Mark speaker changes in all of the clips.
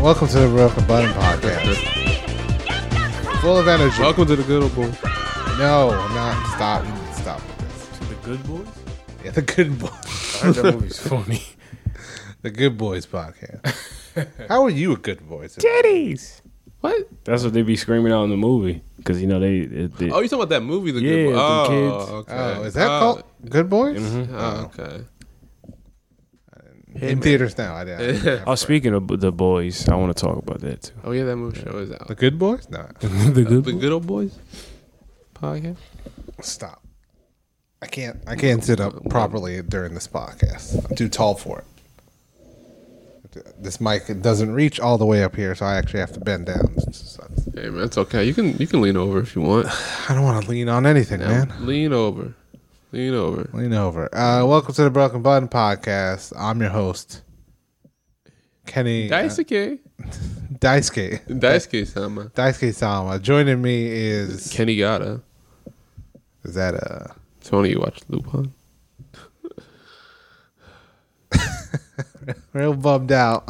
Speaker 1: Welcome to the Broken Button Podcast. Full of energy.
Speaker 2: Welcome to the good old boy.
Speaker 1: No, I'm not. Stop. You need to Stop with this.
Speaker 2: The good boys?
Speaker 1: Yeah, the good boys. I heard that movie's
Speaker 2: Phony.
Speaker 1: The Good Boys Podcast. How are you a good boy?
Speaker 3: Daddies.
Speaker 2: What?
Speaker 3: That's what they be screaming out in the movie because you know they. it- they-
Speaker 2: Oh, you talking about that movie, The
Speaker 3: Yeah,
Speaker 2: Good Boys?
Speaker 3: the
Speaker 2: Oh,
Speaker 3: kids.
Speaker 2: okay.
Speaker 1: Oh, is that
Speaker 2: Oh,
Speaker 1: called Good Boys?
Speaker 2: Oh, okay.
Speaker 1: In theaters now. I did.
Speaker 2: Yeah.
Speaker 3: oh, speaking of the boys, I want to talk about that too.
Speaker 2: Oh, yeah, that movie show is out.
Speaker 1: The Good Boys? No.
Speaker 3: the good.
Speaker 2: The Good Old Boys podcast?
Speaker 1: Stop. I can't. I can't sit up properly during this podcast. I'm too tall for it. This mic doesn't reach all the way up here, so I actually have to bend down. This sucks.
Speaker 2: Hey, man, it's okay. You can you can lean over if you want.
Speaker 1: I don't want to lean on anything,
Speaker 2: Yeah,
Speaker 1: man.
Speaker 2: lean over. Lean over.
Speaker 1: Lean over. Uh, welcome to the Broken Button Podcast. I'm your host, Kenny uh,
Speaker 2: Daisuke.
Speaker 1: Daisuke.
Speaker 2: Daisuke sama.
Speaker 1: Daisuke Sama. Joining me is
Speaker 2: Kenny Gata.
Speaker 1: is that a
Speaker 2: Tony, you watch Lupin?
Speaker 1: real bummed out.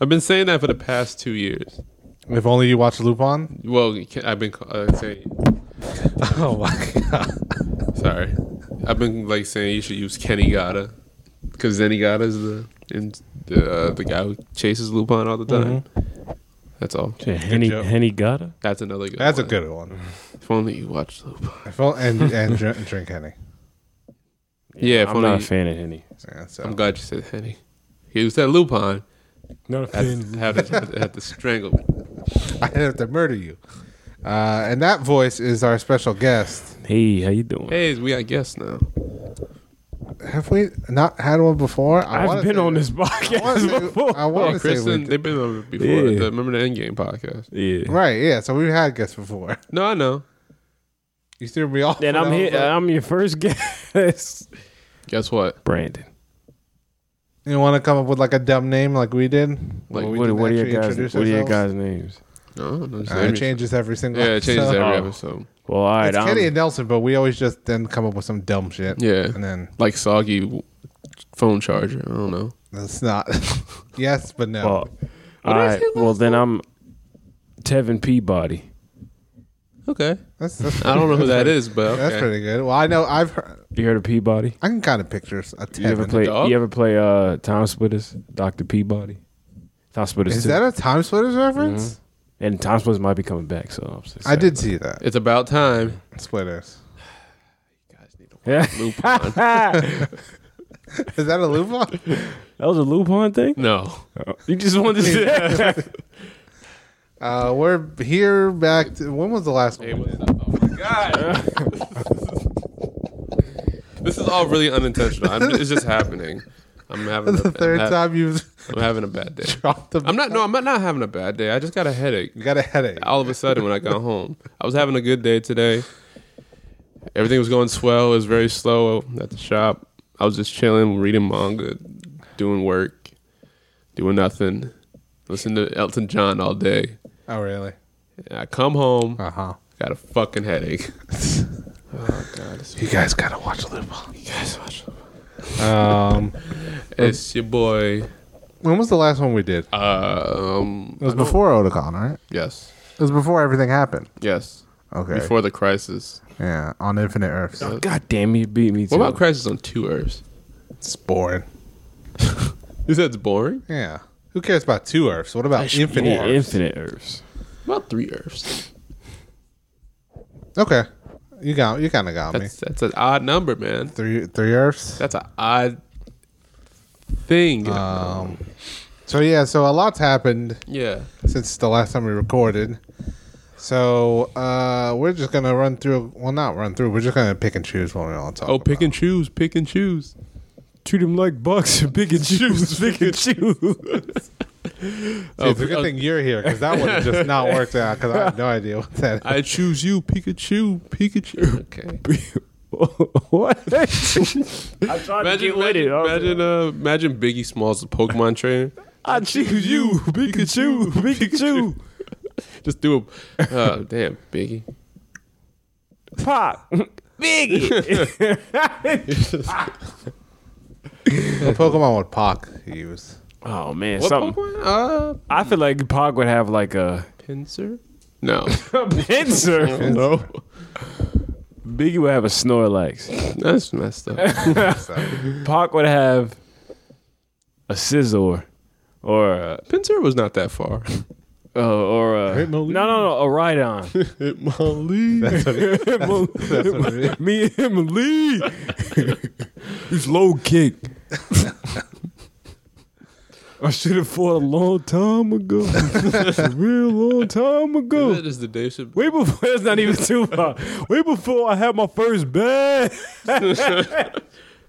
Speaker 2: I've been saying that for the past two years.
Speaker 1: If only you watched Lupin.
Speaker 2: Well, you can't- I've been ca- uh, saying.
Speaker 1: Oh my god.
Speaker 2: Sorry, I've been like saying you should use Kenny Gata because Zenny Gata is the in, the uh, the guy who chases Lupin all the time.
Speaker 3: Mm-hmm.
Speaker 2: That's all.
Speaker 3: Henny
Speaker 1: joke.
Speaker 3: Henny Gotta.
Speaker 2: That's another good.
Speaker 1: That's a
Speaker 2: one.
Speaker 1: good one.
Speaker 2: If only you watched Lupin.
Speaker 1: If only, and and drink, drink honey.
Speaker 2: Yeah, if
Speaker 3: I'm
Speaker 2: only
Speaker 3: not a
Speaker 2: you-
Speaker 3: fan of Henny.
Speaker 1: Yeah, so.
Speaker 2: I'm glad you said Henny. He was that Lupin.
Speaker 3: Not a
Speaker 2: Had to, had to, had to strangle. me.
Speaker 1: I have to murder you. Uh, and that voice is our special guest.
Speaker 3: Hey, how you doing?
Speaker 2: Hey, we got guests now.
Speaker 1: Have we not had one before? I wanna
Speaker 3: I've been
Speaker 1: say-
Speaker 3: on this
Speaker 1: I wanna
Speaker 3: podcast
Speaker 1: say-
Speaker 3: before.
Speaker 1: I want
Speaker 2: Hey,
Speaker 1: to say
Speaker 2: Oh, Kristen,
Speaker 1: we,
Speaker 2: they've been on before.
Speaker 3: Yeah.
Speaker 2: The, remember the Endgame podcast?
Speaker 3: yeah.
Speaker 1: right. Yeah, so we've had guests before.
Speaker 2: No, I know.
Speaker 1: You threw me off.
Speaker 3: Then
Speaker 1: when
Speaker 3: I'm
Speaker 1: I was
Speaker 3: here.
Speaker 1: like-
Speaker 3: I'm your first guest,
Speaker 2: Guess what?
Speaker 3: Brandon. uh,
Speaker 1: you want to come up with like a dumb name like we did?
Speaker 2: Like,
Speaker 1: Where we
Speaker 3: What,
Speaker 1: didn't
Speaker 3: what are your
Speaker 1: actually
Speaker 3: guys?
Speaker 1: introduce
Speaker 3: What are your
Speaker 1: ourselves?
Speaker 3: guys' names?
Speaker 2: No, no, just
Speaker 1: Uh, it
Speaker 2: every-
Speaker 1: changes every single.
Speaker 2: Yeah, it changes
Speaker 1: episode.
Speaker 2: every
Speaker 3: Oh.
Speaker 2: episode.
Speaker 3: Well, all right.
Speaker 1: It's Kenny and
Speaker 3: I'm,
Speaker 1: Nelson, but we always just then come up with some dumb shit.
Speaker 2: Yeah.
Speaker 1: and then
Speaker 2: Like soggy w- phone charger. I don't know.
Speaker 1: that's not. yes, but no.
Speaker 3: well, all right. Well, then I'm Tevin Peabody.
Speaker 2: Okay.
Speaker 1: that's, that's
Speaker 2: I don't know who that
Speaker 1: pretty-
Speaker 2: is, but okay.
Speaker 1: That's pretty good. Well, I know I've heard.
Speaker 3: You heard of Peabody?
Speaker 1: I can kind of picture a Tevin.
Speaker 3: You ever play?
Speaker 2: Dog?
Speaker 3: You ever play uh, Time Splitters? Doctor Peabody. Time Splitters.
Speaker 1: Is
Speaker 3: too.
Speaker 1: that a Time Splitters reference?
Speaker 3: and Time Splitters might be coming back. So I'm just
Speaker 1: I
Speaker 3: excited.
Speaker 1: did see that.
Speaker 2: It's about time.
Speaker 1: Splitters.
Speaker 2: You guys need to
Speaker 3: Yeah.
Speaker 2: Lupin.
Speaker 3: that
Speaker 1: Is that a Lupa?
Speaker 3: was a Lupin thing.
Speaker 2: no.
Speaker 3: You just wanted to. say
Speaker 1: uh, we're here back. To, when was the last
Speaker 2: Hey,
Speaker 1: one?
Speaker 2: what's up? Oh my god. this is all really unintentional. I'm, it's just happening. I'm having
Speaker 1: The
Speaker 2: a,
Speaker 1: third
Speaker 2: I'm ha-
Speaker 1: time you've
Speaker 2: I'm having a bad day.
Speaker 1: dropped the.
Speaker 2: I'm not. No, I'm not, not having a bad day. I just got a headache.
Speaker 1: You got a headache.
Speaker 2: All of a sudden, when I got home, I was having a good day today. Everything was going swell. It was very slow at the shop. I was just chilling, reading manga, doing work, doing nothing, listening to Elton John all day.
Speaker 1: Oh really?
Speaker 2: And I come home,
Speaker 1: Uh huh.
Speaker 2: got a fucking headache. oh god, it's,
Speaker 1: You guys gotta watch Lupa.
Speaker 2: you guys watch.
Speaker 1: Um,
Speaker 2: It's your boy.
Speaker 1: when was the last one we did?
Speaker 2: Um,
Speaker 1: It was before Otakon, right?
Speaker 2: yes,
Speaker 1: It was before everything happened.
Speaker 2: yes.
Speaker 1: Okay.
Speaker 2: Before the crisis.
Speaker 1: yeah, on Infinite Earths.
Speaker 3: that. God damn, you beat me.
Speaker 2: What
Speaker 3: to
Speaker 2: about
Speaker 3: it.
Speaker 2: crisis on two Earths?
Speaker 1: It's boring.
Speaker 2: You said it's boring.
Speaker 1: Yeah. Who cares about two Earths? What about Infinite
Speaker 3: Yeah,
Speaker 1: Earths?
Speaker 3: Infinite Earths.
Speaker 2: About three Earths.
Speaker 1: okay. You got. You kind of got me.
Speaker 2: That's that's an odd number, man.
Speaker 1: Three. Three Earths.
Speaker 2: That's an odd thing. you know?
Speaker 1: Um. So yeah. So a lot's happened.
Speaker 2: yeah.
Speaker 1: since the last time we recorded. So uh, we're just gonna run through. Well, not run through. We're just gonna pick and choose what we want to talk.
Speaker 2: Oh, pick
Speaker 1: about.
Speaker 2: and choose. Pick and choose.
Speaker 3: Treat them like bucks. Pick and choose. Pick and choose.
Speaker 1: See, it's
Speaker 2: Oh,
Speaker 1: a good
Speaker 2: oh.
Speaker 1: thing you're here because that would have just not worked out because I have no idea what that. Is.
Speaker 2: I choose you, Pikachu. Pikachu. Okay.
Speaker 3: what? I tried to
Speaker 2: Imagine,
Speaker 3: get with
Speaker 2: imagine,
Speaker 3: it. I was
Speaker 2: imagine, uh, imagine Biggie Smalls, the Pokemon trainer.
Speaker 3: I choose you, Pikachu, Pikachu,
Speaker 2: Just do a. Uh, damn, Biggie.
Speaker 3: Pop, Biggie.
Speaker 1: What Pokemon would Pac use?
Speaker 3: Oh man,
Speaker 2: What
Speaker 3: something.
Speaker 2: Pokemon? Uh,
Speaker 3: I feel like Pog would have like a
Speaker 2: pincer? No.
Speaker 3: pincer.
Speaker 2: no.
Speaker 3: Biggie would have a Snorlax.
Speaker 2: That's messed up.
Speaker 1: So,
Speaker 3: Pac would have a Scizor, or a,
Speaker 2: pincer was not that far.
Speaker 3: uh, or a,
Speaker 1: Hit
Speaker 3: no,
Speaker 1: Malik.
Speaker 3: no, no, a Rhydon.
Speaker 2: Hit my lead.
Speaker 1: that's what it, that's, that's what it is.
Speaker 3: Me and him lead. It's low kick. I should have fought a long time ago. a real long time ago.
Speaker 2: That is the Dave Chappelle.
Speaker 3: Way before that's not even too far. Way before I had my first bag.
Speaker 2: He had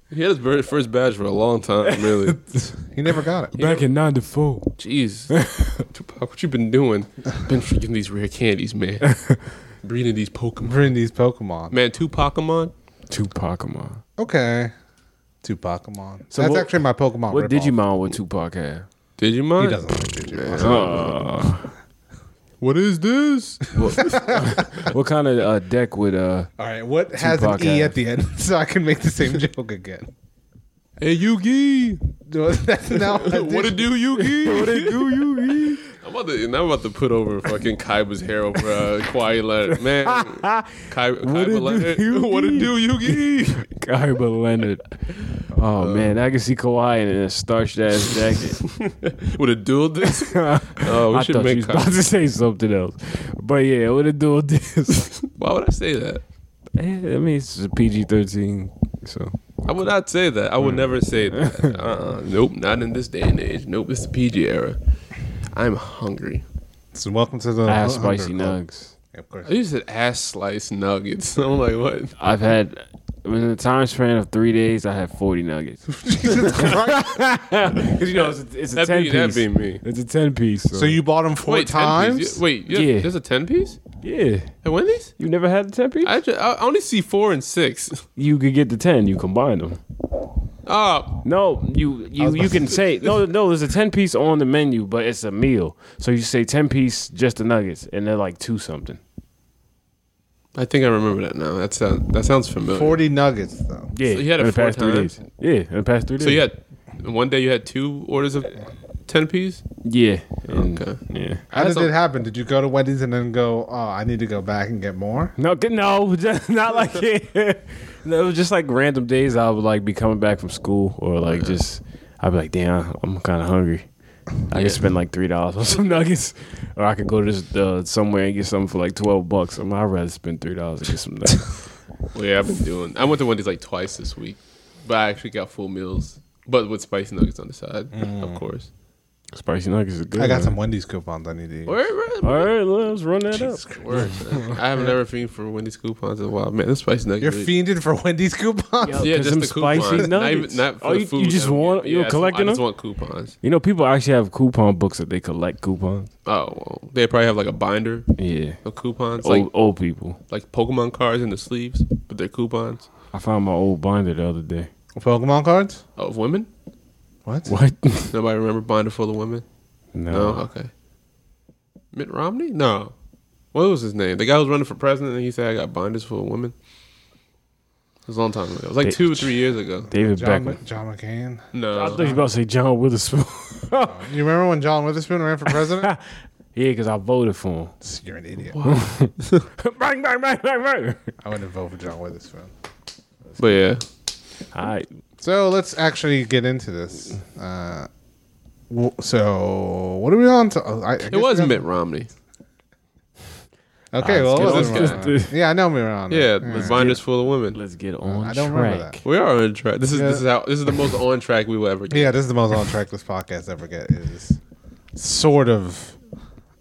Speaker 2: his ver- first badge for a long time, really.
Speaker 1: He never got it.
Speaker 3: Back in '94.
Speaker 2: Jeez. Tupac, what you been doing? Been freaking these rare candies, man. Breeding these Pokemon.
Speaker 1: Bring these Pokemon.
Speaker 2: Man, two Pokemon?
Speaker 3: Two Pokemon.
Speaker 1: Okay. Two Pokemon.
Speaker 3: So
Speaker 1: So that's
Speaker 3: what-
Speaker 1: actually my Pokemon.
Speaker 3: What
Speaker 1: ripoff.
Speaker 3: Digimon would Tupac have?
Speaker 2: Digimon?
Speaker 1: He doesn't like Digimon.
Speaker 3: Uh,
Speaker 2: What is this?
Speaker 3: What kind of uh, deck would uh?
Speaker 1: All right. What has an
Speaker 3: Tupac
Speaker 1: E
Speaker 3: has.
Speaker 1: at the end so I can make the same joke again?
Speaker 2: Hey, Yugi.
Speaker 1: That's now
Speaker 2: What it do, Yugi?
Speaker 3: What it do you
Speaker 2: I'm about to, and I'm about to put over fucking Kaiba's hair over uh, Kawhi Leonard. Man, Kai,
Speaker 3: it do,
Speaker 2: Kaiba Leonard.
Speaker 3: Yugi?
Speaker 2: What it do, Yugi?
Speaker 3: Kaiba Leonard. Oh
Speaker 2: Uh,
Speaker 3: man, I can see Kawhi in a starched ass jacket.
Speaker 2: Would it do this? Oh, we
Speaker 3: I
Speaker 2: should
Speaker 3: thought you
Speaker 2: make
Speaker 3: was
Speaker 2: Kai.
Speaker 3: about to say something else, but yeah, what it do with this?
Speaker 2: Why would I say that?
Speaker 3: Eh, I mean, it's a PG thirteen, so
Speaker 2: I would not say that. I
Speaker 3: Mm.
Speaker 2: would never say that. Uh-uh. Nope, not in this day and age. Nope, it's the PG era. I'm hungry.
Speaker 1: So welcome to the
Speaker 3: I
Speaker 2: Ah, Uh-huh.
Speaker 3: have
Speaker 1: 100
Speaker 3: spicy
Speaker 1: Club.
Speaker 3: nugs.
Speaker 1: Of course.
Speaker 2: I used to ass slice nuggets. I'm like, what?
Speaker 3: I've had in a time span of three days, I had forty nuggets.
Speaker 1: Jesus Christ.
Speaker 3: Because you know it's a, it's a
Speaker 2: That
Speaker 3: ten
Speaker 2: be, that
Speaker 3: piece.
Speaker 2: be me.
Speaker 3: It's a ten piece. So,
Speaker 1: So you bought him four
Speaker 2: Wait, 10 piece?
Speaker 1: times?
Speaker 2: You- Wait, you-
Speaker 3: Yeah.
Speaker 2: there's a ten piece
Speaker 3: yeah,
Speaker 2: at Wendy's?
Speaker 3: you never had a ten piece.
Speaker 2: I, ju- I only see four and six.
Speaker 3: you could get the ten. You combine them.
Speaker 2: Oh,
Speaker 3: No, you you you can say no no. There's a ten piece on the menu, but it's a meal. So you say ten piece, just the nuggets, and they're like two something.
Speaker 2: I think I remember that now. That sound, that sounds familiar.
Speaker 1: 40 nuggets, though.
Speaker 3: Yeah,
Speaker 2: So you had it
Speaker 3: in the
Speaker 2: four
Speaker 3: past three
Speaker 2: times?
Speaker 3: days. Yeah, in the past three days.
Speaker 2: So you had one day you had two orders of ten piece.
Speaker 3: yeah, and-
Speaker 2: Okay.
Speaker 3: yeah.
Speaker 1: How
Speaker 2: That's
Speaker 1: did it
Speaker 2: a-
Speaker 1: happen? Did you go to Wendy's and then go, oh, I need to go back and get more?
Speaker 3: No, good- no, just not like it. no, it was just like random days. I would like be coming back from school, or like just I'd be like, damn, I'm kind of hungry. I
Speaker 2: Yeah.
Speaker 3: can spend like three dollars on some nuggets, or I could go to this, uh, somewhere and get something for like twelve bucks. I'm, I'd rather spend three dollars and get some nuggets.
Speaker 2: Well, yeah, I've been doing. I went to Wendy's like twice this week, but I actually got full meals, but with spicy nuggets on the side, of course.
Speaker 3: Spicy nuggets is good.
Speaker 1: I got
Speaker 2: Mm-hmm.
Speaker 3: man.
Speaker 1: some Wendy's coupons I need to eat.
Speaker 2: Word, word,
Speaker 3: All right, let's run that
Speaker 2: Jesus
Speaker 3: up.
Speaker 2: Christ, man. I have never fiend for Wendy's coupons in a while. Man, this spicy nuggets.
Speaker 1: You're
Speaker 2: really-
Speaker 1: fiending for Wendy's coupons?
Speaker 3: Yo.
Speaker 2: Yeah,
Speaker 3: 'Cause
Speaker 2: just
Speaker 3: them
Speaker 2: the
Speaker 3: spicy
Speaker 2: coupons. Not,
Speaker 3: nuggets.
Speaker 2: even, not for
Speaker 3: Oh,
Speaker 2: the
Speaker 3: you-
Speaker 2: food.
Speaker 3: you just
Speaker 2: that we
Speaker 3: want-
Speaker 2: get.
Speaker 3: you're
Speaker 2: Yeah, I just-
Speaker 3: collecting
Speaker 2: I just
Speaker 3: them?
Speaker 2: want coupons.
Speaker 3: You know, people actually have coupon books that they collect coupons.
Speaker 2: Oh, well, they probably have like a binder
Speaker 3: Yeah,
Speaker 2: of coupons,
Speaker 3: old,
Speaker 2: like
Speaker 3: old people.
Speaker 2: like Pokemon cards in the sleeves, but they're coupons
Speaker 3: I found my old binder the other day.
Speaker 1: Pokemon cards?
Speaker 2: of women.
Speaker 1: What?
Speaker 3: What?
Speaker 2: Nobody remember binder full of women.
Speaker 3: no.
Speaker 2: No, okay. Mitt Romney? No. What was his name? The guy who was running for president and he said I got binders for women. It was a long time ago. It was like
Speaker 3: They-
Speaker 2: two or three years ago.
Speaker 3: David
Speaker 1: John,
Speaker 3: Beckman.
Speaker 1: John McCain.
Speaker 3: I
Speaker 2: No.
Speaker 3: thought you were about to say John Witherspoon.
Speaker 1: You remember when John Witherspoon ran for president?
Speaker 3: yeah, because I voted for
Speaker 1: You're an idiot.
Speaker 3: him. bang, bang, bang, bang, bang.
Speaker 1: I wouldn't vote for John Witherspoon.
Speaker 2: But yeah.
Speaker 3: All right.
Speaker 1: So let's actually get into this. Uh, w- so what are we on to? oh, I, I guess
Speaker 2: It
Speaker 1: we
Speaker 2: was Ah,
Speaker 1: got-
Speaker 2: Mitt Romney.
Speaker 1: Okay,
Speaker 3: Alright,
Speaker 1: well, it was
Speaker 3: let's
Speaker 2: get
Speaker 1: Mitt
Speaker 2: this
Speaker 3: guy.
Speaker 1: Romney. yeah, I know we were on.
Speaker 2: Yeah,
Speaker 1: it.
Speaker 2: the binders full of women.
Speaker 3: Let's get on
Speaker 1: I don't
Speaker 3: track.
Speaker 1: remember that.
Speaker 2: We are on track. This is this
Speaker 1: Yeah.
Speaker 2: is how this is the most on track we will ever get.
Speaker 1: Yeah, this is the most on track this podcast ever get is sort of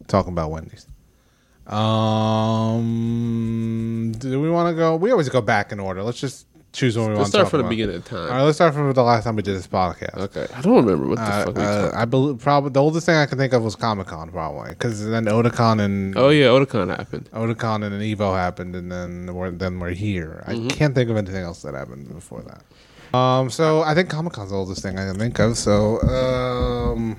Speaker 1: talking about Wendy's. Um, do we want to go? We always go back in order. Let's just choose when we want
Speaker 2: Let's
Speaker 1: to
Speaker 2: start from the
Speaker 1: about.
Speaker 2: beginning of time.
Speaker 1: All right, let's start from the last time we did this podcast.
Speaker 2: Okay. I don't remember what the
Speaker 1: Uh,
Speaker 2: fuck we
Speaker 1: uh,
Speaker 2: talked.
Speaker 1: I believe probably the oldest thing I can think of was Comic Con, probably because then Otakon and
Speaker 2: Oh yeah, Otakon happened.
Speaker 1: Otakon and an Evo happened, and then we're then we're here.
Speaker 2: Mm-hmm.
Speaker 1: I can't think of anything else that happened before that. Um, so I think Comic Con's the oldest thing I can think of. So, um,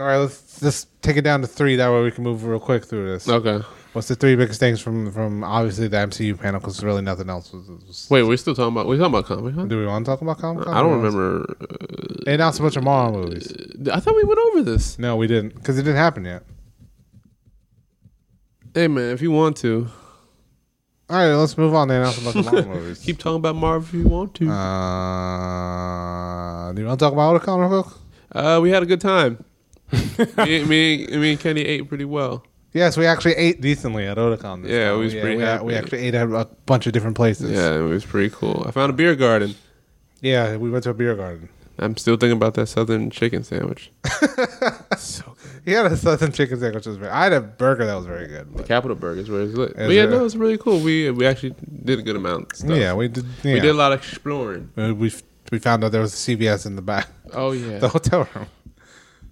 Speaker 1: all right, let's just take it down to three. That way we can move real quick through this.
Speaker 2: Okay.
Speaker 1: What's the three biggest things from from obviously the MCU panel? Because really nothing else was. was-
Speaker 2: Wait, we're still talking about we're talking about comic con.
Speaker 1: do we want to talk about Comic Con?
Speaker 2: I don't remember. uh,
Speaker 1: They announced a bunch of Marvel movies.
Speaker 2: I thought we went over this.
Speaker 1: No, we didn't, because it didn't happen yet.
Speaker 2: Hey man, if you want to
Speaker 1: All right, let's move on. They announced a bunch of Marvel movies.
Speaker 2: keep talking about Marvel, if you want to.
Speaker 1: Uh, do you want to talk about Otakon real quick?
Speaker 2: Uh, we had a good time. me, me, me and Kenny ate pretty well.
Speaker 1: Yes, we actually ate decently at Otakon. This
Speaker 2: Yeah,
Speaker 1: time.
Speaker 2: we was pretty
Speaker 1: we,
Speaker 2: happy.
Speaker 1: we actually ate at a bunch of different places.
Speaker 2: Yeah, it was pretty cool. I found a beer garden.
Speaker 1: yeah, we went to a beer garden.
Speaker 2: I'm still thinking about that southern chicken sandwich. so good.
Speaker 1: He had a southern chicken sandwich. Which was very, I had a burger that was very good. But,
Speaker 2: Capital Burgers where it's lit.
Speaker 1: Is
Speaker 2: but yeah,
Speaker 1: it?
Speaker 2: no, it's really cool. We we actually did a good amount. Of stuff.
Speaker 1: yeah, we did. Yeah.
Speaker 2: we did a lot of exploring.
Speaker 1: Uh, We f- we found out there was a CVS in the back,
Speaker 2: Oh yeah,
Speaker 1: the
Speaker 2: the,
Speaker 1: hotel room. or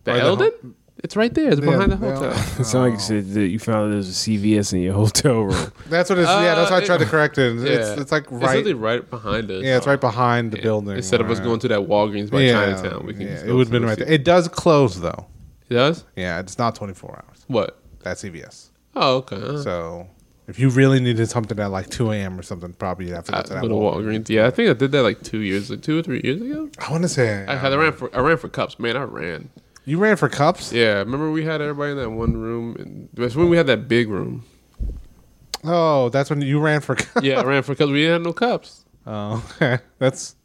Speaker 1: the ho-
Speaker 2: Eldon. it's right there. It's
Speaker 1: Yeah,
Speaker 2: behind the
Speaker 1: yeah.
Speaker 2: hotel.
Speaker 3: It sounded like you said that you found there's a CVS in your hotel room.
Speaker 1: That's what it's. yeah, that's why I
Speaker 2: Uh,
Speaker 1: tried to correct it. It's,
Speaker 2: Yeah.
Speaker 1: it's, it's like right.
Speaker 2: literally right behind us.
Speaker 1: yeah, it's right behind the
Speaker 2: Yeah.
Speaker 1: building.
Speaker 2: Instead of us
Speaker 1: where-
Speaker 2: going to that Walgreens by
Speaker 1: Yeah,
Speaker 2: Chinatown, we can.
Speaker 1: yeah,
Speaker 2: just
Speaker 1: it
Speaker 2: go
Speaker 1: would have
Speaker 2: to
Speaker 1: been
Speaker 2: the
Speaker 1: right
Speaker 2: C-
Speaker 1: there. It does close though.
Speaker 2: It does
Speaker 1: Yeah, it's not twenty four hours.
Speaker 2: what?
Speaker 1: That's CVS.
Speaker 2: Oh okay. Uh,
Speaker 1: So if you really needed something at like 2 a.m. or something, probably you'd have to go
Speaker 2: I,
Speaker 1: to that
Speaker 2: go to
Speaker 1: Walmart.
Speaker 2: Walgreens. Yeah, I think I did that like two years, like two or three years ago.
Speaker 1: I want to say um,
Speaker 2: I, had I ran for I ran for cups. Man, I ran.
Speaker 1: you ran for cups.
Speaker 2: Yeah, remember we had everybody in that one room. And that's when we had that big room.
Speaker 1: Oh, that's when you ran for. cups.
Speaker 2: Yeah, I ran for cups. We didn't have no cups.
Speaker 1: Oh, okay. That's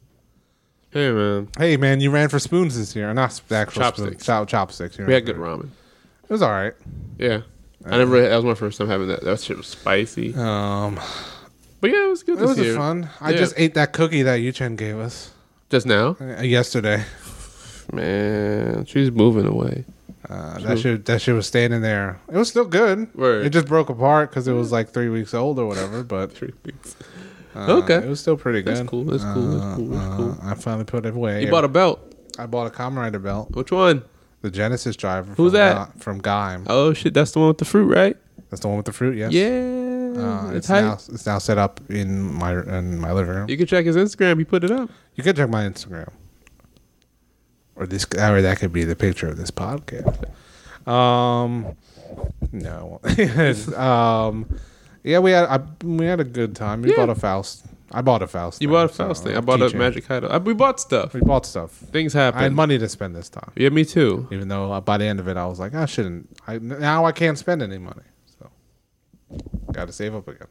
Speaker 2: Hey man,
Speaker 1: hey man, you ran for spoons this year, not sp- actual
Speaker 2: Chopsticks.
Speaker 1: spoons, chop, chopsticks. You
Speaker 2: we
Speaker 1: ran
Speaker 2: had good
Speaker 1: for-
Speaker 2: ramen.
Speaker 1: It was all right.
Speaker 2: Yeah, I never. That was my first time having that. That shit was spicy.
Speaker 1: Um,
Speaker 2: But yeah, it was good.
Speaker 1: it
Speaker 2: this
Speaker 1: was
Speaker 2: year.
Speaker 1: fun. I
Speaker 2: Yeah.
Speaker 1: just ate that cookie that Yuchen gave us
Speaker 2: just now.
Speaker 1: uh, yesterday.
Speaker 2: Man, she's moving away.
Speaker 1: Uh, that shit, that shit was standing there. It was still good.
Speaker 2: Word.
Speaker 1: It just broke apart because it was like three weeks old or whatever. But
Speaker 2: Three weeks.
Speaker 1: uh,
Speaker 2: Okay.
Speaker 1: it was still pretty good. Uh,
Speaker 2: That's cool. That's cool. That's cool. That's cool.
Speaker 1: I finally put it away.
Speaker 2: You bought a belt.
Speaker 1: I bought a Kamen Rider belt,
Speaker 2: Which one?
Speaker 1: the Genesis driver.
Speaker 2: Who's
Speaker 1: from
Speaker 2: that?
Speaker 1: Ga- from Gaim.
Speaker 2: Oh shit, that's the one with the fruit, right?
Speaker 1: That's the one with the fruit. Yes.
Speaker 2: Yeah.
Speaker 1: Uh,
Speaker 2: it's
Speaker 1: it's
Speaker 2: hype.
Speaker 1: now it's now set up in my in my living room. You,
Speaker 2: You can check his Instagram. He put it up.
Speaker 1: can check my Instagram, or this, or that could be the picture of this podcast. Um, no. um, yeah, we had I, we had a good time. We
Speaker 2: Yeah.
Speaker 1: bought a Faust. I bought a Faust. uh,
Speaker 2: You
Speaker 1: thing,
Speaker 2: bought a
Speaker 1: so-
Speaker 2: Faust thing. I bought a
Speaker 1: keychain.
Speaker 2: Magic Idol. I, we bought stuff.
Speaker 1: We bought stuff.
Speaker 2: Things
Speaker 1: I had
Speaker 2: happen.
Speaker 1: money to spend this time.
Speaker 2: yeah, me too.
Speaker 1: even though uh, by the end of it I was like I shouldn't I now I can't spend any money so got to save up again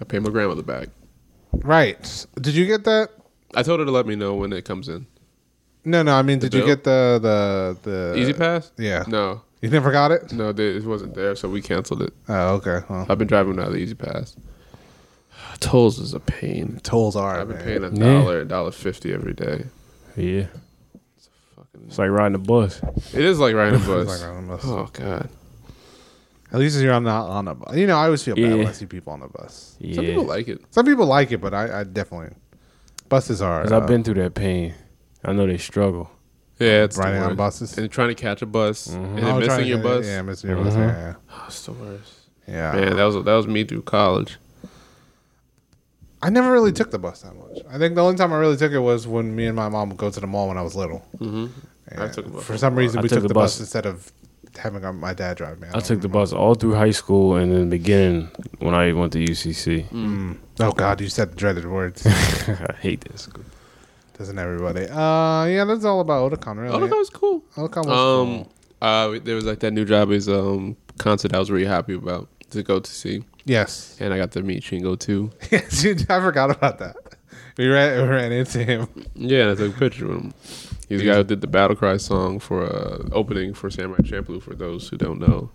Speaker 2: I paid my grandmother back.
Speaker 1: right did you get that
Speaker 2: I told her to let me know when it comes in.
Speaker 1: no no I mean did you
Speaker 2: bill?
Speaker 1: get the the the
Speaker 2: Easy Mm-hmm. Pass?
Speaker 1: Uh, yeah
Speaker 2: No,
Speaker 1: you never got it
Speaker 2: no, they, it wasn't there, so we canceled it.
Speaker 1: oh okay well
Speaker 2: I've been driving now the Easy Pass. Tolls is a pain.
Speaker 1: tolls are
Speaker 2: I've been
Speaker 1: man.
Speaker 2: paying a
Speaker 3: Yeah.
Speaker 2: dollar, a dollar fifty every day.
Speaker 3: yeah.
Speaker 2: Fucking-
Speaker 3: It's like riding a bus.
Speaker 2: It is like riding a
Speaker 1: It's like
Speaker 2: bus.
Speaker 1: around the bus.
Speaker 2: Oh god.
Speaker 1: at least you're not on a bus you know I always feel bad when
Speaker 3: Yeah.
Speaker 1: I see people on the bus
Speaker 3: Yeah.
Speaker 2: Some people like it.
Speaker 1: some people like it but I, I definitely buses are
Speaker 3: Cause
Speaker 1: uh,
Speaker 3: I've been through that pain. I know they struggle.
Speaker 2: Yeah, it's the
Speaker 1: uh, Riding on
Speaker 2: worst.
Speaker 1: buses?
Speaker 2: and trying to catch a bus and
Speaker 1: I
Speaker 2: then
Speaker 1: was trying
Speaker 2: missing
Speaker 1: to
Speaker 2: your
Speaker 1: get-
Speaker 2: bus.
Speaker 1: yeah missing your bus
Speaker 3: Mhm.
Speaker 1: yeah
Speaker 2: Oh, it's Mm-hmm. the worst.
Speaker 1: yeah
Speaker 2: Man, that was that was me through college.
Speaker 1: I never really took the bus that much. I think the only time I really took it was when me and my mom would go to the mall when I was little.
Speaker 2: Mm-hmm. I
Speaker 1: And
Speaker 2: took the bus
Speaker 1: for
Speaker 2: a
Speaker 1: some
Speaker 2: lot.
Speaker 1: reason
Speaker 3: I
Speaker 1: we
Speaker 3: took
Speaker 1: took,
Speaker 3: the
Speaker 1: the bus.
Speaker 3: bus.
Speaker 1: instead of having our- my dad drive me.
Speaker 3: I took the bus all through high school and then beginning when I went to UCC.
Speaker 1: Mm. Oh God, you said the dreaded words.
Speaker 3: I hate that school.
Speaker 1: Doesn't everybody? Uh, yeah, that's all about Otakon. Really,
Speaker 2: Oh, that was cool.
Speaker 1: Otakon was
Speaker 2: Um,
Speaker 1: cool.
Speaker 2: uh, there was like that new job is um concert I was really happy about to go to see,
Speaker 1: Yes,
Speaker 2: and I got to meet Shingo too.
Speaker 1: yes, you- I forgot about that. We ran, we ran into him.
Speaker 2: Yeah, and I took a picture with him. um, He's the guy who did the battle cry song for uh, opening for Samurai Champloo. For those who don't know,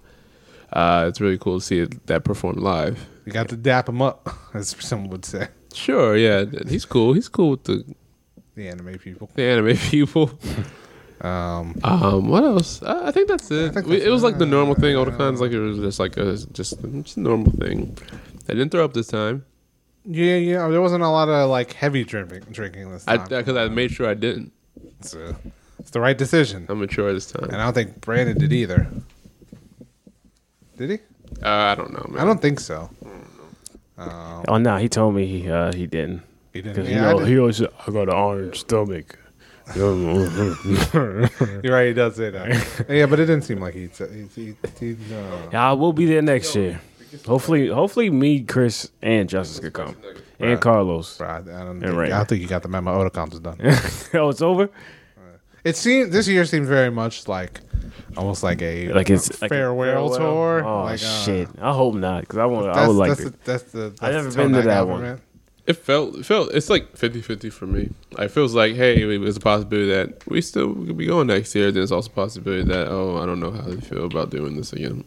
Speaker 2: uh, it's really cool to see it, that performed live.
Speaker 1: We got to dap him up, as some would say.
Speaker 2: Sure, yeah, th- he's cool. He's cool with the,
Speaker 1: The anime people.
Speaker 2: the anime people.
Speaker 1: Um,
Speaker 2: Um, what else? I, I think that's it.
Speaker 1: think
Speaker 2: We-
Speaker 1: that's
Speaker 2: it was like the
Speaker 1: it.
Speaker 2: normal thing. Otakon's like it was just like a just just a normal thing. I didn't throw up this time.
Speaker 1: yeah, yeah. There wasn't a lot of like heavy drinking, drinking this
Speaker 2: I
Speaker 1: time.
Speaker 2: because I made sure I didn't.
Speaker 1: It's, uh, it's the right decision.
Speaker 2: I'm mature this time.
Speaker 1: And I don't think Brandon did either. Did he?
Speaker 2: Uh, I don't know, man.
Speaker 1: I don't think so. Um,
Speaker 3: Oh no, he Oh, told me he uh, he didn't.
Speaker 1: he didn't.
Speaker 3: Because
Speaker 1: Yeah, I
Speaker 3: he, al-
Speaker 1: did.
Speaker 3: he always said, I got an orange stomach.
Speaker 1: You're right. He does say that. yeah, but it didn't seem like he'd. say- he'd, he'd, he'd uh,
Speaker 3: Yeah, I will be there next year. Hopefully, hopefully, me, Chris, and Justice could come, and Carlos.
Speaker 1: bro, I, I don't.
Speaker 3: Yeah,
Speaker 1: Think,
Speaker 3: right.
Speaker 1: I don't think you got the memo. Odocomb's done.
Speaker 3: oh, it's over.
Speaker 1: It seems this year seems very much like almost like a
Speaker 3: Like it's like a
Speaker 1: farewell, tour.
Speaker 3: Oh
Speaker 1: like, uh,
Speaker 3: shit! I hope not, because I want.
Speaker 1: That's,
Speaker 3: I would like
Speaker 1: that's,
Speaker 3: to.
Speaker 1: the, that's the. That's
Speaker 3: I've never
Speaker 1: the tone
Speaker 3: been to
Speaker 1: I
Speaker 3: that
Speaker 1: got
Speaker 3: one.
Speaker 1: from it.
Speaker 2: It felt it felt it's like 50-50 for me. Like, It feels like hey, it's a possibility that we still could be going next year. Then it's also a possibility that oh, I don't know how they feel about doing this again.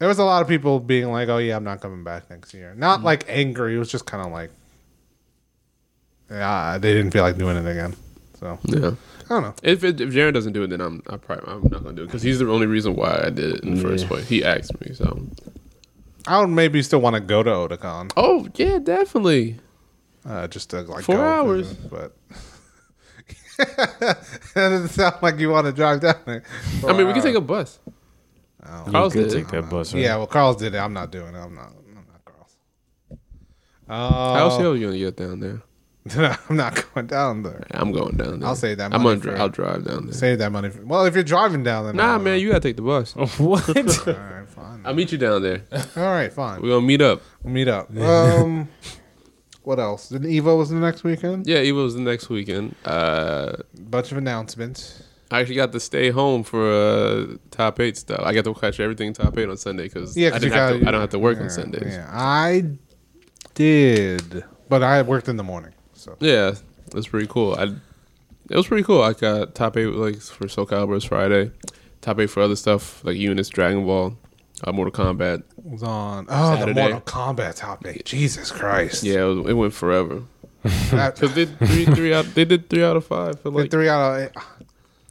Speaker 1: There was a lot of people being like, "Oh yeah, I'm not coming back next year." Not
Speaker 2: Mm.
Speaker 1: like angry. It was just kind of like, yeah, they didn't feel like doing it again. So
Speaker 2: Yeah.
Speaker 1: I don't know.
Speaker 2: If it, if Jaron doesn't do it, then I'm I probably I'm not gonna do it because he's the only reason why I did it in the first
Speaker 3: Yeah.
Speaker 2: place. He asked me, so
Speaker 1: I would maybe still want to go to Otakon,
Speaker 2: oh yeah, definitely.
Speaker 1: uh, just to like
Speaker 2: Four
Speaker 1: go
Speaker 2: hours.
Speaker 1: visit, but. that doesn't sound like you want to drive down there.
Speaker 2: I mean, we can take a bus.
Speaker 1: Oh.
Speaker 3: You
Speaker 2: Carl's
Speaker 3: could
Speaker 2: did
Speaker 3: take
Speaker 2: it.
Speaker 3: that bus. Right?
Speaker 1: Yeah, well, Carl's did it. I'm not doing it. I'm not. I'm not Carl's. Uh,
Speaker 2: How else are you gonna get down there?
Speaker 1: Oh, I'm not going down there.
Speaker 2: I'm going down there.
Speaker 1: I'll save that
Speaker 2: I'm
Speaker 1: money
Speaker 2: gonna dri-
Speaker 1: for-
Speaker 2: I'll drive down there.
Speaker 1: Save that money. For, well, if you're driving down, then
Speaker 2: Nah,
Speaker 1: I'll-
Speaker 2: man, you gotta take the bus.
Speaker 1: Oh.
Speaker 3: What?
Speaker 1: All right, fine.
Speaker 2: I'll meet you down there.
Speaker 1: All right, fine.
Speaker 2: We're gonna meet up.
Speaker 1: We'll meet up. Um, what else? Then Evo was the next weekend.
Speaker 2: Yeah, Evo was the next weekend. Uh,
Speaker 1: Bunch of announcements.
Speaker 2: I actually got to stay home for uh, top eight stuff. I got to catch everything top eight on Sunday because
Speaker 1: Yeah,
Speaker 2: I
Speaker 1: 'cause
Speaker 2: didn't
Speaker 1: you
Speaker 2: have
Speaker 1: got-
Speaker 2: to. I don't have to work
Speaker 1: Yeah,
Speaker 2: on Sundays. Yeah.
Speaker 1: Yeah, I did, but I worked in the morning. So
Speaker 2: it was pretty cool. I it was pretty cool. I got top eight like for Soul Calibur's Friday, top eight for other stuff like Eunice, Dragon Ball, uh, Mortal Kombat.
Speaker 1: it was on. Oh, the
Speaker 2: Saturday.
Speaker 1: Mortal Kombat topic. Jesus Christ.
Speaker 2: Yeah, it, was, it went forever
Speaker 1: That-
Speaker 2: because they three three out. They did three out of five for like
Speaker 1: three out of.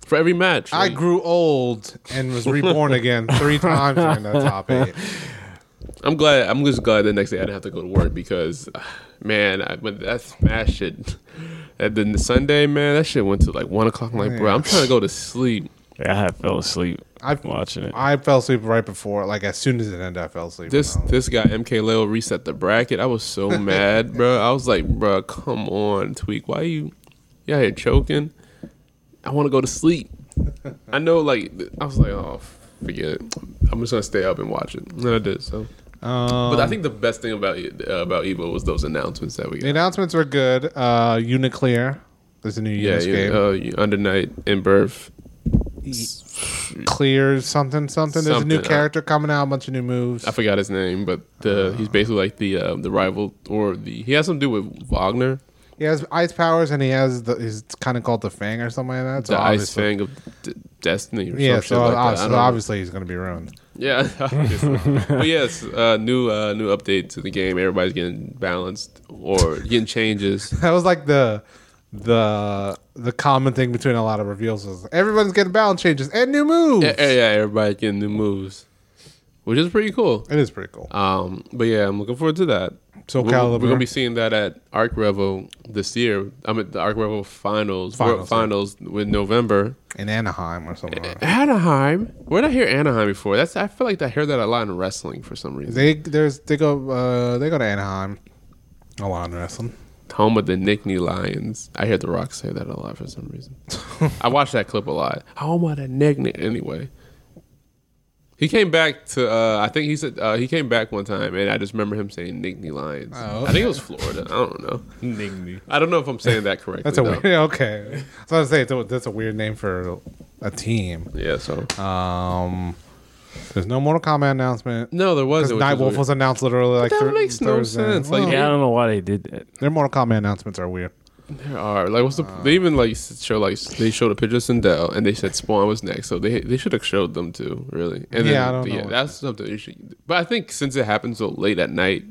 Speaker 2: for every match.
Speaker 1: I
Speaker 2: Like,
Speaker 1: grew old and was reborn again three times during that top eight.
Speaker 2: I'm glad. I'm just glad the next day I didn't have to go to work because, man, I, when that smash shit, and then the Sunday, man, that shit went to like one o'clock. I'm like, bro, I'm trying to go to sleep.
Speaker 3: I fell asleep
Speaker 1: I
Speaker 3: watching it.
Speaker 1: I fell asleep right before, like as soon as it ended, I fell asleep.
Speaker 2: This
Speaker 1: Wow.
Speaker 2: this guy MK Leo reset the bracket. I was so mad, bro. I was like, bro, come on, tweak. Why you, you out here choking? I want to go to sleep. I know, like, th- I was like, oh, forget it. I'm just gonna stay up and watch it. And I did so.
Speaker 1: Um,
Speaker 2: But I think the best thing about uh, about Evo was those announcements that we got.
Speaker 1: the announcements were good. Uh, Uniclear, there's a new
Speaker 2: Yeah,
Speaker 1: Unis
Speaker 2: yeah
Speaker 1: game.
Speaker 2: uh, you- Under Night and Birth.
Speaker 1: Clear something something. There's a new
Speaker 2: Something, uh,
Speaker 1: character coming out, a bunch of new moves.
Speaker 2: I forgot his name, but
Speaker 1: Uh,
Speaker 2: the, he's basically like the um, the rival or the he has something to do with Wagner,
Speaker 1: he has ice powers and he has the. He's kind of called the Fang or something like that. So
Speaker 2: the Ice
Speaker 1: obviously,
Speaker 2: Fang of D- Destiny. Or
Speaker 1: yeah.
Speaker 2: some shit
Speaker 1: So, ob-
Speaker 2: like that. I
Speaker 1: so
Speaker 2: don't know.
Speaker 1: obviously he's gonna be ruined.
Speaker 2: yeah. obviously. but yes, uh, new uh, new update to the game. Everybody's getting balanced or getting changes.
Speaker 1: That was like the the the common thing between a lot of reveals was everyone's getting balance changes and new moves.
Speaker 2: yeah, yeah, E-, yeah, everybody's getting new moves, which is pretty cool.
Speaker 1: It is pretty cool.
Speaker 2: Um, but yeah, I'm looking forward to that.
Speaker 1: So
Speaker 2: we're,
Speaker 1: Calibur.
Speaker 2: we're gonna be seeing that at Arc Revo this year. I'm at the Arc Revo finals. Finals,
Speaker 1: Finals, yeah.
Speaker 2: finals with November.
Speaker 1: in Anaheim or something. like that.
Speaker 2: Anaheim. Where did I hear Anaheim before? That's I feel like I hear that a lot in wrestling for some reason.
Speaker 1: They there's they go uh, they go to Anaheim a lot in wrestling.
Speaker 2: Home of the Nickney Lions. I hear The Rock say that a lot for some reason. I watched that clip a lot. Home of the Nickney. Anyway, he came back to. Uh, I think he said uh, he came back one time, and I just remember him saying Nickney Lions.
Speaker 1: Oh,
Speaker 2: I think it was Florida. I don't know. I don't know if I'm saying that correctly.
Speaker 1: That's a
Speaker 2: though.
Speaker 1: weird okay. So I was saying that's a- that's a weird name for a team.
Speaker 2: Yeah. So
Speaker 1: Um, there's no Mortal Kombat announcement.
Speaker 2: no, there
Speaker 1: Because
Speaker 2: wasn't. which is
Speaker 1: Night Wolf
Speaker 2: weird.
Speaker 1: was announced literally like
Speaker 2: that
Speaker 1: thir-
Speaker 2: makes no
Speaker 1: Thursday.
Speaker 2: sense, like-
Speaker 1: Well,
Speaker 3: Yeah, I don't know why they did that.
Speaker 1: their Mortal Kombat announcements are weird.
Speaker 2: There are like what's the
Speaker 1: Uh.
Speaker 2: they even like s- show like s- they showed a picture of Sindel and they said Spawn was next, so they they should have showed them too, really. And
Speaker 1: Yeah, I don't know.
Speaker 2: that's something you should. But I think since it happened so late at night,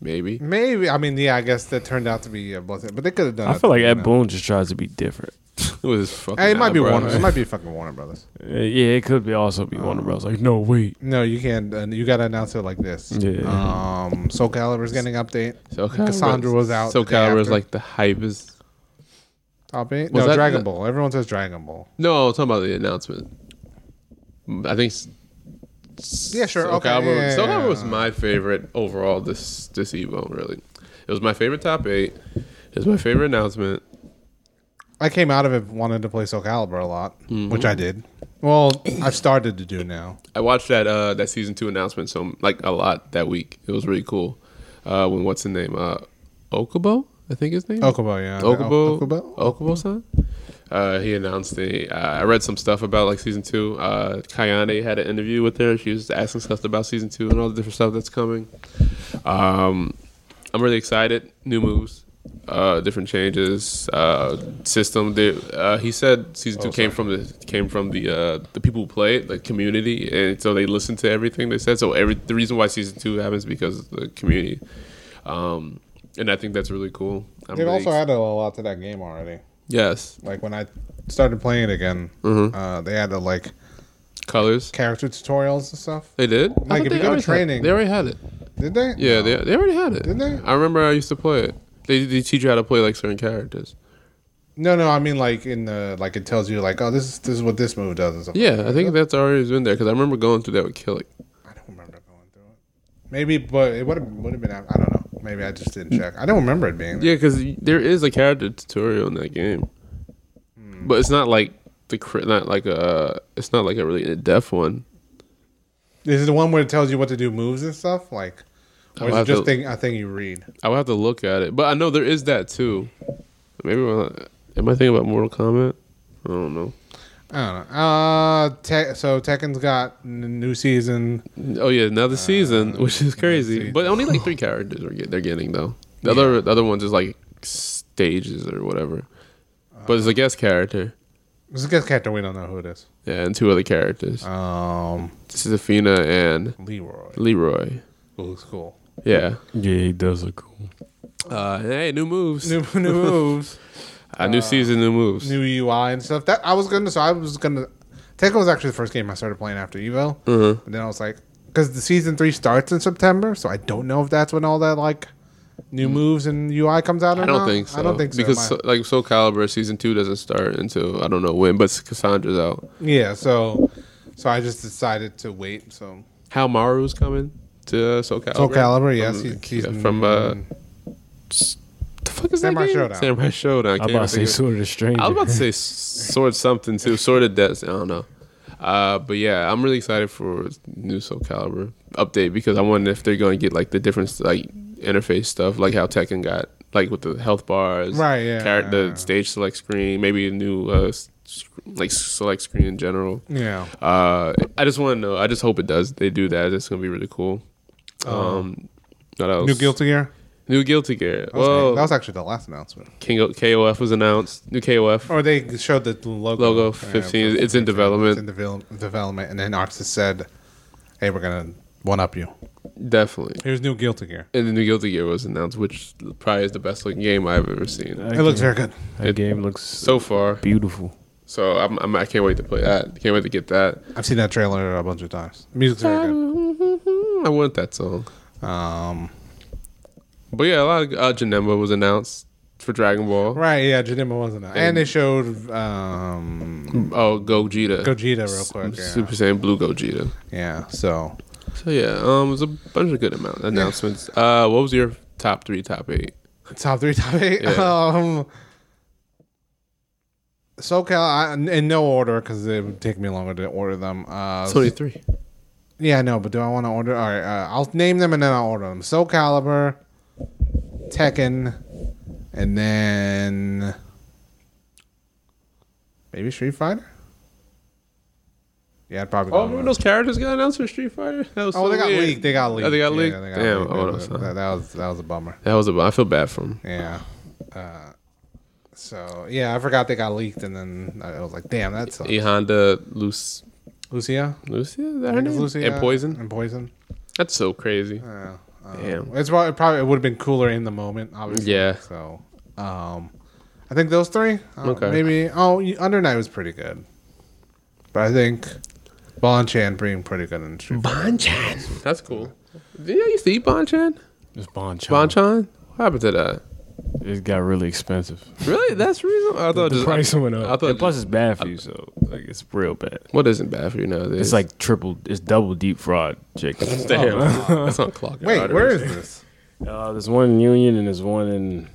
Speaker 2: maybe
Speaker 1: Maybe I mean yeah, I guess that turned out to be a blessing, but they could have done.
Speaker 3: I
Speaker 1: it
Speaker 3: feel like
Speaker 1: you
Speaker 3: Ed
Speaker 1: know.
Speaker 3: Boone just tries to be different.
Speaker 2: it was fucking.
Speaker 1: Hey, it might be
Speaker 2: eyebrows.
Speaker 1: Warner. It might be fucking Warner Brothers.
Speaker 3: Uh, yeah, it could be also be Warner Bros. Like, no, wait.
Speaker 1: No, you can't. Uh, you got to announce it like this.
Speaker 3: Yeah.
Speaker 1: Um, Soul Calibur's getting an update.
Speaker 2: So
Speaker 1: Cassandra was out
Speaker 2: So
Speaker 1: the day
Speaker 2: Calibur is
Speaker 1: after.
Speaker 2: like the hypest.
Speaker 1: Top eight?
Speaker 2: Was
Speaker 1: No,
Speaker 2: that-
Speaker 1: Dragon
Speaker 2: that-
Speaker 1: Ball. Everyone says Dragon Ball.
Speaker 2: No, I'm talking about the announcement. Mm, I think. s-
Speaker 1: Yeah, sure,
Speaker 2: Soul
Speaker 1: okay,
Speaker 2: Calibur,
Speaker 1: yeah,
Speaker 2: Soul
Speaker 1: yeah,
Speaker 2: Calibur was
Speaker 1: yeah.
Speaker 2: my favorite overall this this Evo. Really, it was my favorite top eight. It was my favorite announcement.
Speaker 1: I came out of it wanted to play Soul Calibur a lot,
Speaker 3: Mm-hmm.
Speaker 1: which I did. Well, I've started to do now.
Speaker 2: I watched that uh that season two announcement so like a lot that week. It was really cool. Uh when what's his name? Uh Okubo, I think his
Speaker 3: Mm-hmm.
Speaker 2: name.
Speaker 1: Okubo, yeah.
Speaker 2: Okubo,
Speaker 1: Okubo?
Speaker 2: Okubo, san. Uh, he announced the. Uh, I read some stuff about like season two. Uh, Kayane had an interview with her. She was asking stuff about season two and all the different stuff that's coming. Um, I'm really excited. New moves, uh, different changes, uh, system. They, uh, he said season two
Speaker 1: Oh,
Speaker 2: came from the came from the uh, the people who play it, the community, and so they listened to everything they said. So every the reason why season two happens because of the community, um, and I think that's really cool. I'm
Speaker 1: They've
Speaker 2: really
Speaker 1: also added a lot to that game already.
Speaker 2: Yes.
Speaker 1: Like when I started playing it again,
Speaker 2: Mm-hmm.
Speaker 1: uh, they added like
Speaker 2: Colors.
Speaker 1: character tutorials and stuff.
Speaker 2: They did? I
Speaker 1: Like,
Speaker 2: thought
Speaker 1: if you
Speaker 2: they
Speaker 1: go to
Speaker 2: already had-
Speaker 1: training-
Speaker 2: they already had it.
Speaker 1: Did they?
Speaker 2: Yeah, they, they already had it.
Speaker 1: Didn't they?
Speaker 2: I remember I used to play it. They, they teach you how to play like certain characters.
Speaker 1: No, no. I mean, like in the like it tells you like, oh, this is this is what this move does and stuff. like
Speaker 2: Yeah,
Speaker 1: that.
Speaker 2: I think that's already been there because I remember going through that with Killick.
Speaker 1: I don't remember going through it. Maybe, but it would have would have been. I don't know. Maybe I just
Speaker 2: Mm.
Speaker 1: didn't check. I don't remember it being. There.
Speaker 2: Yeah, because there is a character tutorial in that game,
Speaker 1: Hmm.
Speaker 2: but it's not like the cr- not like a it's not like a really in depth one.
Speaker 1: Is it the one where it tells you what to do, moves and stuff? Like, or is
Speaker 2: I'll
Speaker 1: it
Speaker 2: have
Speaker 1: just
Speaker 2: to-
Speaker 1: thing a thing you read?
Speaker 2: I would have to look at it, but I know there is that too. Maybe we're not- am I thinking about Mortal Kombat? I don't know.
Speaker 1: I don't know. Uh, Tek- so Tekken's got n- new season.
Speaker 2: Oh yeah, Uh, another season, which is crazy.
Speaker 1: season.
Speaker 2: But only like three characters are get, they're getting though. The other the other ones is like stages or whatever. But it's a guest character.
Speaker 1: This is a guest character. We don't know who it is.
Speaker 2: Yeah, and two other characters.
Speaker 1: Um,
Speaker 2: Seraphina and
Speaker 1: Leroy.
Speaker 2: Leroy.
Speaker 1: Who looks cool.
Speaker 2: Yeah.
Speaker 3: Yeah, he does look cool.
Speaker 2: Uh, hey, new moves.
Speaker 1: New, new moves,
Speaker 2: uh, new season, new moves.
Speaker 1: new UI and stuff. That I was gonna. So I was gonna. Tekken was actually the first game I started playing after Evo.
Speaker 2: Mhm.
Speaker 1: But then I was like, because the season three starts in September, so I don't know if that's when all that like new moves and UI comes out. Or
Speaker 2: Mm. I don't
Speaker 1: not.
Speaker 2: think so.
Speaker 1: I don't think so.
Speaker 2: because
Speaker 1: My-
Speaker 2: so- like Soul Calibur season two doesn't start until I don't know when, but Cassandra's out.
Speaker 1: yeah. So, so I just decided to wait. So
Speaker 2: How Maru's coming to uh, Soul Calibur?
Speaker 1: Soul Calibur, yes,
Speaker 2: from,
Speaker 1: he's, he's
Speaker 2: yeah, from uh, the fuck is
Speaker 1: Samurai
Speaker 2: that game?
Speaker 1: Showdown.
Speaker 2: Samurai Showdown.
Speaker 3: I'm
Speaker 2: Can't
Speaker 3: about to say
Speaker 2: even think of-
Speaker 3: Sword of the Stranger.
Speaker 2: I was about to say s- sword something too, sword of death. I don't know. Uh, but yeah, I'm really excited for new Soul Calibur update because I wonder if they're going to get like the different like interface stuff, like how Tekken got, like with the health bars,
Speaker 1: Right, yeah,
Speaker 2: charac- the
Speaker 1: yeah.
Speaker 2: stage select screen, maybe a new uh, s- sc- like select screen in general.
Speaker 1: yeah.
Speaker 2: Uh, I just want to know. I just hope it does. They do that. It's gonna be really cool. Um, what else?
Speaker 1: New Guilty Gear.
Speaker 2: New Guilty Gear.
Speaker 1: That was,
Speaker 2: Well,
Speaker 1: that was actually the last announcement.
Speaker 2: King of- KOF was announced. New KOF.
Speaker 1: Or they showed the logo.
Speaker 2: Logo
Speaker 1: Yeah,
Speaker 2: 15,
Speaker 1: for-
Speaker 2: it's in development.
Speaker 1: It's in devel- development, and then Arxis said, "Hey, we're gonna one up you.
Speaker 2: Definitely.
Speaker 1: Here's new Guilty Gear.
Speaker 2: And the new Guilty Gear was announced, which probably is the best looking game I've ever seen
Speaker 3: That
Speaker 1: It looks very
Speaker 3: game-
Speaker 1: good.
Speaker 3: That
Speaker 2: It-
Speaker 3: game looks so
Speaker 2: so far.
Speaker 3: beautiful.
Speaker 2: So I'm, I'm I can't wait to play that. Can't wait to get that.
Speaker 1: I've seen that trailer a bunch of times. The music's very good.
Speaker 2: I want that song.
Speaker 1: Um,
Speaker 2: But yeah, a lot of uh, Janemba was announced for Dragon Ball.
Speaker 1: right? Yeah, Janima wasn't it? And they showed um,
Speaker 2: Oh, Gogeta.
Speaker 1: Gogeta real quick. Yeah.
Speaker 2: Super Saiyan Blue Gogeta.
Speaker 1: yeah. So
Speaker 2: So yeah, um, it was a bunch of good amount announcements. Uh, what was your top three, top eight?
Speaker 1: top three, top eight.
Speaker 2: Yeah.
Speaker 1: Um, SoCal, I, in no order because it would take me longer to order them. Uh,
Speaker 2: Twenty three.
Speaker 1: Yeah, I know, but do I want to order? All right, uh, I'll name them and then I'll order them. Soul Calibur, Tekken, and then maybe Street Fighter. Yeah, I'd probably.
Speaker 2: Oh,
Speaker 1: go
Speaker 2: remember
Speaker 1: with-
Speaker 2: those characters got announced for Street Fighter? That was
Speaker 1: oh,
Speaker 2: so
Speaker 1: they got
Speaker 2: weird.
Speaker 1: leaked. They got leaked.
Speaker 2: Oh, they got
Speaker 1: Yeah,
Speaker 2: leaked. Damn. Oh,
Speaker 1: That-
Speaker 2: that's not-
Speaker 1: that, that was that was a bummer.
Speaker 2: That was a. bu- I feel bad for him.
Speaker 1: Yeah. Uh, so yeah, I forgot they got leaked, and then I was like, "Damn, that's uh,
Speaker 2: E Honda, Luce,
Speaker 1: Lucia."
Speaker 2: Lucia, is that
Speaker 1: I
Speaker 2: her
Speaker 1: think it's
Speaker 2: name?
Speaker 1: Lucia
Speaker 2: and Poison.
Speaker 1: And poison.
Speaker 2: That's so crazy.
Speaker 1: Yeah. Um,
Speaker 2: Damn.
Speaker 1: It's probably, it probably would have been cooler in the moment, obviously.
Speaker 2: Yeah.
Speaker 1: So, um, I think those three. Uh,
Speaker 2: Okay.
Speaker 1: Maybe. Oh, you- Under Night was pretty good, but I think Bonchan being pretty good in the street.
Speaker 2: Bonchan. That's cool. Did you used to eat Bonchan?
Speaker 3: It's Bonchan.
Speaker 2: Bonchan? What happened to that?
Speaker 3: It got really expensive.
Speaker 2: Really? That's the reason. I
Speaker 3: The
Speaker 2: thought just
Speaker 3: price went up.
Speaker 2: I thought
Speaker 3: And plus, it's bad for you, so like it's real bad.
Speaker 2: what isn't bad for you nowadays?
Speaker 3: It's like triple. It's double deep fried chicken.
Speaker 2: damn. that's not clock.
Speaker 1: Wait, where is this?
Speaker 3: Uh, there's one in Union and there's one in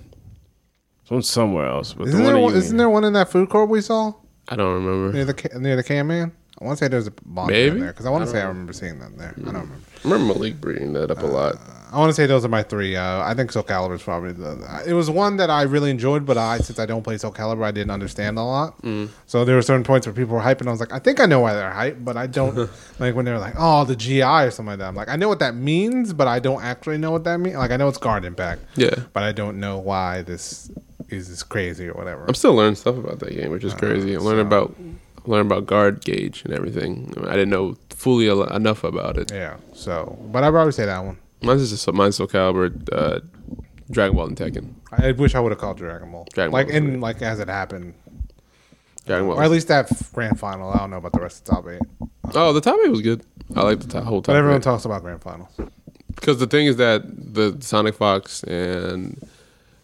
Speaker 3: It's on somewhere else. But
Speaker 1: Isn't
Speaker 3: the one
Speaker 1: there
Speaker 3: that
Speaker 1: one,
Speaker 3: you-
Speaker 1: isn't there one in that food court we saw
Speaker 2: I don't remember.
Speaker 1: near the ca- near the can man? I want to say there's a bomb
Speaker 2: Maybe. Hmm.
Speaker 1: in there because I want to say I remember seeing that there. I don't remember.
Speaker 2: I remember Malik bringing that
Speaker 1: Uh,
Speaker 2: up a lot.
Speaker 1: I want to say those are my three. Uh, I think Soul Calibur is probably the. It was one that I really enjoyed, but I since I don't play Soul Calibur, I didn't understand a lot.
Speaker 2: Mm.
Speaker 1: So there were certain points where people were hyping. I was like, I think I know why they're hyped, but I don't like when they're like, oh, the GI or something like that. I'm like, I know what that means, but I don't actually know what that means. Like, I know it's Guard Impact,
Speaker 2: Yeah.
Speaker 1: but I don't know why this is is crazy or whatever.
Speaker 2: I'm still learning stuff about that game, which
Speaker 1: uh,
Speaker 2: is crazy. I'm learning about learning about guard gauge and everything. I didn't know fully al- enough about it.
Speaker 1: yeah. So, but I probably say that one.
Speaker 2: Mine's just a mine's Soul Calibur, uh, Dragon Ball and Tekken.
Speaker 1: I wish I would have called Dragon Ball,
Speaker 2: Dragon
Speaker 1: like
Speaker 2: Ball was
Speaker 1: in
Speaker 2: great.
Speaker 1: like as it happened,
Speaker 2: Dragon Ball.
Speaker 1: or at least that grand final. I don't know about the rest of the top eight.
Speaker 2: oh, the top eight was good. I like the top, whole top.
Speaker 1: But everyone
Speaker 2: eight.
Speaker 1: talks about grand finals.
Speaker 2: Because the thing is that the Sonic Fox and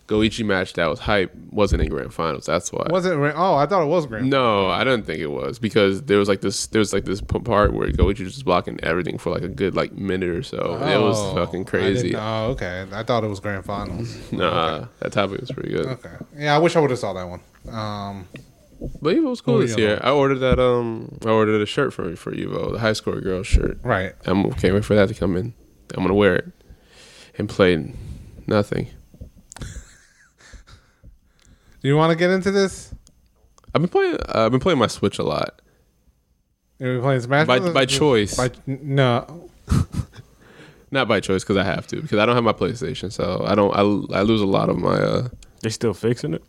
Speaker 2: Goichi match that was hype wasn't in grand finals. That's why.
Speaker 1: Was it? Ra- Oh, I thought it was grand.
Speaker 2: No, I don't think it was because there was like this there was like this p- part where Goichi was just blocking everything for like a good like minute or so. it was
Speaker 1: Oh,
Speaker 2: fucking
Speaker 1: I
Speaker 2: crazy.
Speaker 1: didn't- oh, okay. I thought it was grand finals.
Speaker 2: Nah, that topic was pretty good.
Speaker 1: Okay. Yeah, I wish I would have saw that one. Um,
Speaker 2: But Evo was cool
Speaker 1: Who are
Speaker 2: this
Speaker 1: you
Speaker 2: year. I ordered that um I ordered a shirt for for Evo, the high score girl shirt.
Speaker 1: right.
Speaker 2: I'm okay wait for that to come in. I'm gonna wear it and play nothing.
Speaker 1: Do you want to get into this?
Speaker 2: I've been playing uh, I've been playing my Switch a lot.
Speaker 1: Are we playing Smash?
Speaker 2: By-
Speaker 1: Brothers?
Speaker 2: by choice.
Speaker 1: By, no.
Speaker 2: Not by choice because I have to because I don't have my PlayStation, so I don't I, I lose a lot of my uh
Speaker 3: They still fixing it.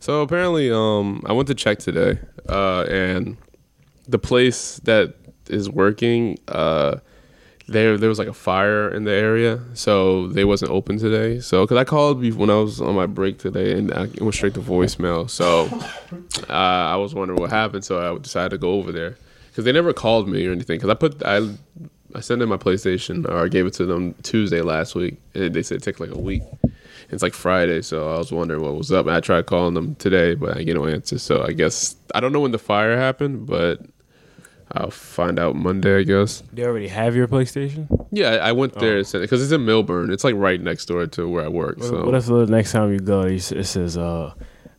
Speaker 2: So apparently, um, I went to check today, uh, and the place that is working, uh, there there was like a fire in the area, so they wasn't open today. So, cause I called be- when I was on my break today, and I, it went straight to voicemail. So, uh, I was wondering what happened, so I decided to go over there, cause they never called me or anything. Cause I put I I sent in my PlayStation or I gave it to them Tuesday last week, and they said it took like a week. It's like Friday, so I was wondering what was up. And I tried calling them today, but I get no answer. So I guess I don't know when the fire happened, but I'll find out Monday, I guess.
Speaker 3: They already have your PlayStation.
Speaker 2: Yeah, I I went there because it's in Melbourne. It's like right next door to where I work. So
Speaker 3: What if the next time you go, you s- it says uh,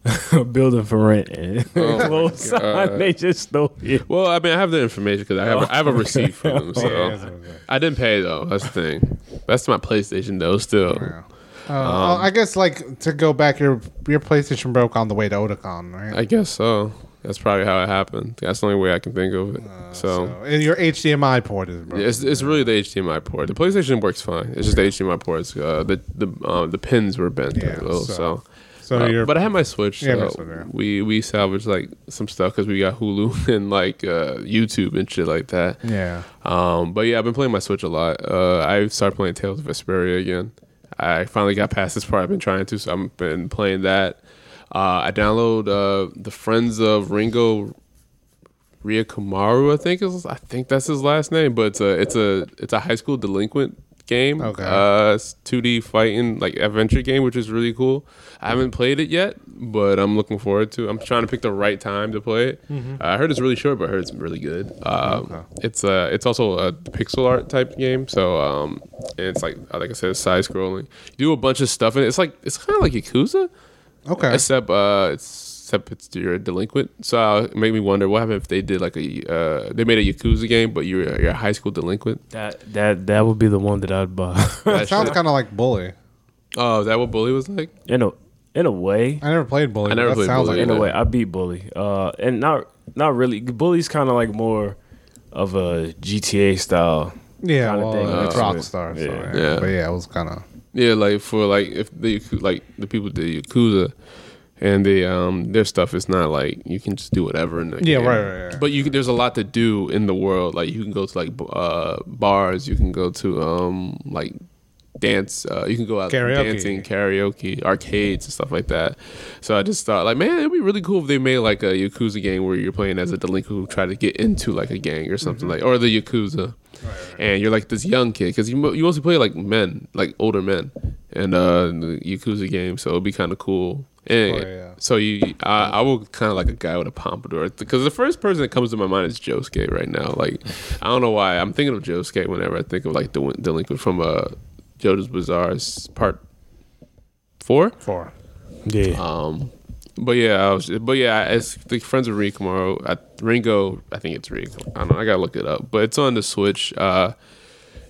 Speaker 3: building for rent and
Speaker 2: Oh my
Speaker 3: closed sign,
Speaker 2: God.
Speaker 3: They just stole it.
Speaker 2: well, I mean, I have the information because I have I have a receipt from them. So
Speaker 1: Oh. Yeah, that's what I'm saying.
Speaker 2: I didn't pay though. That's the thing. That's my PlayStation though. Still,
Speaker 1: Yeah. Uh, oh,
Speaker 2: Um,
Speaker 1: I guess like to go back, your your PlayStation broke on the way to Otakon, right?
Speaker 2: I guess so. That's probably how it happened. That's the only way I can think of it.
Speaker 1: Uh,
Speaker 2: so
Speaker 1: and your HDMI port is broken.
Speaker 2: Yeah, It's, it's really the HDMI port. The PlayStation works fine. It's just the HDMI ports. Uh, the the um, the pins were bent
Speaker 1: Yeah,
Speaker 2: a little.
Speaker 1: so-
Speaker 2: So,
Speaker 1: so
Speaker 2: Uh,
Speaker 1: your
Speaker 2: but I had my Switch.
Speaker 1: Yeah,
Speaker 2: so
Speaker 1: that's what, yeah.
Speaker 2: we we salvaged like some stuff because we got Hulu and like uh, YouTube and shit like that.
Speaker 1: yeah.
Speaker 2: Um, but yeah, I've been playing my Switch a lot. Uh, I started playing Tales of Vesperia again. I finally got past this part I've been trying to, so I've been playing that. Uh, I download uh, the Friends of Ringo Ryakamaru, I think is I think that's his last name, but it's a it's a it's a high school delinquent game.
Speaker 1: Okay.
Speaker 2: Uh, it's 2D fighting like adventure game, which is really cool. I haven't played it yet, but I'm looking forward to. I'm trying to pick the right time to play it. Uh, I heard it's really short, but I heard it's really good. Um, It's uh it's also a pixel art type game, so um and it's like like I said, side scrolling. You do a bunch of stuff, and it. it's like it's kind of like Yakuza
Speaker 1: Okay.
Speaker 2: except uh except it's you're a delinquent so uh, it made me wonder what happened if they did like a uh they made a yakuza game but you're, you're a high school delinquent
Speaker 3: That that that would be the one that I'd buy.
Speaker 2: That
Speaker 1: Sounds
Speaker 2: shit.
Speaker 1: kind of like Bully.
Speaker 2: oh is that what bully was like
Speaker 3: in a in a way,
Speaker 1: I never played Bully.
Speaker 2: I
Speaker 1: but
Speaker 2: never
Speaker 1: that
Speaker 2: played
Speaker 1: sounds
Speaker 2: Bully
Speaker 1: Like
Speaker 3: in a
Speaker 2: either.
Speaker 3: way, I beat Bully. Uh, and not not really. Bully's kind of like more of a GTA style.
Speaker 1: Yeah,
Speaker 3: kinda
Speaker 1: well,
Speaker 3: thing.
Speaker 1: it's
Speaker 3: Uh,
Speaker 1: Rockstar. So,
Speaker 3: yeah.
Speaker 1: yeah.
Speaker 2: Yeah.
Speaker 1: But yeah, it was kind of.
Speaker 2: yeah like for like if the Yaku- like the people did yakuza and they um their stuff is not like you can just do whatever in the
Speaker 1: Yeah,
Speaker 2: game.
Speaker 1: right, right, right.
Speaker 2: but you can, there's a lot to do in the world like you can go to like b- uh bars you can go to um like dance uh, you can go out
Speaker 1: Karaoke.
Speaker 2: dancing karaoke arcades and stuff like that so i just thought like man it'd be really cool if they made like a yakuza game where you're playing as a delinquent who tried to get into like a gang or
Speaker 1: Mm-hmm.
Speaker 2: something like or the yakuza and you're like this young kid because you, mo- you mostly play like men like older men and uh in the yakuza game so it'd be kind of cool and
Speaker 1: Oh, yeah.
Speaker 2: so you, I, I will kind of like a guy with a pompadour because the first person that comes to my mind is Josuke right now. Like, I don't know why I'm thinking of Josuke whenever I think of like the win- delinquent from uh, Jojo's Bizarre's part four.
Speaker 1: Four.
Speaker 3: Yeah.
Speaker 2: Um, but yeah, I was. But yeah, it's the friends of Ringo tomorrow. I, Ringo, I think it's Ringo. I don't. know. I gotta look it up. But it's on the Switch. Uh,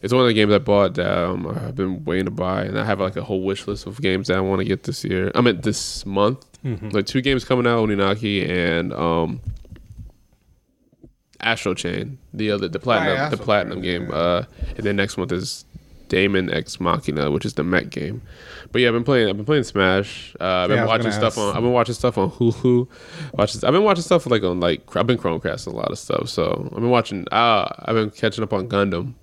Speaker 2: it's one of the games I bought that um, I've been waiting to buy, and I have like a whole wish list of games that I want to get this year. I mean, this month.
Speaker 1: Mm-hmm.
Speaker 2: Like two games coming out: Oninaki and um, Astro Chain, the other, the platinum,
Speaker 1: yeah,
Speaker 2: the
Speaker 1: Astro
Speaker 2: platinum
Speaker 1: Chain,
Speaker 2: game. Uh, and then next month is Damon X Machina, which is the mech game. But yeah, I've been playing. I've been playing Smash. Uh, I've been
Speaker 1: Yeah, I was
Speaker 2: watching
Speaker 1: gonna
Speaker 2: stuff on.
Speaker 1: ask.
Speaker 2: I've been watching stuff on Hulu. Watching. I've been watching stuff like on like. I've been Chromecasting a lot of stuff. So I've been watching. Uh, I've been catching up on Gundam.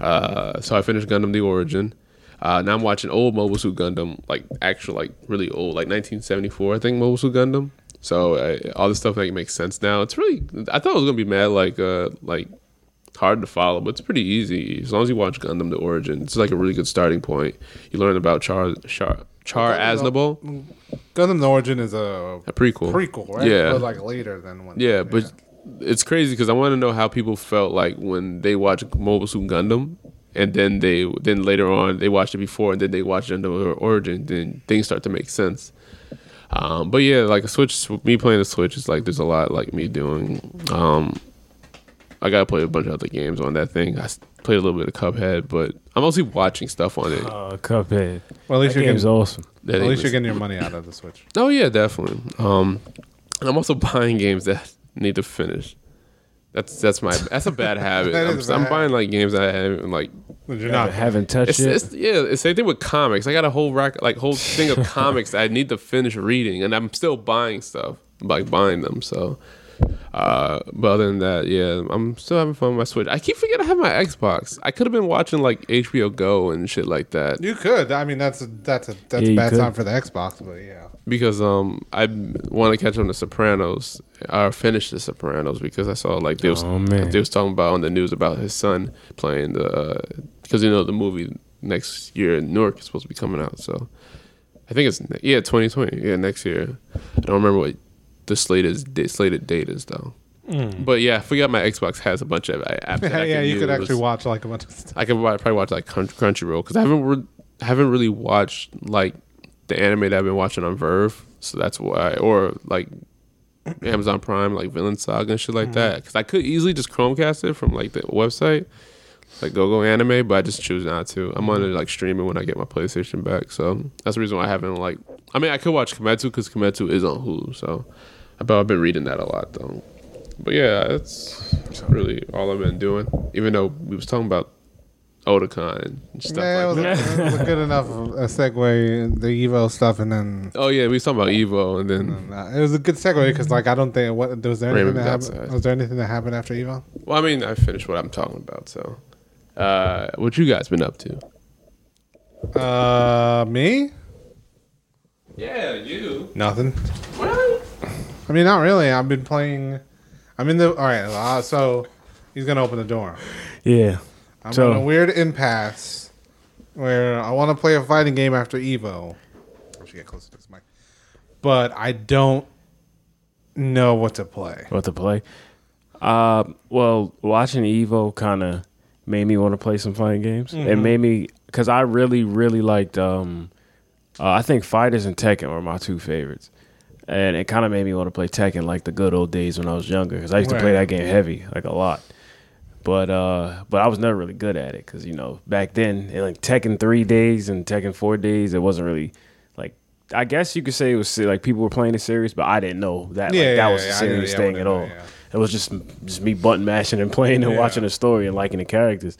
Speaker 2: Uh, so I finished Gundam: The Origin. Uh, now I'm watching old Mobile Suit Gundam, like actual, like really old, like 1974, I think Mobile Suit Gundam. So uh, all this stuff like makes sense now. It's really, I thought it was gonna be mad, like, uh, like hard to follow, but it's pretty easy as long as you watch Gundam: The Origin. It's like a really good starting point. You learn about Char Char Char
Speaker 1: Gundam-
Speaker 2: Aznable,
Speaker 1: Gundam the Origin is a
Speaker 2: a prequel.
Speaker 1: prequel, right?
Speaker 2: Yeah.
Speaker 1: But like later than when.
Speaker 2: Yeah, but it's crazy because I want to know how people felt like when they watched Mobile Suit Gundam, and then they then later on they watched it before, and then they watched Gundam Origin. Then things start to make sense. Um, but yeah, like a Switch, me playing a Switch is like there's a lot like me doing. Um, I gotta play a bunch of other games on that thing. I s- played a little bit of Cuphead, but I'm mostly watching stuff on it.
Speaker 3: Uh, Cuphead.
Speaker 1: Well, at
Speaker 3: That
Speaker 1: least you're
Speaker 3: game's
Speaker 1: getting,
Speaker 3: awesome.
Speaker 2: That
Speaker 1: at
Speaker 2: ain't
Speaker 1: least
Speaker 2: listening.
Speaker 1: you're getting your money out of the Switch.
Speaker 2: Oh yeah, definitely. Um, and I'm also buying games that need to finish. That's that's my that's a bad habit.
Speaker 1: That
Speaker 2: I'm,
Speaker 1: is
Speaker 2: I'm
Speaker 1: bad.
Speaker 2: buying like games that I haven't like.
Speaker 1: But you're
Speaker 3: I
Speaker 1: not.
Speaker 3: haven't touched
Speaker 2: It's,
Speaker 3: it.
Speaker 2: it's yeah. It's same thing with comics. I got a whole rack like whole thing of comics that I need to finish reading, and I'm still buying stuff like buying them. So, uh, but other than that, yeah, I'm still having fun with my Switch. I keep forgetting I have my Xbox. I could have been watching like HBO Go and shit like that.
Speaker 1: You could. I mean, that's a, that's a that's
Speaker 3: Yeah,
Speaker 1: a
Speaker 3: you
Speaker 1: bad
Speaker 3: could.
Speaker 1: time for the Xbox, but yeah.
Speaker 2: because um I want to catch on The Sopranos or finish The Sopranos because I saw like they was
Speaker 3: Oh, man.
Speaker 2: they was talking about on the news about his son playing the because you know the movie next year in Newark is supposed to be coming out so I think it's yeah 2020 yeah next year I don't remember what the slate is the slated date is though
Speaker 3: Mm.
Speaker 2: but yeah I forgot my Xbox has a bunch of uh, apps that I
Speaker 1: yeah,
Speaker 2: can
Speaker 1: you could
Speaker 2: use.
Speaker 1: actually watch like a bunch of stuff.
Speaker 2: I could wa- probably watch like Crunch- Crunchyroll because I haven't re- haven't really watched like the anime that I've been watching on Verve, so that's why, or like Amazon Prime, like Villain Saga and shit
Speaker 1: Mm.
Speaker 2: like that. Because I could easily just Chromecast it from like the website, like GoGo Anime, but I just choose not to. I'm on it like streaming when I get my PlayStation back, so that's the reason why I haven't like. I mean, I could watch Kimetsu because Kimetsu is on Hulu, so I bet I've been reading that a lot though. But yeah, that's really all I've been doing. Even though we was talking about Otakon and stuff
Speaker 1: yeah,
Speaker 2: like
Speaker 1: it
Speaker 2: that.
Speaker 1: was, it was a good enough a segue, the Evo stuff, and then
Speaker 2: Oh yeah, we was talking about Evo and then
Speaker 1: uh, it was a good segue because like I don't think what was there anything
Speaker 2: Raymond
Speaker 1: that
Speaker 2: got
Speaker 1: happened,
Speaker 2: sad.
Speaker 1: was there anything that happened after Evo?
Speaker 2: Well, I mean, I finished what I'm talking about. So, uh, what you guys been up to?
Speaker 1: Uh, me?
Speaker 2: Yeah, you.
Speaker 1: Nothing.
Speaker 2: What?
Speaker 1: I mean, not really. I've been playing. I'm in the all right. Uh, so he's gonna open the door.
Speaker 3: yeah.
Speaker 1: I'm
Speaker 3: So-
Speaker 1: on a weird impasse where I want to play a fighting game after Evo. I should get closer to this mic. But I don't know what to play.
Speaker 3: What to play? Uh, well, watching Evo kind of made me want to play some fighting games. It made me because I really, really liked. Um, uh, I think fighters and Tekken were my two favorites, and it kind of made me want to play Tekken like the good old days when I was younger because I used to play
Speaker 1: Right.
Speaker 3: that game heavy, like a lot. But uh, but I was never really good at it because you know back then in like Tekken three days and Tekken four days it wasn't really like I guess you could say it was like people were playing it serious but I didn't know that like,
Speaker 1: Yeah,
Speaker 3: that
Speaker 1: yeah,
Speaker 3: was a
Speaker 1: yeah, I knew-
Speaker 3: serious
Speaker 1: yeah,
Speaker 3: thing
Speaker 1: whatever,
Speaker 3: at all.
Speaker 1: yeah.
Speaker 3: It was just just me button mashing and playing and
Speaker 1: Yeah.
Speaker 3: watching the story and liking the characters.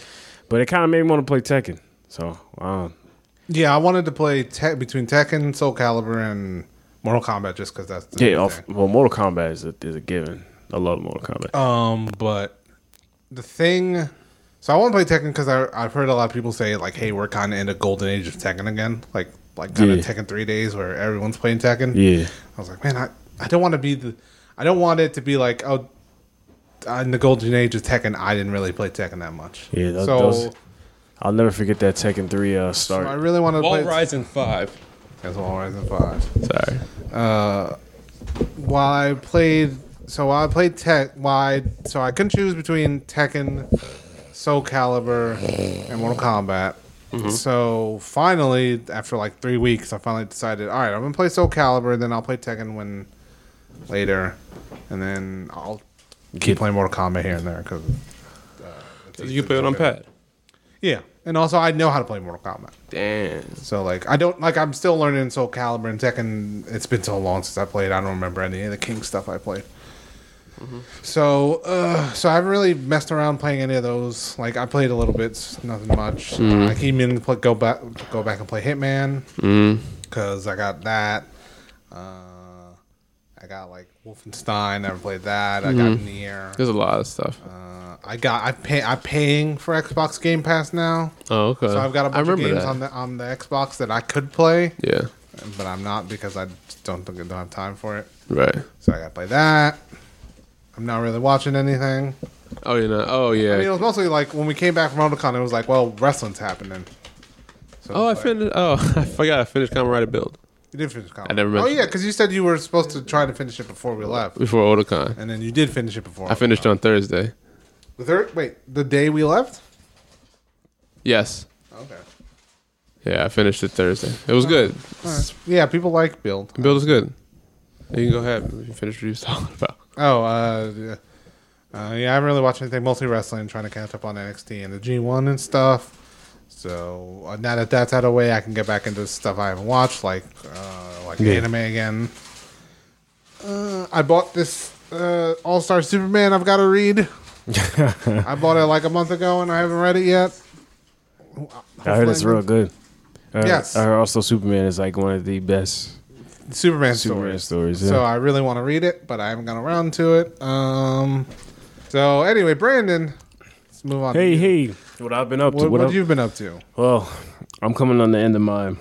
Speaker 3: But it kind of made me want to play Tekken. So um,
Speaker 1: Yeah, I wanted to play te- between Tekken, Soul Calibur, and Mortal Kombat just because that's the
Speaker 3: yeah, off,
Speaker 1: thing.
Speaker 3: well, Mortal Kombat is a, is a given. I love Mortal Kombat.
Speaker 1: Um, but the thing, so I want to play Tekken because I've heard a lot of people say like, "Hey, we're kind of in a golden age of Tekken again," like like kind of
Speaker 3: Yeah.
Speaker 1: Tekken three days where everyone's playing Tekken.
Speaker 3: yeah,
Speaker 1: I was like, man, I, I don't want to be the, I don't want it to be like, oh, uh, in the golden age of Tekken, I didn't really play Tekken that much.
Speaker 3: Yeah, tho-
Speaker 1: so
Speaker 3: those
Speaker 4: I'll never forget that Tekken 3 uh,
Speaker 1: so
Speaker 4: start.
Speaker 1: I really want to play.
Speaker 2: All Rising Five.
Speaker 1: That's Wall Rising Five.
Speaker 2: Sorry.
Speaker 1: While I played, so while I played Tek, why, so I couldn't choose between Tekken, Soul Calibur, and Mortal Kombat. So finally, after like three weeks, I finally decided, all right, I'm gonna play Soul Calibur, then I'll play Tekken when later, and then I'll keep playing Mortal Kombat here and there because
Speaker 2: You can play it on pad.
Speaker 1: Yeah, and also I know how to play Mortal Kombat.
Speaker 2: Damn.
Speaker 1: So like I don't like I'm still learning Soul Calibur and Tekken. It's been so long since I played. I don't remember any of the King stuff I played. So uh, so I haven't really messed around playing any of those. Like I played a little bit, s- nothing much. I keep meaning to pl- go back go back and play Hitman because I got that. Uh, I got like Wolfenstein. Never played that. I got Nier.
Speaker 2: There's a lot of stuff.
Speaker 1: Uh, I got I pay I'm paying for Xbox Game Pass now.
Speaker 2: Oh, okay.
Speaker 1: So I've got a bunch of games
Speaker 2: that.
Speaker 1: on the on the Xbox that I could play,
Speaker 2: Yeah.
Speaker 1: but I'm not because I just don't think I don't have time for it.
Speaker 2: Right.
Speaker 1: So I got to play that. I'm not really watching anything.
Speaker 2: Oh, you know. Oh, yeah.
Speaker 1: I mean, it was mostly like when we came back from MotoCon, it was like, well, wrestling's happening. So
Speaker 2: oh, I
Speaker 1: it's like-
Speaker 2: finished. Oh, I forgot. I finished Kamen Rider Build
Speaker 1: You did finish. Colin.
Speaker 2: I never
Speaker 1: Oh
Speaker 2: mentioned
Speaker 1: yeah,
Speaker 2: it.
Speaker 1: because you said you were supposed to try to finish it before we left,
Speaker 2: before Otakon.
Speaker 1: and then you did finish it before.
Speaker 2: I finished on Thursday.
Speaker 1: The third, wait, the day we left.
Speaker 2: Yes.
Speaker 1: Okay.
Speaker 2: Yeah, I finished it Thursday. It was good.
Speaker 1: Oh, All right. Yeah, people like build.
Speaker 2: Build was good. You can go ahead. We can finish what you was talking about.
Speaker 1: Oh, uh, yeah. uh, yeah, I haven't really watched anything. Mostly wrestling, trying to catch up on NXT and the G1 and stuff. So uh, now that that's out of the way, I can get back into stuff I haven't watched, like uh, like anime again. Uh, I bought this uh, All Star Superman. I've got to read. I bought it like a month ago, and I haven't read it yet.
Speaker 3: I heard it's real good. I heard-
Speaker 1: Yes.
Speaker 3: I heard also Superman is like one of the best
Speaker 1: Superman,
Speaker 3: Superman
Speaker 1: stories.
Speaker 3: stories. yeah.
Speaker 1: So I really want to read it, but I haven't gotten around to it. Um, so anyway, Brandon, let's move on. to
Speaker 3: hey,
Speaker 1: you.
Speaker 3: hey, what I've been up to?
Speaker 1: What,
Speaker 3: What,
Speaker 1: what
Speaker 3: I've-
Speaker 1: have you been up to?
Speaker 3: Well, I'm coming on the end of my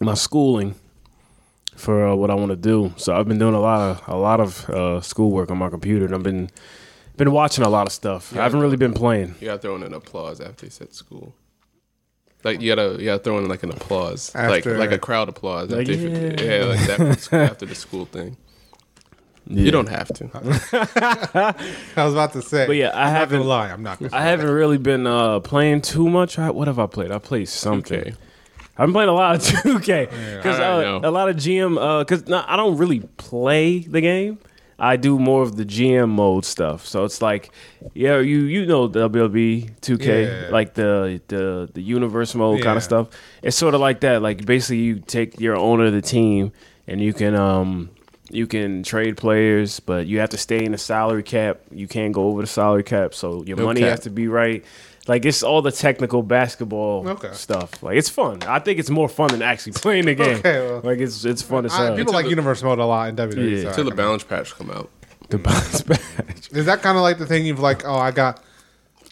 Speaker 3: my schooling for uh, what I want to do. So I've been doing a lot of a lot of uh, schoolwork on my computer, and I've been been watching a lot of stuff. I haven't really been playing.
Speaker 2: You gotta throw in an applause after you said school. Like you gotta, you gotta throw in like an applause,
Speaker 1: After-
Speaker 2: like like a crowd applause.
Speaker 3: Like,
Speaker 2: after you-
Speaker 3: yeah.
Speaker 2: yeah, like that after the school thing.
Speaker 3: Yeah.
Speaker 2: You don't have to.
Speaker 1: I was about to say.
Speaker 3: But yeah,
Speaker 1: I'm not
Speaker 3: I
Speaker 1: gonna
Speaker 3: haven't-
Speaker 1: lie. I'm not. Gonna
Speaker 3: I haven't really been uh, playing too much. I, what have I played? I played something.
Speaker 2: Okay.
Speaker 3: I've been playing a lot of 2K because
Speaker 2: I
Speaker 3: uh,
Speaker 2: know.
Speaker 3: a lot of GM because I don't really play the game. I do more of the GM mode stuff. So it's like, yeah, you you know WLB 2K
Speaker 1: Yeah.
Speaker 3: like the the the universe mode kind
Speaker 1: Yeah.
Speaker 3: of stuff. It's sort of like that. Like basically, you take your owner of the team and you can um you can trade players, but you have to stay in the salary cap. You can't go over the salary cap, so your
Speaker 2: No
Speaker 3: money
Speaker 2: cap.
Speaker 3: has to be right. Like it's all the technical basketball
Speaker 1: Okay.
Speaker 3: stuff. Like it's fun. I think it's more fun than actually playing the game.
Speaker 1: Okay, well.
Speaker 3: like it's it's fun to
Speaker 1: I,
Speaker 3: say.
Speaker 1: people like universe mode a lot in WWE.
Speaker 3: Yeah.
Speaker 1: so I
Speaker 2: Till the
Speaker 1: can-
Speaker 2: balance patch come out.
Speaker 3: the bounce back.
Speaker 1: Is that kind of like the thing you've like? Oh, I got.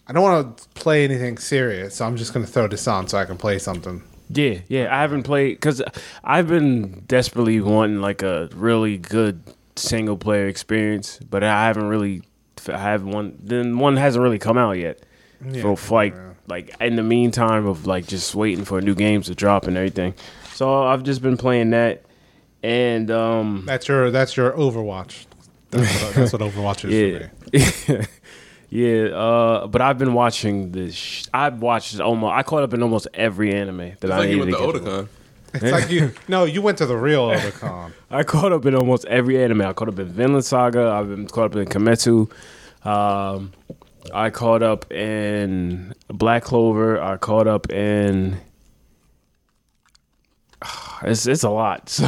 Speaker 1: I don't want to play anything serious, so I'm just gonna throw this on so I can play something.
Speaker 3: Yeah, yeah. I haven't played because I've been desperately wanting like a really good single player experience, but I haven't really I have one. Then one hasn't really come out yet. so for like like in the meantime of like just waiting for new games to drop and everything. So I've just been playing that, and um,
Speaker 1: That's your. That's your Overwatch. That's what, that's what Overwatch is for
Speaker 3: yeah,
Speaker 1: me.
Speaker 3: yeah. Uh, but I've been watching this. Sh- I've watched almost. I caught up in almost every anime that I
Speaker 2: It's like
Speaker 3: needed
Speaker 2: you
Speaker 3: to
Speaker 2: with the
Speaker 3: get through.
Speaker 2: Otakon.
Speaker 1: It's like you. No, you went to the real Overcon.
Speaker 3: I caught up in almost every anime. I caught up in Vinland Saga. I've been caught up in Kimetsu. Um, I caught up in Black Clover. I caught up in. It's it's a lot, so,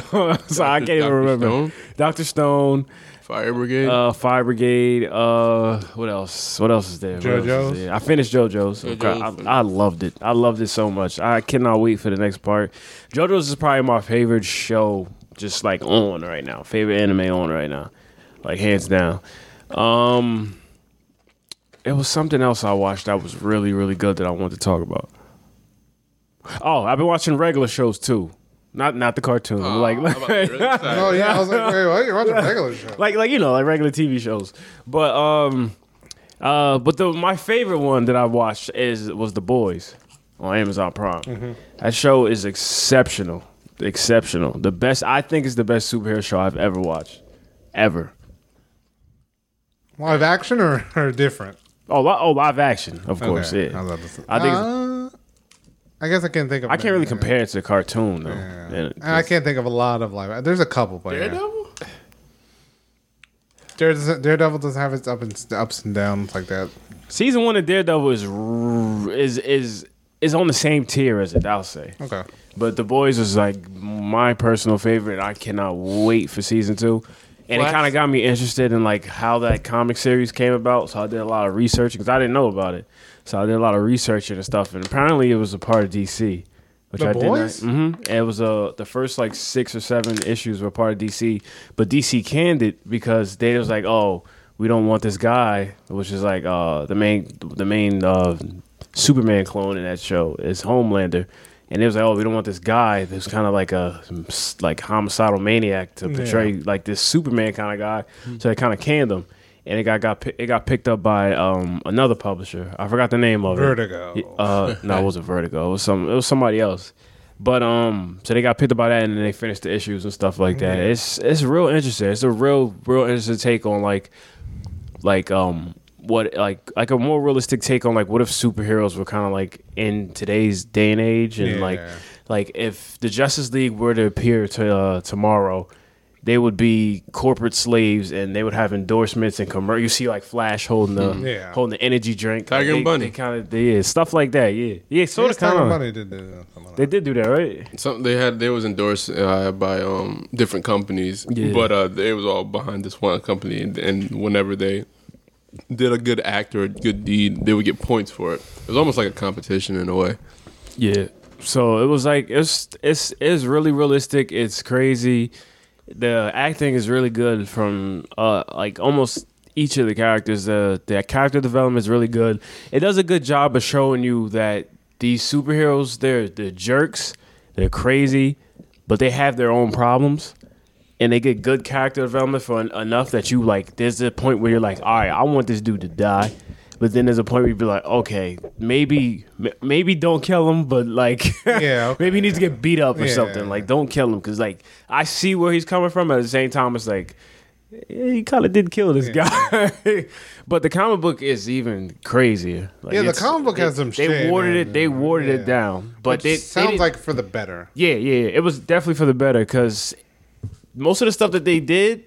Speaker 3: so I can't even
Speaker 2: Dr.
Speaker 3: remember.
Speaker 2: Stone?
Speaker 3: Doctor Stone,
Speaker 2: Fire Brigade.
Speaker 3: uh, Fire Brigade. Uh, what else? What else is there? What else is
Speaker 1: JoJo's?
Speaker 3: there? I finished JoJo's.
Speaker 2: JoJo's.
Speaker 3: I, I loved it. I loved it so much. I cannot wait for the next part. JoJo's is probably my favorite show, just like on right now. Favorite anime on right now, like hands down. Um, it was something else I watched that was really really good that I wanted to talk about. Oh, I've been watching regular shows too. Not not the cartoon. like
Speaker 2: Oh, I'm about to be really excited.
Speaker 1: oh yeah, I was like, wait, what? You're watching regular show.
Speaker 3: like like you know like regular TV shows. But um, uh, but the my favorite one that I watched is was The Boys on Amazon Prime.
Speaker 1: Mm-hmm.
Speaker 3: That show is exceptional, exceptional. The best I think is the best superhero show I've ever watched, ever.
Speaker 1: Live action or, or different?
Speaker 3: Oh, li- oh, live action, of course.
Speaker 1: Okay,
Speaker 3: Yeah,
Speaker 1: I was about to say-
Speaker 3: I think it's-
Speaker 1: Uh, I guess I can't think of.
Speaker 3: I can't
Speaker 1: many.
Speaker 3: really compare it to the cartoon though.
Speaker 1: Yeah.
Speaker 3: And it-
Speaker 1: And I can't think of a lot of live. There's a couple, but yeah.
Speaker 2: Daredevil?
Speaker 1: Daredevil, Daredevil doesn't have its up and ups and downs like that.
Speaker 3: Season one of Daredevil is r- is is is on the same tier as it. I'll say.
Speaker 1: Okay.
Speaker 3: But The Boys was like my personal favorite. I cannot wait for season two. And
Speaker 2: What?
Speaker 3: it kind of got me interested in like how that comic series came about. So I did a lot of research because I didn't know about it. So I did a lot of researching and stuff. And apparently it was a part of DC, which
Speaker 1: The
Speaker 3: I
Speaker 1: Boys?
Speaker 3: did not. Mm-hmm. It was uh, the first like six or seven issues were part of DC, but DC canned it because they was like, oh, we don't want this guy, which is like uh, the main the main uh, Superman clone in that show is Homelander, and it was like, oh, we don't want this guy that's kind of like a like homicidal maniac to portray like this Superman kind of guy, so they kind of canned him. And it got got pi- it got picked up by um, another publisher. I forgot the name of it.
Speaker 1: Vertigo.
Speaker 3: Uh, no, it wasn't Vertigo. It was some. It was somebody else. But um, so they got picked up by that, and then they finished the issues and stuff like that. It's it's real interesting. It's a real real interesting take on like like um what like like a more realistic take on like what if superheroes were kind of like in today's day and age and like
Speaker 1: Yeah.
Speaker 3: like if the Justice League were to appear to uh, tomorrow. They would be corporate slaves, and they would have endorsements and commercial. You see, like Flash holding the
Speaker 1: Mm-hmm. Yeah.
Speaker 3: holding the energy drink,
Speaker 2: Tiger and
Speaker 3: They-
Speaker 2: Bunny.
Speaker 3: they kind of yeah, stuff like that. Yeah, yeah, sort
Speaker 1: Yes,
Speaker 3: of kind
Speaker 1: Diamond
Speaker 3: of.
Speaker 1: Bunny did do something like
Speaker 3: They did do that, right?
Speaker 2: Something they had, they was endorsed uh, by um, different companies,
Speaker 3: Yeah.
Speaker 2: but uh, it was all behind this one company. And, and whenever they did a good act or a good deed, they would get points for it. It was almost like a competition in a way.
Speaker 3: Yeah. So it was like it's it's it's really realistic. It's crazy. The acting is really good from uh like almost each of the characters. The the character development is really good. It does a good job of showing you that these superheroes they're they're jerks, they're crazy, but they have their own problems. And they get good character development for en- enough that you like. There's a point where you're like, all right, I want this dude to die. But then there's a point where you'd be like, okay, maybe, m- maybe don't kill him, but like,
Speaker 1: Yeah, okay.
Speaker 3: maybe he needs to get beat up or
Speaker 1: Yeah.
Speaker 3: something. Like, don't kill him because like I see where he's coming from. At the same time, it's like eh, he kind of did kill this guy. but the comic book is even crazier. Like,
Speaker 1: Yeah, the
Speaker 3: it's-
Speaker 1: comic book
Speaker 3: they,
Speaker 1: has some
Speaker 3: They
Speaker 1: shit,
Speaker 3: watered
Speaker 1: man.
Speaker 3: it. They watered
Speaker 1: Yeah.
Speaker 3: it down. But
Speaker 1: that.
Speaker 3: they, they
Speaker 1: sounds
Speaker 3: didn't-
Speaker 1: like for the better.
Speaker 3: yeah, yeah, yeah. it was definitely for the better because most of the stuff that they did.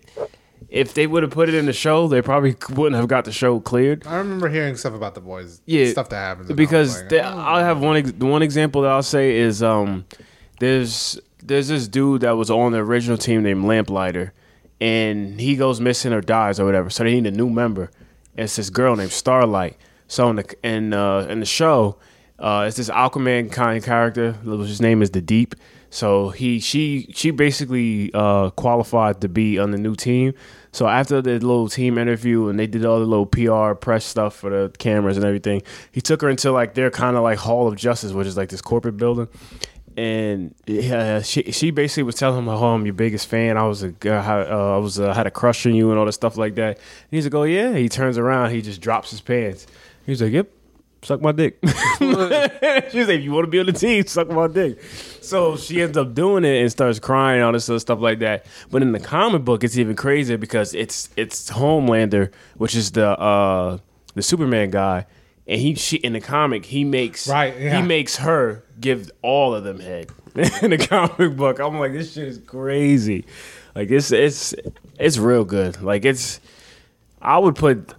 Speaker 3: If they would have put it in the show, they probably wouldn't have got the show cleared.
Speaker 1: I remember hearing stuff about the boys.
Speaker 3: Yeah,
Speaker 1: stuff that happens. and I was
Speaker 3: because
Speaker 1: like,
Speaker 3: the-
Speaker 1: oh.
Speaker 3: I'll have one ex- one example that I'll say is um there's there's this dude that was on the original team named Lamplighter, and he goes missing or dies or whatever, so they need a new member. It's this girl named Starlight. So in the in uh, in the show, uh, it's this Aquaman kind of character whose name is the Deep. So he she she basically uh, qualified to be on the new team. So after the little team interview and they did all the little PR press stuff for the cameras and everything, he took her into like their kind of like Hall of Justice, which is like this corporate building. And uh, she she basically was telling him, "Oh, I'm your biggest fan. I was a g- uh, I was uh, had a crush on you and all that stuff like that." And he's like, "Oh yeah." He turns around, he just drops his pants. He's like, "Yep, suck my dick." she was like, if you want to be on the team, suck my dick. So she ends up doing it and starts crying, all this other stuff like that. But in the comic book, it's even crazier because it's it's Homelander, which is the uh the Superman guy, and he she in the comic he makes
Speaker 1: Right, yeah.
Speaker 3: he makes her give all of them head in the comic book. I'm like, this shit is crazy. Like it's it's it's real good. Like it's I would put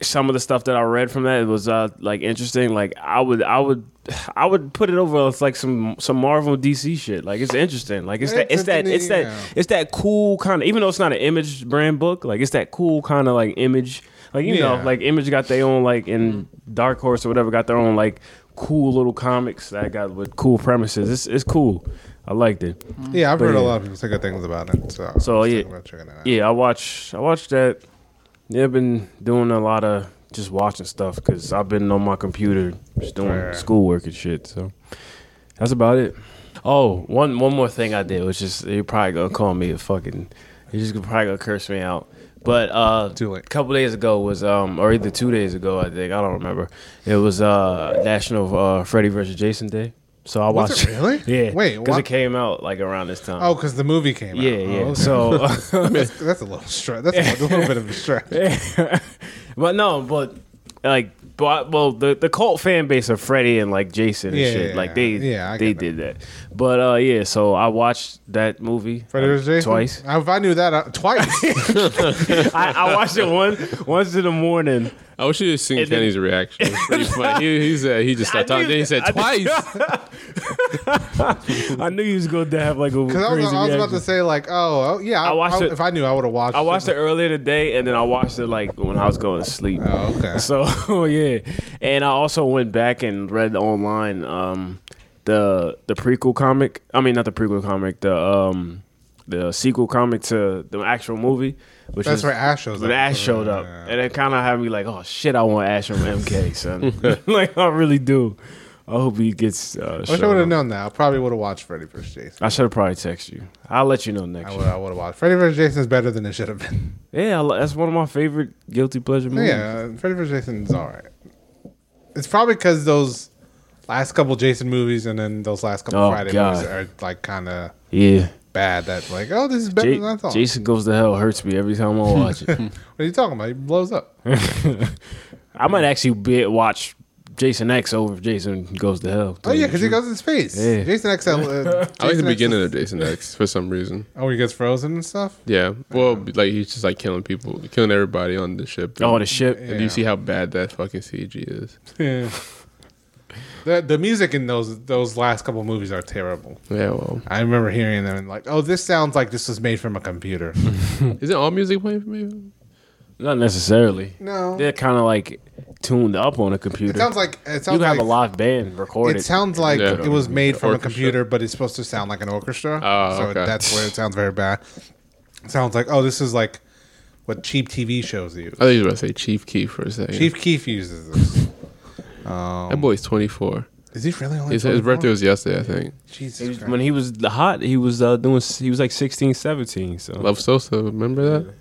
Speaker 3: some of the stuff that I read from that it was uh, like interesting. Like I would, I would, I would put it over as like some some Marvel DC shit. Like it's interesting. Like it's that, it's that, it's that, it's that cool kind of. Even though it's not an image brand book, like it's that cool kind of like image. Like you
Speaker 1: Yeah.
Speaker 3: know, like Image got their own like, and Dark Horse or whatever got their own like cool little comics that got with cool premises. It's it's cool. I liked it.
Speaker 1: Mm. yeah, I've
Speaker 3: but
Speaker 1: heard a
Speaker 3: yeah.
Speaker 1: lot of people say good things about it. So, I
Speaker 3: So,
Speaker 1: was
Speaker 3: yeah.
Speaker 1: thinking about checking it out.
Speaker 3: Yeah, I watch. I watch that. Yeah, I've been doing a lot of just watching stuff because I've been on my computer just doing
Speaker 1: Fair.
Speaker 3: schoolwork and shit. So that's about it. Oh, one one more thing I did, which is you're probably gonna call me a fucking. You're just probably gonna curse me out. But uh,
Speaker 1: Do it.
Speaker 3: a couple days ago was um, or either two days ago I think I don't remember. It was uh National uh, Freddy vs Jason Day. So I
Speaker 1: Was
Speaker 3: watched.
Speaker 1: it really?
Speaker 3: yeah.
Speaker 1: Wait,
Speaker 3: because
Speaker 1: what?
Speaker 3: it came out like around this time.
Speaker 1: Oh, because the movie came out.
Speaker 3: yeah,
Speaker 1: Oh,
Speaker 3: yeah.
Speaker 1: okay.
Speaker 3: So.
Speaker 1: that's, that's a little stretch. That's a little bit of a stretch.
Speaker 3: but no, but like but well the, the cult fan base of Freddy and like Jason and
Speaker 1: Yeah,
Speaker 3: shit
Speaker 1: yeah,
Speaker 3: like they
Speaker 1: yeah, I
Speaker 3: they
Speaker 1: get
Speaker 3: did that but uh yeah so I watched that movie
Speaker 1: Freddy
Speaker 3: uh,
Speaker 1: vs. Jason?
Speaker 3: twice
Speaker 1: I- If I knew that, I, twice.
Speaker 3: I, I watched it one once in the morning
Speaker 2: I wish you had seen
Speaker 3: And then-
Speaker 2: Kenny's reaction. It was pretty funny. He, he said he just
Speaker 3: I
Speaker 2: started talking.
Speaker 3: knew
Speaker 2: Then he said
Speaker 3: that- I
Speaker 2: twice.
Speaker 3: I knew you was going to have like a crazy
Speaker 1: Because I was, I was about
Speaker 3: reaction.
Speaker 1: to say like, oh, oh yeah. I,
Speaker 3: I watched
Speaker 1: I-
Speaker 3: it-
Speaker 1: If I knew, I would have watched.
Speaker 3: I watched it earlier today, and then I watched it like when I was going to sleep.
Speaker 1: Oh, okay.
Speaker 3: So yeah, and I also went back and read online um, the the prequel comic. I mean, not the prequel comic. The um, the sequel comic to the actual movie. Which
Speaker 1: That's
Speaker 3: is,
Speaker 1: where Ash shows
Speaker 3: when
Speaker 1: up.
Speaker 3: Ash showed up,
Speaker 1: Yeah.
Speaker 3: and it kind of had me like, oh shit, I want Ash from MK, son. like I really do. I hope he gets. Uh,
Speaker 1: I wish I would have
Speaker 3: shown up.
Speaker 1: known that. I probably would have watched Freddy vs. Jason.
Speaker 3: I should have probably text you. I'll let you know next.
Speaker 1: I
Speaker 3: year.
Speaker 1: would. I would have watched. Freddy vs. Jason is better than it should have been.
Speaker 3: Yeah, I li- that's one of my favorite guilty pleasure movies.
Speaker 1: Yeah, Freddy vs. Jason is all right. It's probably because those last couple Jason movies and then those last couple
Speaker 3: Oh,
Speaker 1: Friday
Speaker 3: God.
Speaker 1: movies are like kind of
Speaker 3: yeah.
Speaker 1: bad. That like, oh, this is better
Speaker 3: Ja-
Speaker 1: than I thought.
Speaker 3: Jason Goes to Hell hurts me every time I watch it.
Speaker 1: What are you talking about? He blows up.
Speaker 3: I might actually be, watch Jason X over Jason Goes to Hell.
Speaker 1: Oh yeah, because he goes in space.
Speaker 3: Yeah.
Speaker 1: Jason X. Uh,
Speaker 2: I like the
Speaker 1: Jason X
Speaker 2: beginning
Speaker 1: is-
Speaker 2: of Jason X for some reason.
Speaker 1: Oh, he gets frozen and stuff.
Speaker 2: Yeah. Well, like he's just like killing people, killing everybody on the ship.
Speaker 3: Oh, the ship.
Speaker 2: And
Speaker 1: Yeah.
Speaker 2: you see how bad that fucking CG is.
Speaker 1: Yeah. the the music in those those last couple movies are terrible.
Speaker 2: Yeah. Well,
Speaker 1: I remember hearing them and like, oh, this sounds like this was made from a computer.
Speaker 2: is it all music playing for me?
Speaker 3: Not necessarily.
Speaker 1: no,
Speaker 3: They're kind of like tuned up on a computer.
Speaker 1: it sounds like it sounds
Speaker 3: you can have
Speaker 1: like
Speaker 3: a live band recorded.
Speaker 1: It sounds like
Speaker 2: Yeah.
Speaker 1: it was made from
Speaker 2: Orchestra.
Speaker 1: a computer, but it's supposed to sound like an orchestra.
Speaker 2: Oh,
Speaker 1: so
Speaker 2: okay.
Speaker 1: that's where it sounds very bad. It sounds like oh, this is like what cheap TV shows use.
Speaker 2: I think you were about to say Chief Keef for a second.
Speaker 1: Chief Keef uses this. Um,
Speaker 2: that boy's 24.
Speaker 1: Is he really only?
Speaker 2: His, his
Speaker 1: 24?
Speaker 2: birthday was yesterday, I think.
Speaker 1: Jesus Christ.
Speaker 3: when he was the hot, he was uh, doing. He was like 16, 17. So
Speaker 2: Love Sosa, remember that?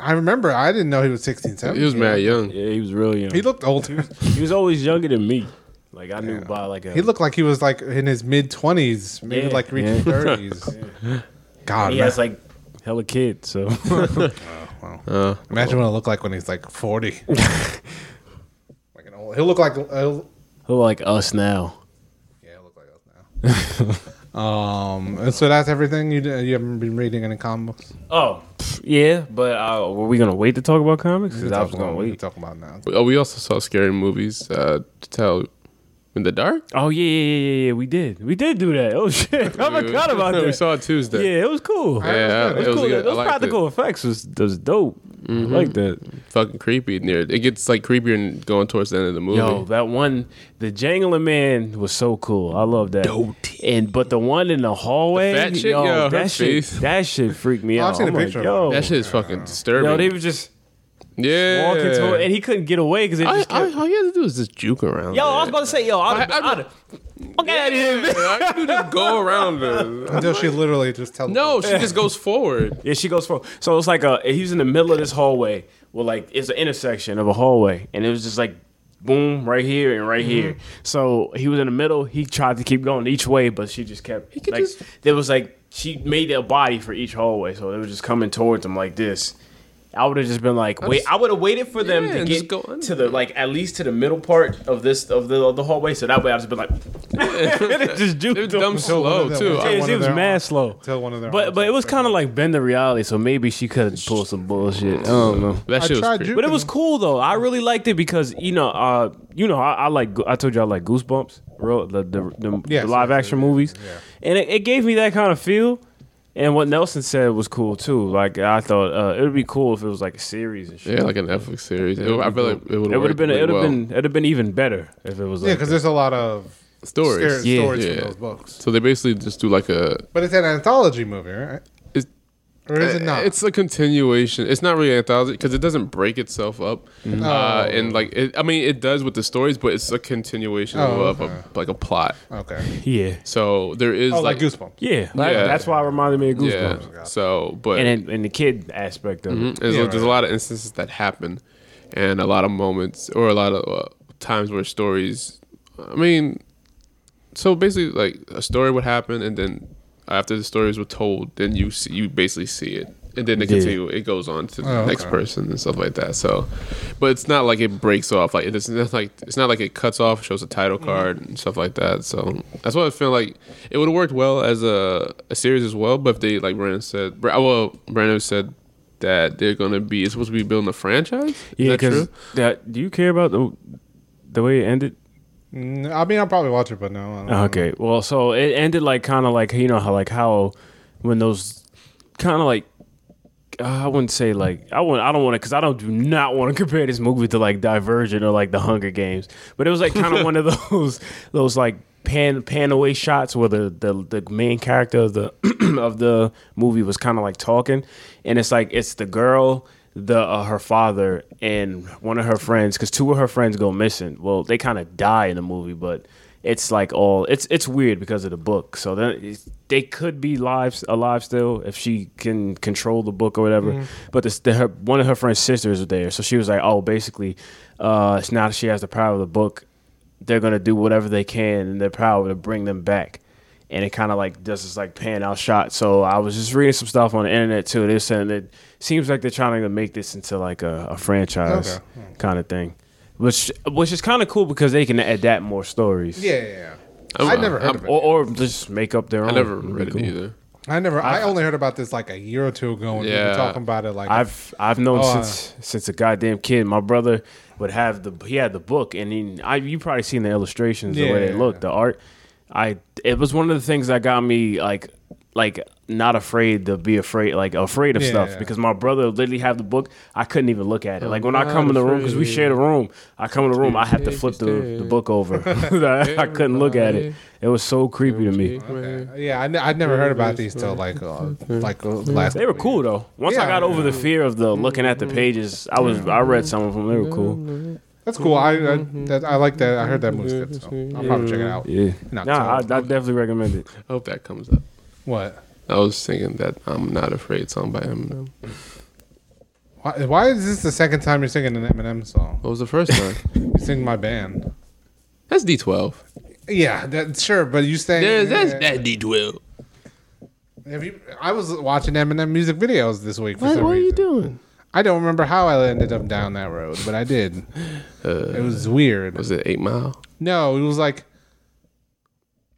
Speaker 1: I remember. I didn't know he was 16, 17.
Speaker 2: He was mad young.
Speaker 3: yeah, he was really young.
Speaker 1: He looked old.
Speaker 3: He was always younger than me. Like I knew by like a.
Speaker 1: He looked like he was like in his mid twenties, maybe
Speaker 3: Yeah.
Speaker 1: like reaching
Speaker 3: Yeah.
Speaker 1: thirties. God,
Speaker 3: He
Speaker 1: man.
Speaker 3: has like hella kid. So
Speaker 2: Uh,
Speaker 1: imagine what it looked like when he's like forty. like an old. He'll look like. he'll-
Speaker 3: like us now.
Speaker 1: Yeah, it look like us now. um, and so that's everything you you haven't been reading any comic books.
Speaker 3: Oh, pff, yeah, but uh, were we gonna wait to talk about comics? Because I was gonna
Speaker 1: we
Speaker 3: wait.
Speaker 1: talk about now.
Speaker 2: oh, we also saw scary movies uh, to tell in the dark.
Speaker 3: Oh yeah, yeah, yeah, yeah, yeah. We did, we did do that. Oh shit, I forgot about that.
Speaker 2: We saw it Tuesday.
Speaker 3: yeah, it was cool.
Speaker 2: Yeah,
Speaker 1: Yeah, it
Speaker 2: it
Speaker 1: was
Speaker 2: was
Speaker 3: cool.
Speaker 2: good. I
Speaker 3: Those
Speaker 2: liked it. Mm-hmm.
Speaker 3: practical effects was, was dope. I like that.
Speaker 2: fucking creepy near it gets like creepier and going towards the end of the movie
Speaker 3: Yo, that one, the jangling man was so cool. I love that. And but the one in the hallway,
Speaker 2: The fat chick,
Speaker 3: yo,
Speaker 2: yo, her
Speaker 3: that shit,
Speaker 2: face.
Speaker 3: that shit freaked me
Speaker 1: Oh, I've
Speaker 3: out.
Speaker 1: seen a
Speaker 3: I'm like,
Speaker 1: picture of
Speaker 3: yo,
Speaker 2: that shit is fucking disturbing
Speaker 3: yo, they were just
Speaker 2: yeah
Speaker 3: walking to it, and he couldn't get away because they
Speaker 2: I,
Speaker 3: just.
Speaker 2: I,
Speaker 3: Kept,
Speaker 2: all you had to do is just juke around
Speaker 3: yo, I was
Speaker 2: it.
Speaker 3: about to say, yo, I'd,
Speaker 2: I-
Speaker 3: I'd,
Speaker 2: I-
Speaker 3: fuck out of here, man.
Speaker 2: I could just go around it.
Speaker 1: Until she literally just tells
Speaker 2: no she just goes forward
Speaker 3: Yeah, she goes for. So it's like a he's in the middle of this hallway. Well, like it's an intersection of a hallway, and it was just like boom right here and right here.
Speaker 2: Mm-hmm.
Speaker 3: So he was in the middle. He tried to keep going each way, but she just kept.
Speaker 2: could
Speaker 3: like,
Speaker 2: just-
Speaker 3: There was like she made a body for each hallway, so they were just coming towards him like this. I would have just been like, wait. I would have waited for them
Speaker 2: Yeah,
Speaker 3: to
Speaker 2: and just
Speaker 3: get
Speaker 2: go under.
Speaker 3: to the like at least to the middle part of this of the of the hallway, so that way I'd just been like, and it just
Speaker 2: it was
Speaker 3: juked
Speaker 2: dumb
Speaker 3: him.
Speaker 2: slow
Speaker 1: them.
Speaker 2: too
Speaker 1: Yeah,
Speaker 2: I-
Speaker 1: one
Speaker 3: It
Speaker 1: of
Speaker 3: was
Speaker 1: their
Speaker 3: mad
Speaker 1: arms.
Speaker 3: slow.
Speaker 1: Tell one of their
Speaker 3: But
Speaker 1: arms
Speaker 3: but it
Speaker 1: is
Speaker 3: was
Speaker 1: pregnant.
Speaker 3: kind of like bend the reality, so maybe she could pull some bullshit. I don't know.
Speaker 2: that
Speaker 1: I
Speaker 2: shit was
Speaker 1: tried
Speaker 2: creepy
Speaker 1: juke-
Speaker 3: But it was cool though. I really liked it because you know, uh, you know, I, I like. I told you I like Goosebumps, real, the the, the,
Speaker 1: Yes,
Speaker 3: the live
Speaker 1: yes,
Speaker 3: action
Speaker 1: yes,
Speaker 3: movies,
Speaker 1: yeah.
Speaker 3: and it, it gave me that kind of feel. And what Nelson said was cool too. Like I thought uh, it would be cool if it was like a series and shit.
Speaker 2: yeah like a Netflix series it, I feel like it would
Speaker 3: It would have been. It would have been. It would have been even better if it was.
Speaker 1: Yeah,
Speaker 3: Like
Speaker 1: because there's a lot of
Speaker 2: stories
Speaker 1: scary
Speaker 3: Yeah.
Speaker 1: stories
Speaker 2: Yeah.
Speaker 1: from those books.
Speaker 2: so they basically just do like a
Speaker 1: But it's an anthology movie, right?
Speaker 2: It's-
Speaker 1: or is it not?
Speaker 2: It's a continuation. It's not really an anthology because it doesn't break itself up.
Speaker 1: Mm-hmm.
Speaker 2: Uh,
Speaker 1: Oh.
Speaker 2: and like, it, I mean, it does with the stories, but it's a continuation
Speaker 1: Oh,
Speaker 2: of
Speaker 1: okay.
Speaker 2: a, like a plot.
Speaker 1: okay.
Speaker 3: yeah,
Speaker 2: So there is
Speaker 1: Oh,
Speaker 2: like,
Speaker 1: like, Goosebumps.
Speaker 3: yeah. Like,
Speaker 2: Yeah.
Speaker 3: That's why it reminded me of
Speaker 2: yeah. Mm-hmm.
Speaker 3: Goosebumps.
Speaker 2: So, but mm,
Speaker 3: And then, and the kid aspect of it.
Speaker 2: there's,
Speaker 1: Yeah,
Speaker 2: there's a lot of instances that happen, and a lot of moments or a lot of uh, times where stories. I mean, so basically, like a story would happen, and then after the stories were told, then you see, you basically see it. and then it
Speaker 3: Yeah.
Speaker 2: continue. It goes on to the
Speaker 1: Oh,
Speaker 2: next
Speaker 1: okay.
Speaker 2: person and stuff like that. So, but it's not like it breaks off. Like it's not like it's not like it cuts off, shows a
Speaker 3: Mm-hmm.
Speaker 2: title card and stuff like that. So that's why I feel like it would have worked well as a, a series as well. But if they like Brandon said, Bra- uh, well Brandon said that they're gonna be it's supposed to be building a franchise. Is
Speaker 3: Yeah,
Speaker 2: that true?
Speaker 3: because that. Do you care about the the way it ended?
Speaker 1: Mm, I mean, I'll probably watch it, but no. I don't know.
Speaker 3: Oh, Okay, well, so it ended like kind of like you know how like how when those kind of like uh, I wouldn't say like I want I don't want to because I don't do not want to compare this movie to like Divergent or like The Hunger Games, but it was like kind of one of those those like pan pan away shots where the the, the main character of the of the movie was kind of like talking, and it's like it's the girl. The uh, her father and one of her friends, because two of her friends go missing. Well, they kind of die in the movie, but it's like all it's it's weird because of the book. So then they could be live alive still if she can control the book or whatever. But this, the, her, one of her friend's sisters was there, so she was like, "Oh, basically, uh, it's now that she has the power of the book, they're gonna do whatever they can in their power to bring them back." And it kind of like does this like pan out shot. So I was just reading some stuff on the internet too. They're saying it seems like they're trying to make this into like a, a franchise
Speaker 1: Okay.
Speaker 3: kind of thing, which which is kind of cool because they can adapt more stories.
Speaker 1: Yeah, yeah, yeah.
Speaker 2: I'm-
Speaker 1: I never heard
Speaker 2: I'm-
Speaker 1: of it.
Speaker 3: Or, or just make up their own.
Speaker 2: I never
Speaker 3: It'd Oh, be
Speaker 2: read it
Speaker 3: cool.
Speaker 2: either.
Speaker 1: I never. I, only heard about this like a year or two ago when we
Speaker 2: Yeah.
Speaker 1: were talking about it. Like,
Speaker 3: I've I've known
Speaker 1: Oh,
Speaker 3: since since a goddamn kid. My brother would have the he had the book, and then I you probably seen the illustrations, the way they
Speaker 1: Yeah.
Speaker 3: look, the art. I it was one of the things that got me like like not afraid to be afraid like afraid of stuff
Speaker 1: Yeah.
Speaker 3: because my brother would literally have the book I couldn't even look at it like when I
Speaker 1: Oh,
Speaker 2: not
Speaker 3: come in the room because we
Speaker 2: afraid.
Speaker 3: share the room I come in the room I have to
Speaker 2: Take
Speaker 3: flip the,
Speaker 2: a
Speaker 3: the book over I couldn't look at it it was so creepy to me
Speaker 1: okay. yeah, I, ne- I never heard about these till like uh, like uh, last.
Speaker 3: They were cool though. Once I
Speaker 1: Yeah. Mm-hmm.
Speaker 3: got over the fear of the looking at the pages, I was I read some of them. They were cool.
Speaker 1: That's cool. I I, that, I like that. I heard that movie's good, so I'll probably check it out.
Speaker 3: Mm-hmm. Yeah.
Speaker 1: Not
Speaker 3: Nah, I, I
Speaker 1: too-
Speaker 3: definitely recommend it.
Speaker 2: I hope that comes up.
Speaker 1: What?
Speaker 2: I was thinking that I'm not afraid song by Eminem.
Speaker 1: Why, why is this the second time you're singing an Eminem song?
Speaker 2: What was the first time?
Speaker 1: You sing my band.
Speaker 2: That's D12.
Speaker 1: Yeah, that, sure, but you say
Speaker 2: There's that's that D12.
Speaker 1: Have you, I was watching Eminem music videos this week. For
Speaker 2: What,
Speaker 1: some
Speaker 2: what are you
Speaker 1: reason.
Speaker 2: doing?
Speaker 1: I don't remember how I ended up down that road, but I did. it was weird.
Speaker 2: Uh, Was it Eight Mile?
Speaker 1: no, it was like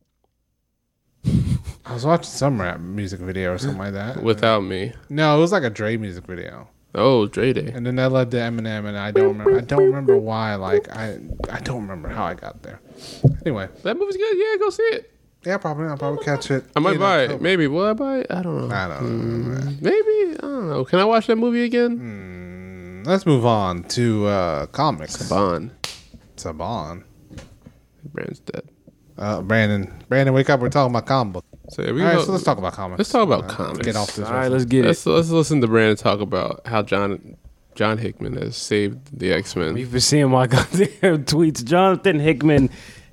Speaker 1: I was watching some rap music video or something like that.
Speaker 2: Without me.
Speaker 1: No, it was like a Dre music video,
Speaker 2: Oh, Dre Day.
Speaker 1: and then that led to Eminem, and I don't remember. I don't remember why. Like I, I don't remember how I got there. Anyway,
Speaker 2: That movie's good. Yeah, go see it.
Speaker 1: yeah, probably I'll probably catch it.
Speaker 2: I might
Speaker 1: in
Speaker 2: buy it.
Speaker 1: October.
Speaker 2: Maybe. Will I buy it? I don't know.
Speaker 1: I don't know.
Speaker 2: Maybe. I don't know. Can I watch that movie
Speaker 1: Hmm.
Speaker 2: again?
Speaker 1: Let's move on to uh, comics.
Speaker 2: Bond.
Speaker 1: Saban.
Speaker 2: Brand's dead.
Speaker 1: Uh, Brandon, Brandon, wake up! We're talking about comic book.
Speaker 2: So yeah, we
Speaker 1: All right,
Speaker 2: go-
Speaker 1: so let's talk about comics.
Speaker 2: let's talk about
Speaker 1: Let's
Speaker 2: comics.
Speaker 1: Get off this.
Speaker 3: All right, let's get it.
Speaker 2: Let's, let's listen to Brandon talk about how John John Hickman has saved the X Men.
Speaker 3: You've been seeing my goddamn tweets. Jonathan Hickman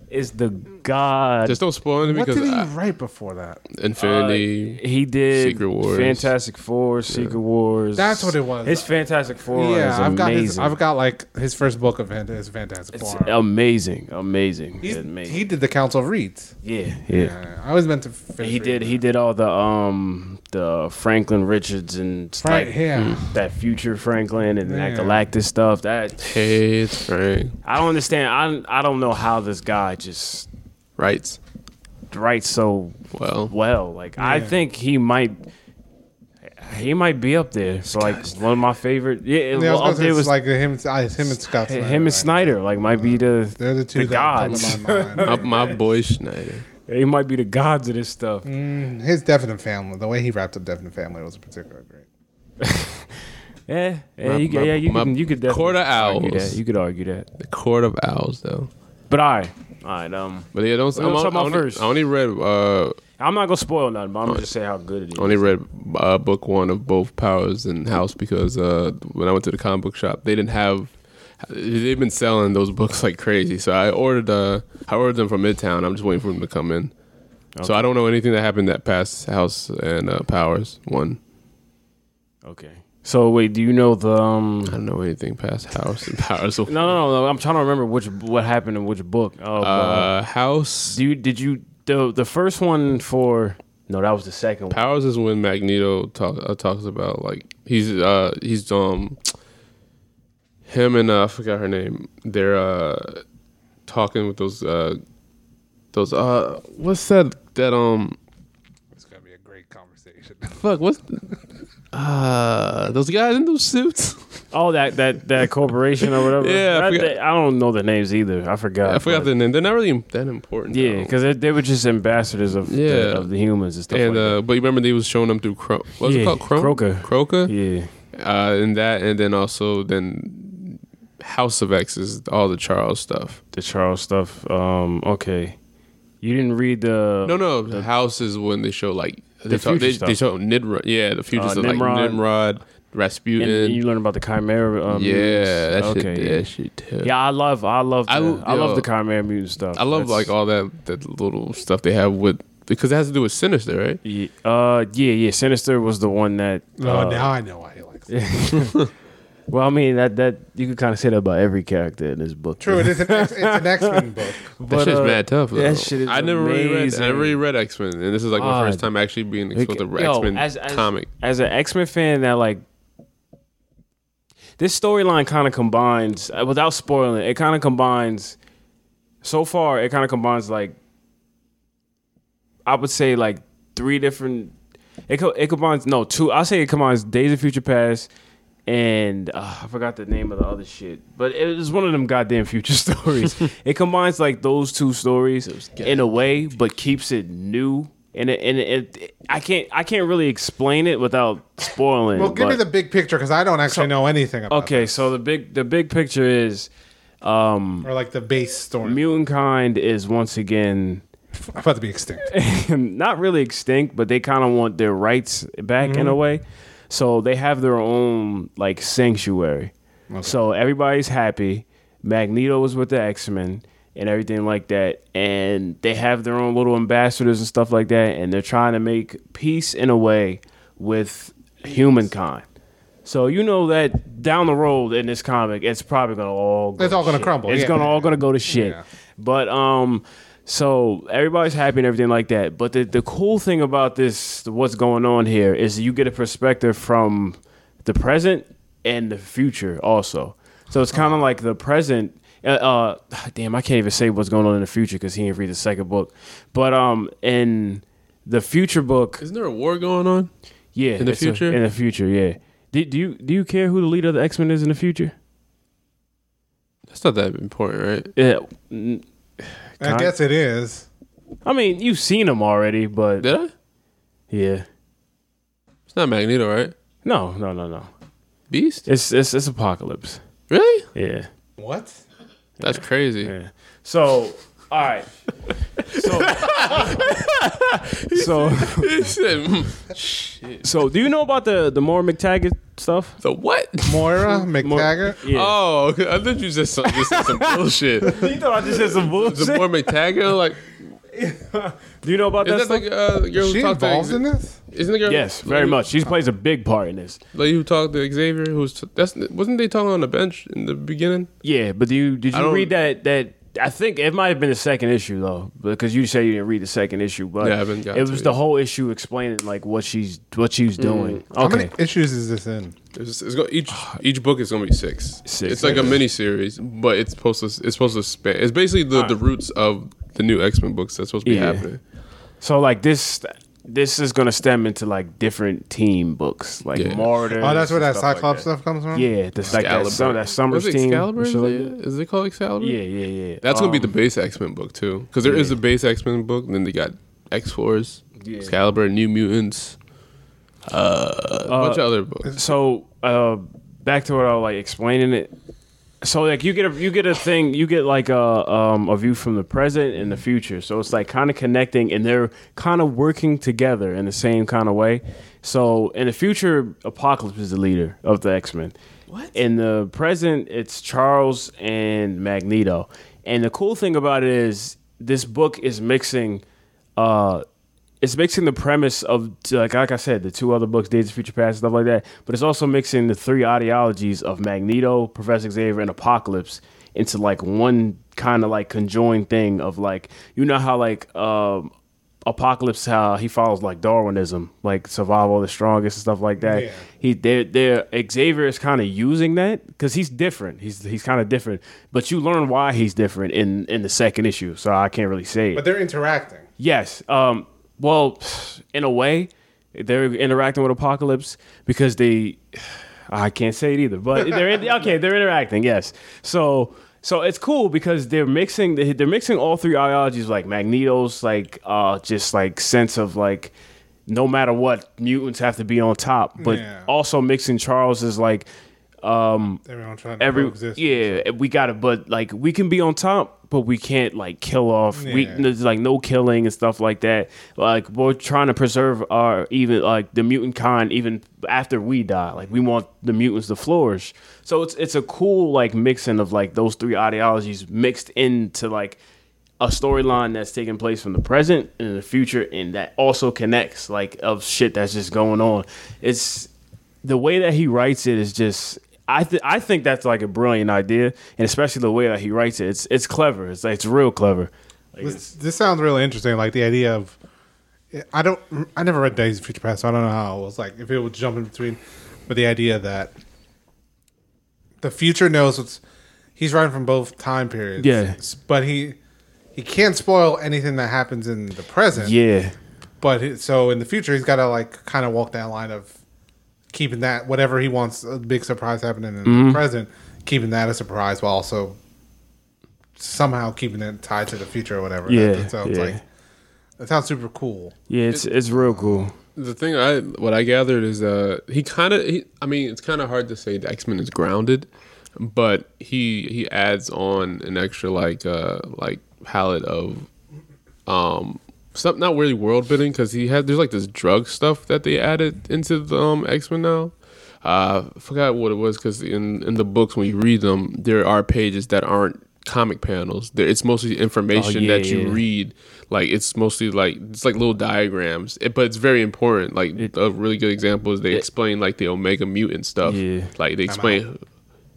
Speaker 3: is the god.
Speaker 2: Just don't spoil it
Speaker 1: What
Speaker 2: because
Speaker 1: did he uh,
Speaker 2: I-
Speaker 1: write before that?
Speaker 2: Infinity.
Speaker 3: he did
Speaker 2: Secret Wars.
Speaker 3: Fantastic Four, Secret Wars.
Speaker 1: That's what it was.
Speaker 3: His Fantastic Four
Speaker 1: yeah,
Speaker 3: is
Speaker 1: I've got his.
Speaker 3: amazing.
Speaker 1: I've got like his first book of Fant- his Fantastic
Speaker 3: it's
Speaker 1: Four.
Speaker 3: amazing, amazing,
Speaker 1: He's-
Speaker 3: amazing.
Speaker 1: he did the Council of Reeds.
Speaker 3: yeah, yeah.
Speaker 1: Uh, I always meant to. Finish
Speaker 3: He did.
Speaker 1: reading
Speaker 3: He
Speaker 1: that.
Speaker 3: did all the um the Franklin Richards and
Speaker 1: Right.
Speaker 3: like Hmm.
Speaker 1: yeah.
Speaker 3: that future Franklin and
Speaker 1: Yeah.
Speaker 3: that Galactus stuff. That
Speaker 2: Hey, it's Frank.
Speaker 3: I don't understand. I I don't know how this guy just
Speaker 2: Rights.
Speaker 3: writes so
Speaker 2: Well.
Speaker 3: well. Like I
Speaker 1: Yeah.
Speaker 3: think he might. He might be up there for like one of my favorite. Yeah,
Speaker 1: Yeah, I
Speaker 3: well,
Speaker 1: was gonna
Speaker 3: up
Speaker 1: say
Speaker 3: there
Speaker 1: it's
Speaker 3: was
Speaker 1: like him. I- Him and Scott. Snyder,
Speaker 3: him
Speaker 1: right?
Speaker 3: and Snyder. Like might be the
Speaker 1: They're the two
Speaker 3: the
Speaker 1: that
Speaker 3: gods.
Speaker 1: come to my
Speaker 2: My,
Speaker 1: mind.
Speaker 2: my boy Schneider.
Speaker 3: They might be the gods of this stuff.
Speaker 1: Mm, His Definite Family. The way he wrapped up Definite Family was particularly great.
Speaker 3: Yeah, yeah,
Speaker 2: My-
Speaker 3: you, could-
Speaker 2: my-
Speaker 3: yeah, you
Speaker 2: my
Speaker 3: could you could definitely
Speaker 2: quarter
Speaker 3: argue
Speaker 2: owls.
Speaker 3: that. You could argue that.
Speaker 2: The Court of Owls, though.
Speaker 3: But all right, all right. Um,
Speaker 2: But yeah, don't.
Speaker 3: What are we
Speaker 2: I'm on-
Speaker 3: talking
Speaker 2: I
Speaker 3: about
Speaker 2: only,
Speaker 3: first?
Speaker 2: I only read. Uh,
Speaker 3: I'm not gonna spoil nothing, but I'm gonna just say how good it is.
Speaker 2: I only read uh, book one of both Powers and House because uh, when I went to the comic book shop, they didn't have. They've been selling those books like crazy, so I ordered. Uh, I ordered them from Midtown. I'm just waiting for them to come in. So I don't know anything that happened that past House and uh, Powers one.
Speaker 3: Okay. So wait, do you know the? Um,
Speaker 2: I don't know anything past House and Powers.
Speaker 3: no, no, no. I'm trying to remember which what happened in which book. Oh, uh,
Speaker 2: Uh, House.
Speaker 3: do you did you the the first one for No, that was the second one.
Speaker 2: Powers is when Magneto talk, uh, talks about like he's uh he's um him and uh, I forgot her name. They're uh talking with those uh those uh what's that that um
Speaker 1: It's gonna be a great conversation.
Speaker 3: Oh.
Speaker 2: fuck what's uh those guys in those suits.
Speaker 3: Oh, that that that corporation or whatever.
Speaker 2: Yeah, I
Speaker 3: That-
Speaker 2: forgot.
Speaker 3: that- I don't know the names either. I forgot.
Speaker 2: I forgot
Speaker 3: but-
Speaker 2: the name. They're not really im- that important.
Speaker 3: Yeah,
Speaker 2: though.
Speaker 3: because they, they were just ambassadors of
Speaker 2: Yeah.
Speaker 3: the, of the humans and stuff.
Speaker 2: and
Speaker 3: like
Speaker 2: uh, but you remember they was showing them through Cro- what's
Speaker 3: Yeah,
Speaker 2: it called Chrome?
Speaker 3: Croker.
Speaker 2: Croker.
Speaker 3: that. yeah.
Speaker 2: uh, and that, and then also then House of X is all the Charles stuff.
Speaker 3: the Charles stuff. Um, okay, you didn't read the
Speaker 2: No, no, the House is when they show like they
Speaker 3: The
Speaker 2: talk,
Speaker 3: future
Speaker 2: they,
Speaker 3: stuff.
Speaker 2: they show Nimrod. Yeah, the future
Speaker 3: Uh,
Speaker 2: stuff
Speaker 3: Nimrod.
Speaker 2: like Nimrod, Rasputin.
Speaker 3: And, you learn about the Chimera. Um,
Speaker 2: yeah, that
Speaker 3: mutants.
Speaker 2: shit.
Speaker 3: okay.
Speaker 2: Yeah, that shit. Too.
Speaker 3: yeah. I love, I love, the,
Speaker 2: I
Speaker 3: I,
Speaker 2: l- yo,
Speaker 3: love the Chimera mutant stuff.
Speaker 2: I love
Speaker 3: That's-
Speaker 2: like all that that little stuff they have with because it has to do with Sinister, right?
Speaker 3: Yeah, uh, yeah, yeah. Sinister was the one that.
Speaker 1: No,
Speaker 3: uh,
Speaker 1: Oh, now I know why he likes. it.
Speaker 3: Well, I mean that that you could kind of say that about every character in this book. uh,
Speaker 1: True, it is an X, it's an X Men book.
Speaker 2: That shit's mad tough.
Speaker 3: that
Speaker 2: though.
Speaker 3: shit is
Speaker 2: I never really read. I
Speaker 3: amazing.
Speaker 2: never really read X Men, and this is like my
Speaker 3: Ah,
Speaker 2: first time actually being exposed to
Speaker 3: Yo,
Speaker 2: X Men
Speaker 3: as- as-
Speaker 2: comic.
Speaker 3: As an X Men fan, that like this storyline kind of combines uh, without spoiling it. It kind of combines. So far, it kind of combines like I would say like three different. It co- it combines no two. I'll say it combines Days of Future Past. And uh, I forgot the name of the other shit, but it was one of them goddamn future stories. it combines like those two stories in a way, but keeps it new. And it, and it, it- I can't I can't really explain it without spoiling.
Speaker 1: Well,
Speaker 3: it,
Speaker 1: give me
Speaker 3: but-
Speaker 1: the big picture because I don't actually know anything about.
Speaker 3: Okay, so the big the big picture is um
Speaker 1: it. or like the base story.
Speaker 3: mutant kind is once again
Speaker 1: about to be extinct.
Speaker 3: not really extinct, but they kind of want their rights back in a
Speaker 1: Mm-hmm.
Speaker 3: way. So they have their own like sanctuary. So everybody's happy. Magneto is with the X Men and everything like that, and they have their own little ambassadors and stuff like that, and they're trying to make peace in a way with humankind. So you know that down the road in this comic, it's probably gonna all go
Speaker 1: It's all
Speaker 3: to
Speaker 1: gonna
Speaker 3: shit.
Speaker 1: crumble,
Speaker 3: It's
Speaker 1: yeah.
Speaker 3: gonna all gonna go to shit.
Speaker 1: Yeah.
Speaker 3: But um, so everybody's happy and everything like that. But the the cool thing about this, what's going on here, is you get a perspective from the present and the future also. So it's kind of like the present. Uh, uh, damn, I can't even say what's going on in the future because he didn't read the second book. But um, in the future book,
Speaker 2: Isn't there a war going on?
Speaker 3: yeah,
Speaker 2: In the
Speaker 3: it's a-
Speaker 2: future?
Speaker 3: in the future, yeah. Do, do you do you care who the leader of the X Men is in the future?
Speaker 2: That's not that important, right?
Speaker 3: Yeah. n-
Speaker 1: I guess it is.
Speaker 3: I mean, you've seen him already, but
Speaker 2: Did I?
Speaker 3: yeah.
Speaker 2: It's not Magneto, right?
Speaker 3: No, no, no, no.
Speaker 2: Beast?
Speaker 3: It's it's it's apocalypse.
Speaker 2: Really?
Speaker 3: Yeah.
Speaker 1: What?
Speaker 2: That's crazy.
Speaker 3: Yeah. So, all right. So So
Speaker 2: He said, "Mm,
Speaker 3: so do you know about the the more McTaggart stuff?
Speaker 2: the what?
Speaker 1: Moira McTaggart.
Speaker 3: Yeah.
Speaker 2: Oh, okay. I thought you just some, just said some bullshit. The
Speaker 3: you thought I just said some bullshit?
Speaker 2: more McTaggart, like
Speaker 3: do you know about that,
Speaker 2: is that
Speaker 3: stuff?
Speaker 2: like uh, the girl
Speaker 1: Is
Speaker 2: who
Speaker 1: she
Speaker 2: talked
Speaker 1: involved
Speaker 2: to
Speaker 1: in this?
Speaker 2: Isn't the girl?
Speaker 3: Yes, very
Speaker 2: like-
Speaker 3: much. She plays a big part in this.
Speaker 2: Like you talked to Xavier, who's that's wasn't they talking on the bench in the beginning?
Speaker 3: Yeah, but do you did
Speaker 2: I
Speaker 3: you
Speaker 2: don't-
Speaker 3: read that that I think it might have been the second issue though, because you say you didn't read the second issue, but
Speaker 2: Yeah, I haven't got
Speaker 3: it Mm.
Speaker 2: to
Speaker 3: was
Speaker 2: it
Speaker 3: the
Speaker 2: yet.
Speaker 3: whole issue explaining like what she's what she's doing.
Speaker 1: How
Speaker 3: Okay,
Speaker 1: many issues is this in?
Speaker 2: It's, it's go, each each book is gonna be six.
Speaker 3: Six.
Speaker 2: It's like a mini series, but it's supposed to it's supposed to span. It's basically the, the roots of the new X Men books that's supposed to be
Speaker 3: Yeah.
Speaker 2: happening.
Speaker 3: so like this this is gonna stem into like different team books like
Speaker 2: Yeah.
Speaker 3: Martyr.
Speaker 1: Oh, that's where that
Speaker 3: and stuff
Speaker 1: Cyclops
Speaker 3: like
Speaker 1: stuff comes
Speaker 3: that.
Speaker 1: from.
Speaker 3: Yeah, this like that,
Speaker 2: Excalibur.
Speaker 3: sum, that summer
Speaker 2: Was it
Speaker 3: team.
Speaker 2: Excalibur?
Speaker 3: and shit like that.
Speaker 2: Is it called Excalibur?
Speaker 3: Yeah, yeah, yeah.
Speaker 2: That's gonna be
Speaker 3: Um,
Speaker 2: the base X Men book too, because there is a base X Men book. And then they got X Force,
Speaker 3: Yeah.
Speaker 2: Excalibur, New Mutants, uh, a bunch of other books.
Speaker 3: so uh back to what I was like explaining it. So like you get a you get a thing you get like a um a view from the present and the future. So it's like kind of connecting and they're kind of working together in the same kind of way. So in the future, Apocalypse is the leader of the X Men. What in the present, it's Charles and Magneto. And the cool thing about it is this book is mixing uh it's mixing the premise of like like I said, the two other books, Days of Future Past, stuff like that. But it's also mixing the three ideologies of Magneto, Professor Xavier, and Apocalypse into like one kind of like conjoined thing of like you know how like um Apocalypse, how he follows like Darwinism, like survival of the strongest and stuff like that.
Speaker 1: Yeah.
Speaker 3: He they're, they're Xavier is kind of using that because he's different. He's he's kind of different, but you learn why he's different in in the second issue. So I can't really say. it.
Speaker 1: But they're interacting.
Speaker 3: Yes. Um, well, in a way, they're interacting with Apocalypse because they. I can't say it either, but they're in, okay. They're interacting. Yes. So so it's cool because they're mixing they're mixing all three ideologies like Magneto's like uh just like sense of like no matter what mutants have to be on top, but
Speaker 1: Yeah.
Speaker 3: also mixing Charles's like
Speaker 1: Everyone trying to
Speaker 3: every
Speaker 1: coexist.
Speaker 3: yeah we got it but like we can be on top but we can't like kill off we
Speaker 1: Yeah.
Speaker 3: there's like no killing and stuff like that like we're trying to preserve our even like the mutant kind even after we die like we want the mutants to flourish so it's it's a cool like mixing of like those three ideologies mixed into like a storyline that's taking place from the present and the future and that also connects like of shit that's just going on it's the way that he writes it is just I th- I think that's like a brilliant idea, and especially the way that he writes it, it's it's clever. It's it's real clever. Like,
Speaker 1: This, this sounds really interesting. Like the idea of, I don't, I never read Days of Future Past, so I don't know how it was like if it would jump in between, but the idea that the future knows what's, he's writing from both time periods.
Speaker 3: Yeah.
Speaker 1: but he, he can't spoil anything that happens in the present.
Speaker 3: yeah,
Speaker 1: But he- so in the future, he's got to like kind of walk that line of keeping that whatever he wants a big surprise happening in the present, keeping that a surprise while also somehow keeping it tied to the future or whatever.
Speaker 3: Yeah,
Speaker 1: that sounds
Speaker 3: yeah.
Speaker 1: like that sounds super cool.
Speaker 3: yeah, it's it's real cool.
Speaker 2: The thing I what I gathered is uh he kind of I mean it's kind of hard to say the X Men is grounded, but he he adds on an extra like uh like palette of um stuff not really world building because he had there's like this drug stuff that they added into the um, X Men now. Uh, I forgot what it was because in in the books when you read them there are pages that aren't comic panels. There, it's mostly information
Speaker 3: yeah,
Speaker 2: that you
Speaker 3: yeah.
Speaker 2: read read like it's mostly like it's like little diagrams it, but it's very important like a really good example is they explain like the omega mutant stuff
Speaker 3: Yeah.
Speaker 2: like they explain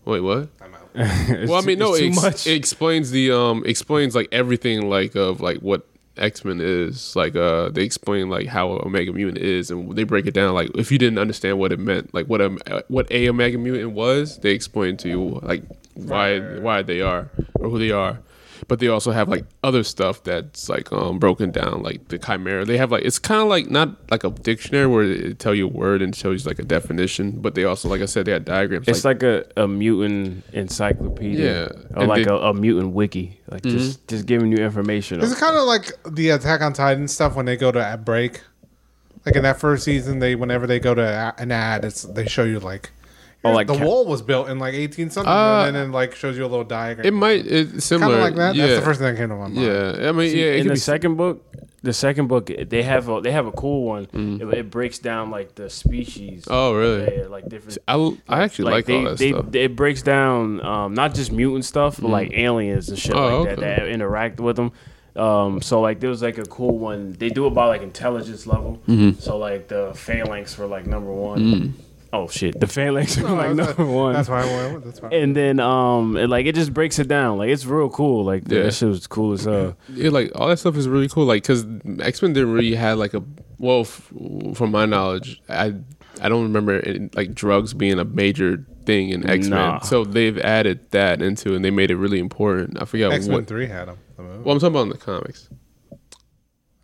Speaker 2: wait what
Speaker 1: I'm out.
Speaker 2: well i mean no
Speaker 3: it's
Speaker 2: it,
Speaker 3: too
Speaker 2: ex-
Speaker 3: much.
Speaker 2: it explains the um explains like everything like of like what x-men is like uh they explain like how omega mutant is and they break it down like if you didn't understand what it meant like what um, uh, what a omega mutant was they explain to you like why why they are or who they are but they also have like other stuff that's like um broken down like the chimera they have like it's kind of like not like a dictionary where it tell you a word and shows you like a definition but they also like i said they had diagrams
Speaker 3: It's like, a, a mutant encyclopedia,
Speaker 2: Yeah.
Speaker 3: or
Speaker 2: And
Speaker 3: like
Speaker 2: they-
Speaker 3: a, a mutant wiki, like just just giving you information.
Speaker 1: This is kind of like the Attack on Titan stuff when they go to a break. Like in that first season, they whenever they go to a- an ad, it's they show you like.
Speaker 3: Oh, like
Speaker 1: the
Speaker 3: ca-
Speaker 1: wall was built in like 18 something,
Speaker 2: Uh,
Speaker 1: and then like shows you a little diagram.
Speaker 2: It might it's
Speaker 1: kind
Speaker 2: similar.
Speaker 1: of like that.
Speaker 2: Yeah.
Speaker 1: That's the first thing that came to my mind.
Speaker 2: Yeah, I mean, yeah, it
Speaker 3: in
Speaker 2: could
Speaker 3: the
Speaker 2: be.
Speaker 3: second book, the second book they have a they have a cool one. It, it breaks down like the species.
Speaker 2: Mm-hmm. oh, really?
Speaker 3: yeah, like different.
Speaker 2: I, I actually like,
Speaker 3: they,
Speaker 2: all that
Speaker 3: they,
Speaker 2: stuff. Mm.
Speaker 3: It breaks down um, not just mutant stuff, but like aliens and shit
Speaker 2: Oh,
Speaker 3: like
Speaker 2: okay.
Speaker 3: that that interact with them. Um, so like there was like a cool one. They do it by like intelligence level.
Speaker 2: Mm-hmm.
Speaker 3: So like the phalanx were like number one.
Speaker 2: Mm.
Speaker 3: Oh shit, the phalanx were like
Speaker 1: Oh, that's-
Speaker 3: number one.
Speaker 1: That's why I went. That's why.
Speaker 3: and then um, it, like it just breaks it down. Like it's real cool. Like
Speaker 2: Yeah.
Speaker 3: that shit was cool as hell.
Speaker 2: yeah, like all that stuff is really cool. Like, cause X Men didn't really have like a well, f- from my knowledge, I I don't remember it, like drugs being a major thing in X Men.
Speaker 3: Nah.
Speaker 2: So they've added that into, it, and they made it really important. I forgot
Speaker 1: X Men
Speaker 2: what.
Speaker 1: Three had them. The movie.
Speaker 2: Well, I'm talking about in the comics.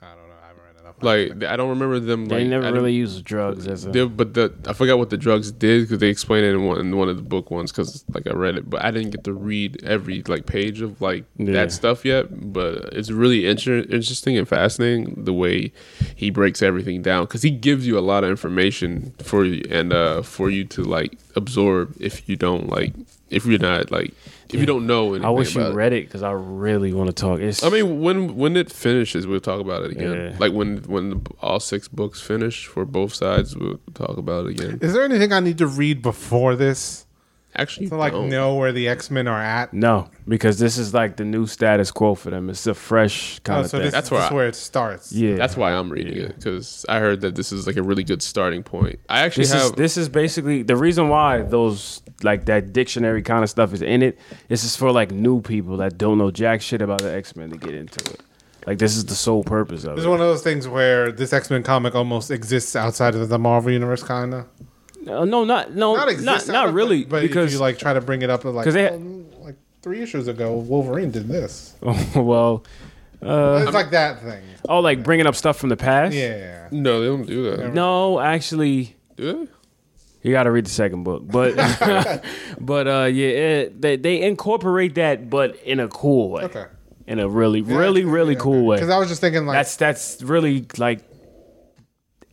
Speaker 1: I don't know. I haven't read enough.
Speaker 2: Like, I don't remember them.
Speaker 3: They
Speaker 2: like, I
Speaker 3: never
Speaker 2: didn't-
Speaker 3: really used drugs as a.
Speaker 2: They- but the I forgot what the drugs did because they explained it in one, in one of the book ones because like I read it, but I didn't get to read every like page of like
Speaker 3: Yeah.
Speaker 2: that stuff yet. But it's really inter- interesting and fascinating the way he breaks everything down because he gives you a lot of information for you and uh, for you to like absorb if you don't like if you're not like if you don't know. Anything
Speaker 3: I wish you
Speaker 2: about it.
Speaker 3: read it because I really want to talk. It's,
Speaker 2: I mean, when when it finishes, we'll talk about it again.
Speaker 3: Yeah.
Speaker 2: Like when when the, all six books finish for both sides, we'll talk about it again.
Speaker 1: is there anything I need to read before this
Speaker 2: Actually,
Speaker 1: to like
Speaker 2: don't.
Speaker 1: know where the X Men are at?
Speaker 3: No, because this is like the new status quo for them. It's a fresh kind
Speaker 1: Oh,
Speaker 3: of
Speaker 1: so
Speaker 3: thing.
Speaker 1: this,
Speaker 2: That's
Speaker 1: that's
Speaker 2: where
Speaker 1: where,
Speaker 2: I-
Speaker 1: it starts.
Speaker 3: yeah,
Speaker 2: That's why I'm reading it because I heard that this is like a really good starting point. I actually
Speaker 3: this
Speaker 2: have
Speaker 3: is this is basically the reason why those like that dictionary kind of stuff is in it. This is for like new people that don't know jack shit about the X Men to get into it. Like this is the sole purpose of
Speaker 1: It's
Speaker 3: it.
Speaker 1: one of those things where this X Men comic almost exists outside of the Marvel universe, kind of.
Speaker 3: No, Uh, no, not no,
Speaker 1: Not
Speaker 3: not
Speaker 1: exists,
Speaker 3: not, really.
Speaker 1: But
Speaker 3: because
Speaker 1: if you like try to bring it up, like
Speaker 3: 'Cause they-
Speaker 1: "Well, like three issues ago, Wolverine did this.
Speaker 3: well,
Speaker 1: it's like that thing.
Speaker 3: oh, like bringing up stuff from the past.
Speaker 1: Yeah.
Speaker 2: No, they don't do that.
Speaker 3: No, actually,
Speaker 2: Do they?
Speaker 3: You got to read the second book, but but uh, yeah, it, they they incorporate that, but in a cool way,
Speaker 1: Okay.
Speaker 3: in a really really really cool way.
Speaker 1: Because I was just thinking, like,
Speaker 3: That's that's really like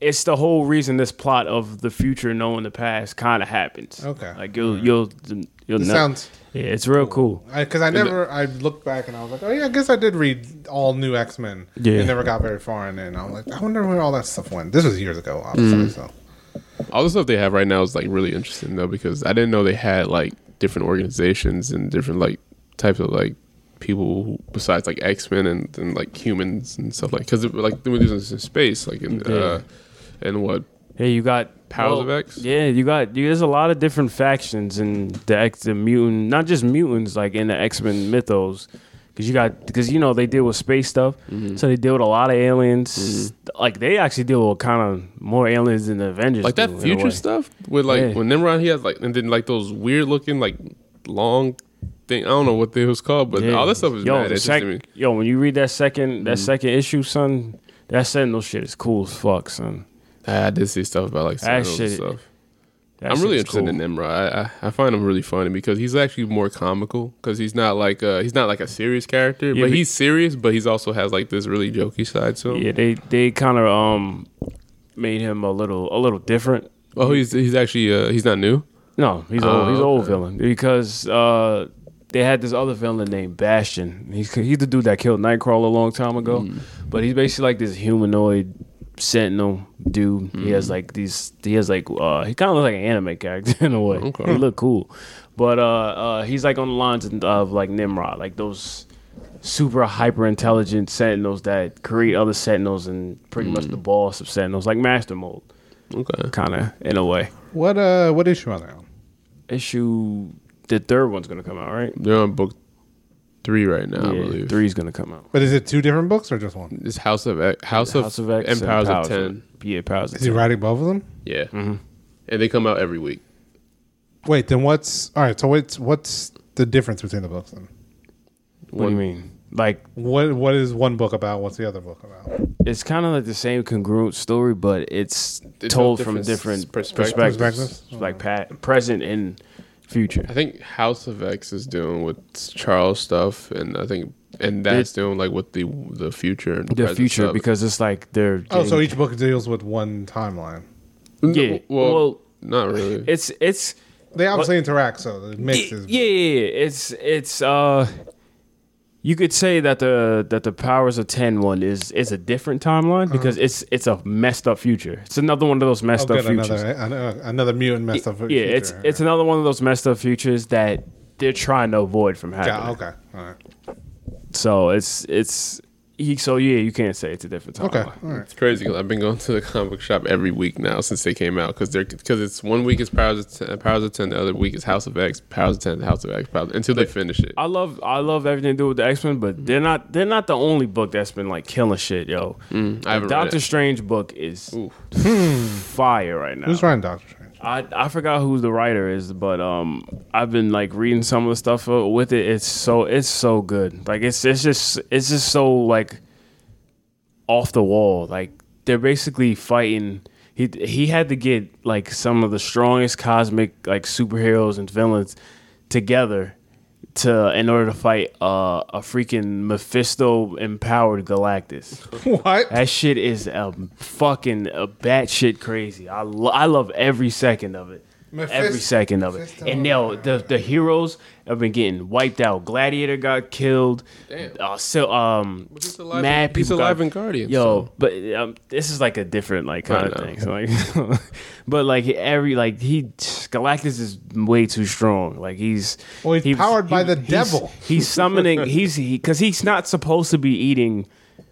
Speaker 3: it's the whole reason this plot of the future knowing the past kind of happens.
Speaker 1: Okay.
Speaker 3: like you'll
Speaker 2: Mm-hmm.
Speaker 3: you'll you'll know.
Speaker 1: sounds-
Speaker 3: yeah, it's real cool.
Speaker 1: because I, never, I looked back and I was like, oh yeah, I guess I did read all new X Men.
Speaker 3: Yeah.
Speaker 1: It never got very far, and then I'm like, I wonder where all that stuff went. This was years ago,
Speaker 3: Mm.
Speaker 1: obviously. So
Speaker 2: All the stuff they have right now is like really interesting though because I didn't know they had like different organizations and different like types of like people who, besides like X Men and, and like humans and stuff like because like they were doing this in space like in uh, and what
Speaker 3: Hey, you got
Speaker 2: Powers of X?
Speaker 3: Yeah, you got you, there's a lot of different factions in the X, the mutant, not just mutants like in the X Men mythos, because you got because you know they deal with space stuff,
Speaker 2: Mm-hmm.
Speaker 3: so they deal with a lot of aliens. Like they actually deal with kind of more aliens than the Avengers.
Speaker 2: like
Speaker 3: do,
Speaker 2: that
Speaker 3: in a
Speaker 2: future
Speaker 3: way.
Speaker 2: stuff with like
Speaker 3: Yeah.
Speaker 2: when Nimrod he had like and then like those weird looking like long thing I don't know what they was called but
Speaker 3: Yeah.
Speaker 2: all that stuff is
Speaker 3: yo,
Speaker 2: mad
Speaker 3: the
Speaker 2: interesting
Speaker 3: sec-
Speaker 2: to me. Mm-hmm.
Speaker 3: yo, when you read that second that second issue, son, that Sentinel shit is cool as fuck, son.
Speaker 2: I did see stuff about like
Speaker 3: That
Speaker 2: Sentinels and
Speaker 3: shit-
Speaker 2: stuff.
Speaker 3: That
Speaker 2: I'm
Speaker 3: shit
Speaker 2: really
Speaker 3: is
Speaker 2: interested
Speaker 3: cool.
Speaker 2: in Nimrod. I, I I find him really funny because he's actually more comical because he's not like a, he's not like a serious character,
Speaker 3: Yeah,
Speaker 2: but
Speaker 3: but-
Speaker 2: he's serious, but he's also has like this really jokey side to him.
Speaker 3: Yeah, they they kind of um made him a little a little different.
Speaker 2: Oh, he's he's actually uh, he's not new.
Speaker 3: No, he's old.
Speaker 2: Oh,
Speaker 3: He's an old
Speaker 2: okay.
Speaker 3: villain because uh, they had this other villain named Bastion. He's he's the dude that killed Nightcrawler a long time ago,
Speaker 2: Mm.
Speaker 3: but he's basically like this humanoid sentinel dude. He
Speaker 2: Mm.
Speaker 3: has like these. He has like uh, he kind of looks like an anime character in a way.
Speaker 2: Okay.
Speaker 3: He look cool, but uh, uh, he's like on the lines of, of like Nimrod, like those super hyper intelligent sentinels that create other sentinels and pretty
Speaker 2: Mm.
Speaker 3: much the boss of sentinels, like Master Mold,
Speaker 2: Okay,
Speaker 3: kind of in a way
Speaker 1: what, uh, what issue are they on?
Speaker 3: issue the third one's gonna come out, right?
Speaker 2: they're on book three right now, I
Speaker 3: yeah,
Speaker 2: believe.
Speaker 3: three's gonna come out.
Speaker 1: But is it two different books or just one?
Speaker 2: It's House of X, House, of, X and Powers, of Ten.
Speaker 3: Yeah, powers of
Speaker 1: Is he
Speaker 3: ten.
Speaker 1: writing both of them?
Speaker 2: Yeah,
Speaker 3: Mm-hmm.
Speaker 2: and they come out every week.
Speaker 1: Wait, then what's all right? So what's what's the difference between the books then?
Speaker 3: What do you mean? Like
Speaker 1: What what is one book about? What's the other book about?
Speaker 3: it's kind of like the same congruent story, but it's
Speaker 2: It's
Speaker 3: told
Speaker 2: all
Speaker 3: from
Speaker 2: different s-
Speaker 3: different
Speaker 2: perspectives.
Speaker 3: perspectives,
Speaker 1: Perspectives?
Speaker 3: like pa- present and future.
Speaker 2: I think House of X is doing with Charles stuff, and I think and that's doing like with the the future, and
Speaker 3: The
Speaker 2: present
Speaker 3: future,
Speaker 2: stuff.
Speaker 3: because it's like they're
Speaker 1: Oh, so
Speaker 3: getting-
Speaker 1: each book deals with one timeline.
Speaker 3: yeah.
Speaker 2: well,
Speaker 3: well,
Speaker 2: not really.
Speaker 3: it's it's
Speaker 1: They obviously interact, so it
Speaker 3: yeah,
Speaker 1: mixes.
Speaker 3: yeah, yeah. It's it's uh you could say that the that the powers of 10 one is is a different timeline
Speaker 1: Uh-huh.
Speaker 3: because it's it's a messed up future. It's another one of those
Speaker 1: Oh,
Speaker 3: messed up
Speaker 1: good,
Speaker 3: futures.
Speaker 1: another another another mutant messed up.
Speaker 3: yeah, it's
Speaker 1: future.
Speaker 3: it's another one of those messed up futures that they're trying to avoid from happening.
Speaker 1: yeah. Okay, all right,
Speaker 3: So it's it's he- so yeah, you can't say it's a different timeline.
Speaker 1: okay, all right.
Speaker 2: It's crazy because I've been going to the comic book shop every week now since they came out because they're because it's one week is Powers of Ten, Powers of Ten, the other week is House of X, Powers of Ten, House of X, Powers, until they finish it.
Speaker 3: I love I love everything to do with the X Men, but they're not they're not the only book that's been like killing shit, yo.
Speaker 2: Mm, I haven't read
Speaker 3: the Doctor
Speaker 2: it.
Speaker 3: Strange book is
Speaker 2: Oof.
Speaker 3: fire right now.
Speaker 1: Who's writing Doctor Strange?
Speaker 3: I, I forgot who the writer is, but um, I've been like reading some of the stuff uh, with it. It's so it's so good. Like it's it's just it's just so like off the wall. Like they're basically fighting. He he had to get like some of the strongest cosmic like superheroes and villains together to in order to fight uh, a freaking Mephisto empowered Galactus.
Speaker 1: What?
Speaker 3: That shit is a fucking a batshit crazy. I lo- I love every second of it. every
Speaker 1: Mephisto-
Speaker 3: second of it.
Speaker 1: Mephisto-
Speaker 3: And now the the heroes have been getting wiped out. Gladiator got killed.
Speaker 2: Damn.
Speaker 3: Uh, so um,
Speaker 2: he's alive-
Speaker 3: mad
Speaker 2: he's
Speaker 3: people
Speaker 2: alive
Speaker 3: got-
Speaker 2: in Guardians,
Speaker 3: Yo,
Speaker 2: so.
Speaker 3: but um, this is like a different like
Speaker 2: I
Speaker 3: kind of
Speaker 2: know.
Speaker 3: thing. So, like, but like every like he Galactus is way too strong. Like he's
Speaker 1: Well, he's
Speaker 3: he was-
Speaker 1: powered by the
Speaker 3: he's-
Speaker 1: devil.
Speaker 3: He's summoning. He's he because he's not supposed to be eating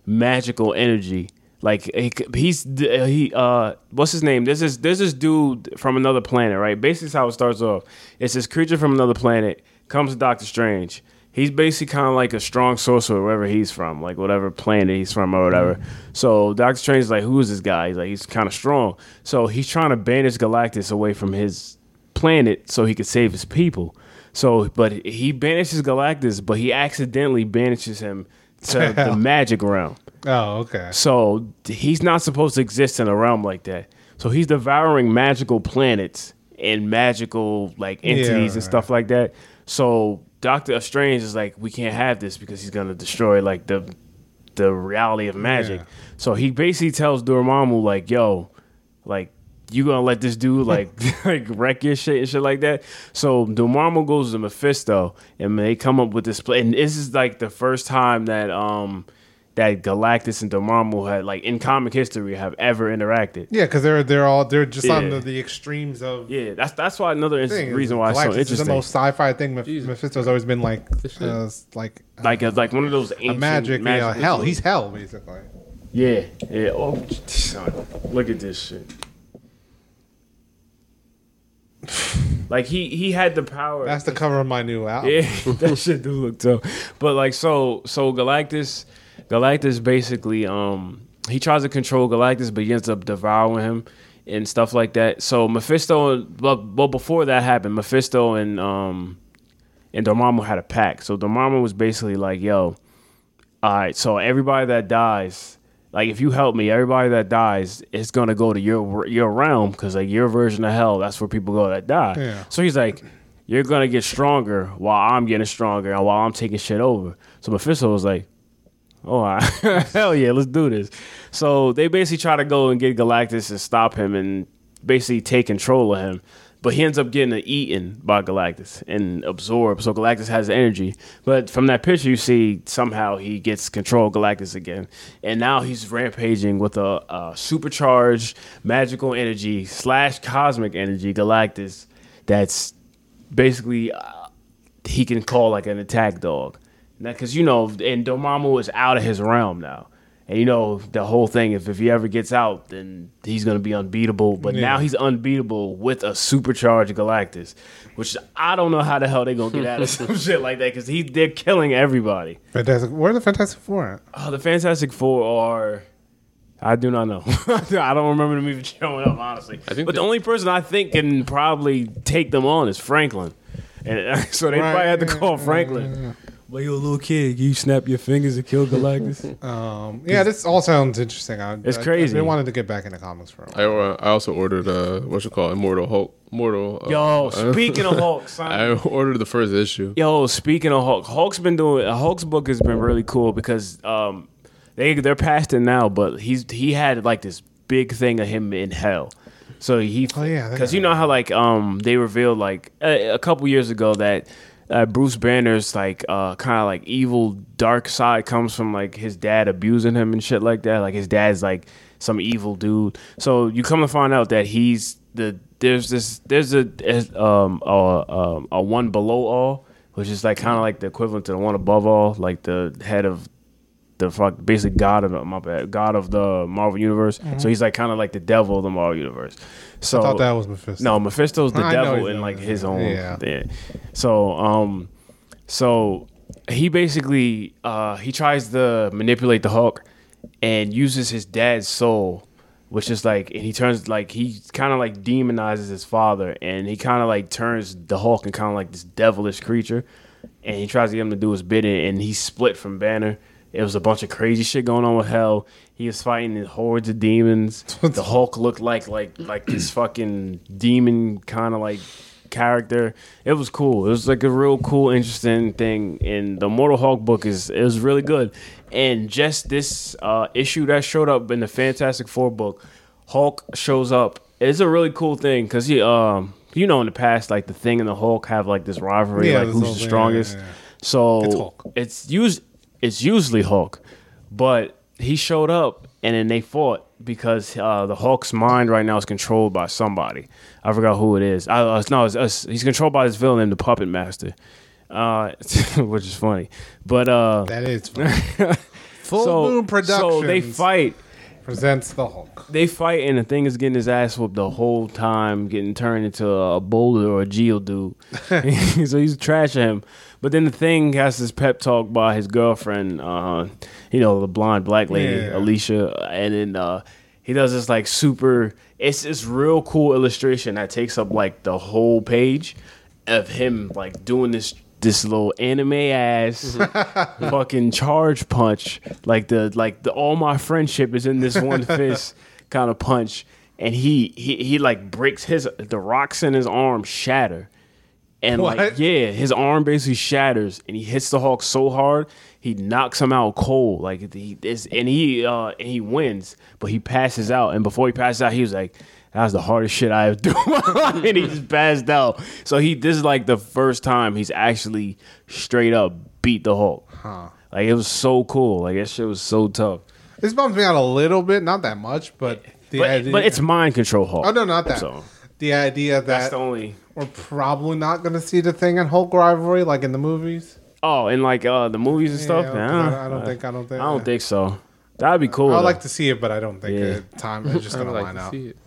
Speaker 3: magical energy. Like he- he's he uh what's his name? There's this there's this dude from another planet, right? Basically, this is how it starts off. It's this creature from another planet comes to Doctor Strange. he's basically kind of like a strong sorcerer wherever he's from, like whatever planet he's from or whatever.
Speaker 1: Mm-hmm.
Speaker 3: So Doctor Strange's like, who is this guy? He's like, he's kind of strong. So he's trying to banish Galactus away from his planet so he could save his people. So, but he banishes Galactus, but he accidentally banishes him to the magic realm.
Speaker 1: Oh, okay.
Speaker 3: So he's not supposed to exist in a realm like that. So he's devouring magical planets and magical like entities and stuff like that. So Doctor Strange is like, we can't have this because he's gonna destroy like the the reality of magic.
Speaker 1: Yeah.
Speaker 3: So he basically tells Dormammu like, yo, like you gonna let this dude like like wreck your shit and shit like that. So Dormammu goes to Mephisto and they come up with this plan. And this is like the first time that um that Galactus and Dormammu had like in comic history have ever interacted.
Speaker 1: Yeah, because they're they're all they're just on
Speaker 3: Yeah.
Speaker 1: the, the extremes of
Speaker 3: Yeah, that's that's why another ins-
Speaker 1: thing.
Speaker 3: reason why it's so
Speaker 1: Galactus is the
Speaker 3: interesting.
Speaker 1: most sci-fi thing. Meph- Mephisto's always been like
Speaker 2: shit.
Speaker 1: uh, like uh,
Speaker 3: like it's like one of those
Speaker 1: a
Speaker 3: ancient
Speaker 1: magic, yeah,
Speaker 3: magical-
Speaker 1: hell. He's hell basically.
Speaker 3: yeah yeah. Oh, son, look at this shit. Like he he had the power.
Speaker 1: That's the cover of my new album.
Speaker 3: Yeah, that shit do look tough. But like so so Galactus Galactus basically um he tries to control Galactus but he ends up devouring him and stuff like that. So Mephisto but well before that happened, Mephisto and um and Dormammu had a pact. So Dormammu was basically like, yo, all right, so everybody that dies, like if you help me, everybody that dies is gonna go to your your realm because like your version of hell, that's where people go that die.
Speaker 1: Yeah.
Speaker 3: So he's like, you're gonna get stronger while I'm getting stronger and while I'm taking shit over. So Mephisto was like, oh all right. hell yeah, let's do this. So they basically try to go and get Galactus and stop him and basically take control of him. But he ends up getting eaten by Galactus and absorbed. So Galactus has the energy. But from that picture, you see somehow he gets control of Galactus again. And now he's rampaging with a, a supercharged magical energy slash cosmic energy Galactus that's basically uh, he can call like an attack dog. Because, you know, and Dormammu is out of his realm now. And, you know, the whole thing, if, if he ever gets out, then he's going to be unbeatable. But now he's unbeatable with a supercharged Galactus, which I don't know how the hell they're going to get out of some shit like that because they're killing everybody.
Speaker 1: Fantastic. Where are the Fantastic Four at?
Speaker 3: Oh, the Fantastic Four are. I do not know. I don't remember them even showing up, honestly.
Speaker 2: I think
Speaker 3: but the
Speaker 2: they-
Speaker 3: only person I think can probably take them on is Franklin, and so they
Speaker 1: Right,
Speaker 3: probably had to
Speaker 1: yeah,
Speaker 3: call
Speaker 1: yeah,
Speaker 3: Franklin. Well, you a little kid, you snap your fingers and kill Galactus.
Speaker 1: Um, yeah, this all sounds interesting. I,
Speaker 3: It's
Speaker 1: I-
Speaker 3: crazy.
Speaker 1: I, wanted to get back into comics for a while.
Speaker 2: I, uh, I also ordered uh what's it called Immortal Hulk Mortal. Uh,
Speaker 3: Yo,
Speaker 2: uh,
Speaker 3: speaking of Hulk, son.
Speaker 2: I ordered the first issue.
Speaker 3: Yo, speaking of Hulk, Hulk's been doing uh, Hulk's book has been really cool because um they they're past it now, but he's he had like this big thing of him in hell. So he
Speaker 1: Oh, yeah, they
Speaker 3: because
Speaker 1: got
Speaker 3: you know how like um they revealed like a, a couple years ago that uh, Bruce Banner's like uh kind of like evil dark side comes from like his dad abusing him and shit like that. Like his dad's like some evil dude. So you come to find out that he's the there's this there's a there's, um a, um a one below all which is like kind of like the equivalent to the one above all like the head of the fuck basically god of my bad god of the Marvel universe. So he's like kind of like the devil of the Marvel universe. So
Speaker 1: Mm-hmm. I thought that was Mephisto.
Speaker 3: Oh. no, Mephisto's the
Speaker 1: I know
Speaker 3: devil
Speaker 1: he's
Speaker 3: in
Speaker 1: not.
Speaker 3: like his own.
Speaker 1: Yeah.
Speaker 3: Yeah. So um, so he basically uh he tries to manipulate the Hulk and uses his dad's soul, which is like and he turns like he kind of like demonizes his father and he kind of like turns the Hulk and kind of like this devilish creature, and he tries to get him to do his bidding and he split from Banner. It was a bunch of crazy shit going on with Hell. He was fighting hordes of demons. the Hulk looked like like like this fucking demon kind of like character. It was cool. It was like a real cool, interesting thing. And the Mortal Hulk book is it was really good. And just this uh, issue that showed up in the Fantastic Four book, Hulk shows up. It's a really cool thing because he um you know in the past like the Thing and the Hulk have like this rivalry
Speaker 1: Yeah,
Speaker 3: like
Speaker 1: this
Speaker 3: who's
Speaker 1: whole
Speaker 3: the
Speaker 1: thing,
Speaker 3: strongest.
Speaker 1: yeah, yeah, yeah.
Speaker 3: So
Speaker 1: It's Hulk.
Speaker 3: it's us- it's usually Hulk, but he showed up and then they fought because uh, the Hulk's mind right now is controlled by somebody. I forgot who it is. I, uh, no, it's, it's, he's controlled by this villain named the Puppet Master, uh, which is funny. But uh,
Speaker 1: that is funny. Full
Speaker 3: so,
Speaker 1: Moon Productions.
Speaker 3: So they fight,
Speaker 1: Presents the Hulk.
Speaker 3: They fight and the thing is getting his ass whooped the whole time, getting turned into a boulder or a Geo dude. so he's trash at him. But then the thing has this pep talk by his girlfriend, uh, you know, the blonde black lady,
Speaker 1: Yeah.
Speaker 3: Alicia, and then uh, he does this like super. It's this real cool illustration that takes up like the whole page of him like doing this this little anime ass fucking charge punch like the like the all my friendship is in this one fist kind of punch and he he he like breaks his the rocks in his arm shatter and like
Speaker 1: What?
Speaker 3: yeah his arm basically shatters and he hits the hawk so hard he knocks him out cold like he it's, and he uh and he wins but he passes out and before he passes out he was like that was the hardest shit I ever do in my life," and he just passed out. So he this is like the first time he's actually straight up beat the Hulk. Like it was so cool. Like that shit was so tough.
Speaker 1: This bums me out a little bit, not that much, but the
Speaker 3: But,
Speaker 1: idea.
Speaker 3: but it's mind control Hulk.
Speaker 1: oh no, not that.
Speaker 3: So
Speaker 1: The idea
Speaker 3: that's
Speaker 1: that
Speaker 3: the only.
Speaker 1: we're probably not going to see the thing in Hulk rivalry like in the movies.
Speaker 3: Oh, and like uh, the movies and stuff.
Speaker 1: Yeah,
Speaker 3: Nah,
Speaker 1: I, don't think. I don't
Speaker 3: I
Speaker 1: think.
Speaker 3: don't think so. That'd be
Speaker 1: I
Speaker 3: cool. though.
Speaker 1: would like to see it, but I don't think
Speaker 3: Yeah.
Speaker 1: it, time is just
Speaker 2: I
Speaker 1: going
Speaker 2: would
Speaker 1: to line
Speaker 2: like to
Speaker 1: up.
Speaker 2: see it.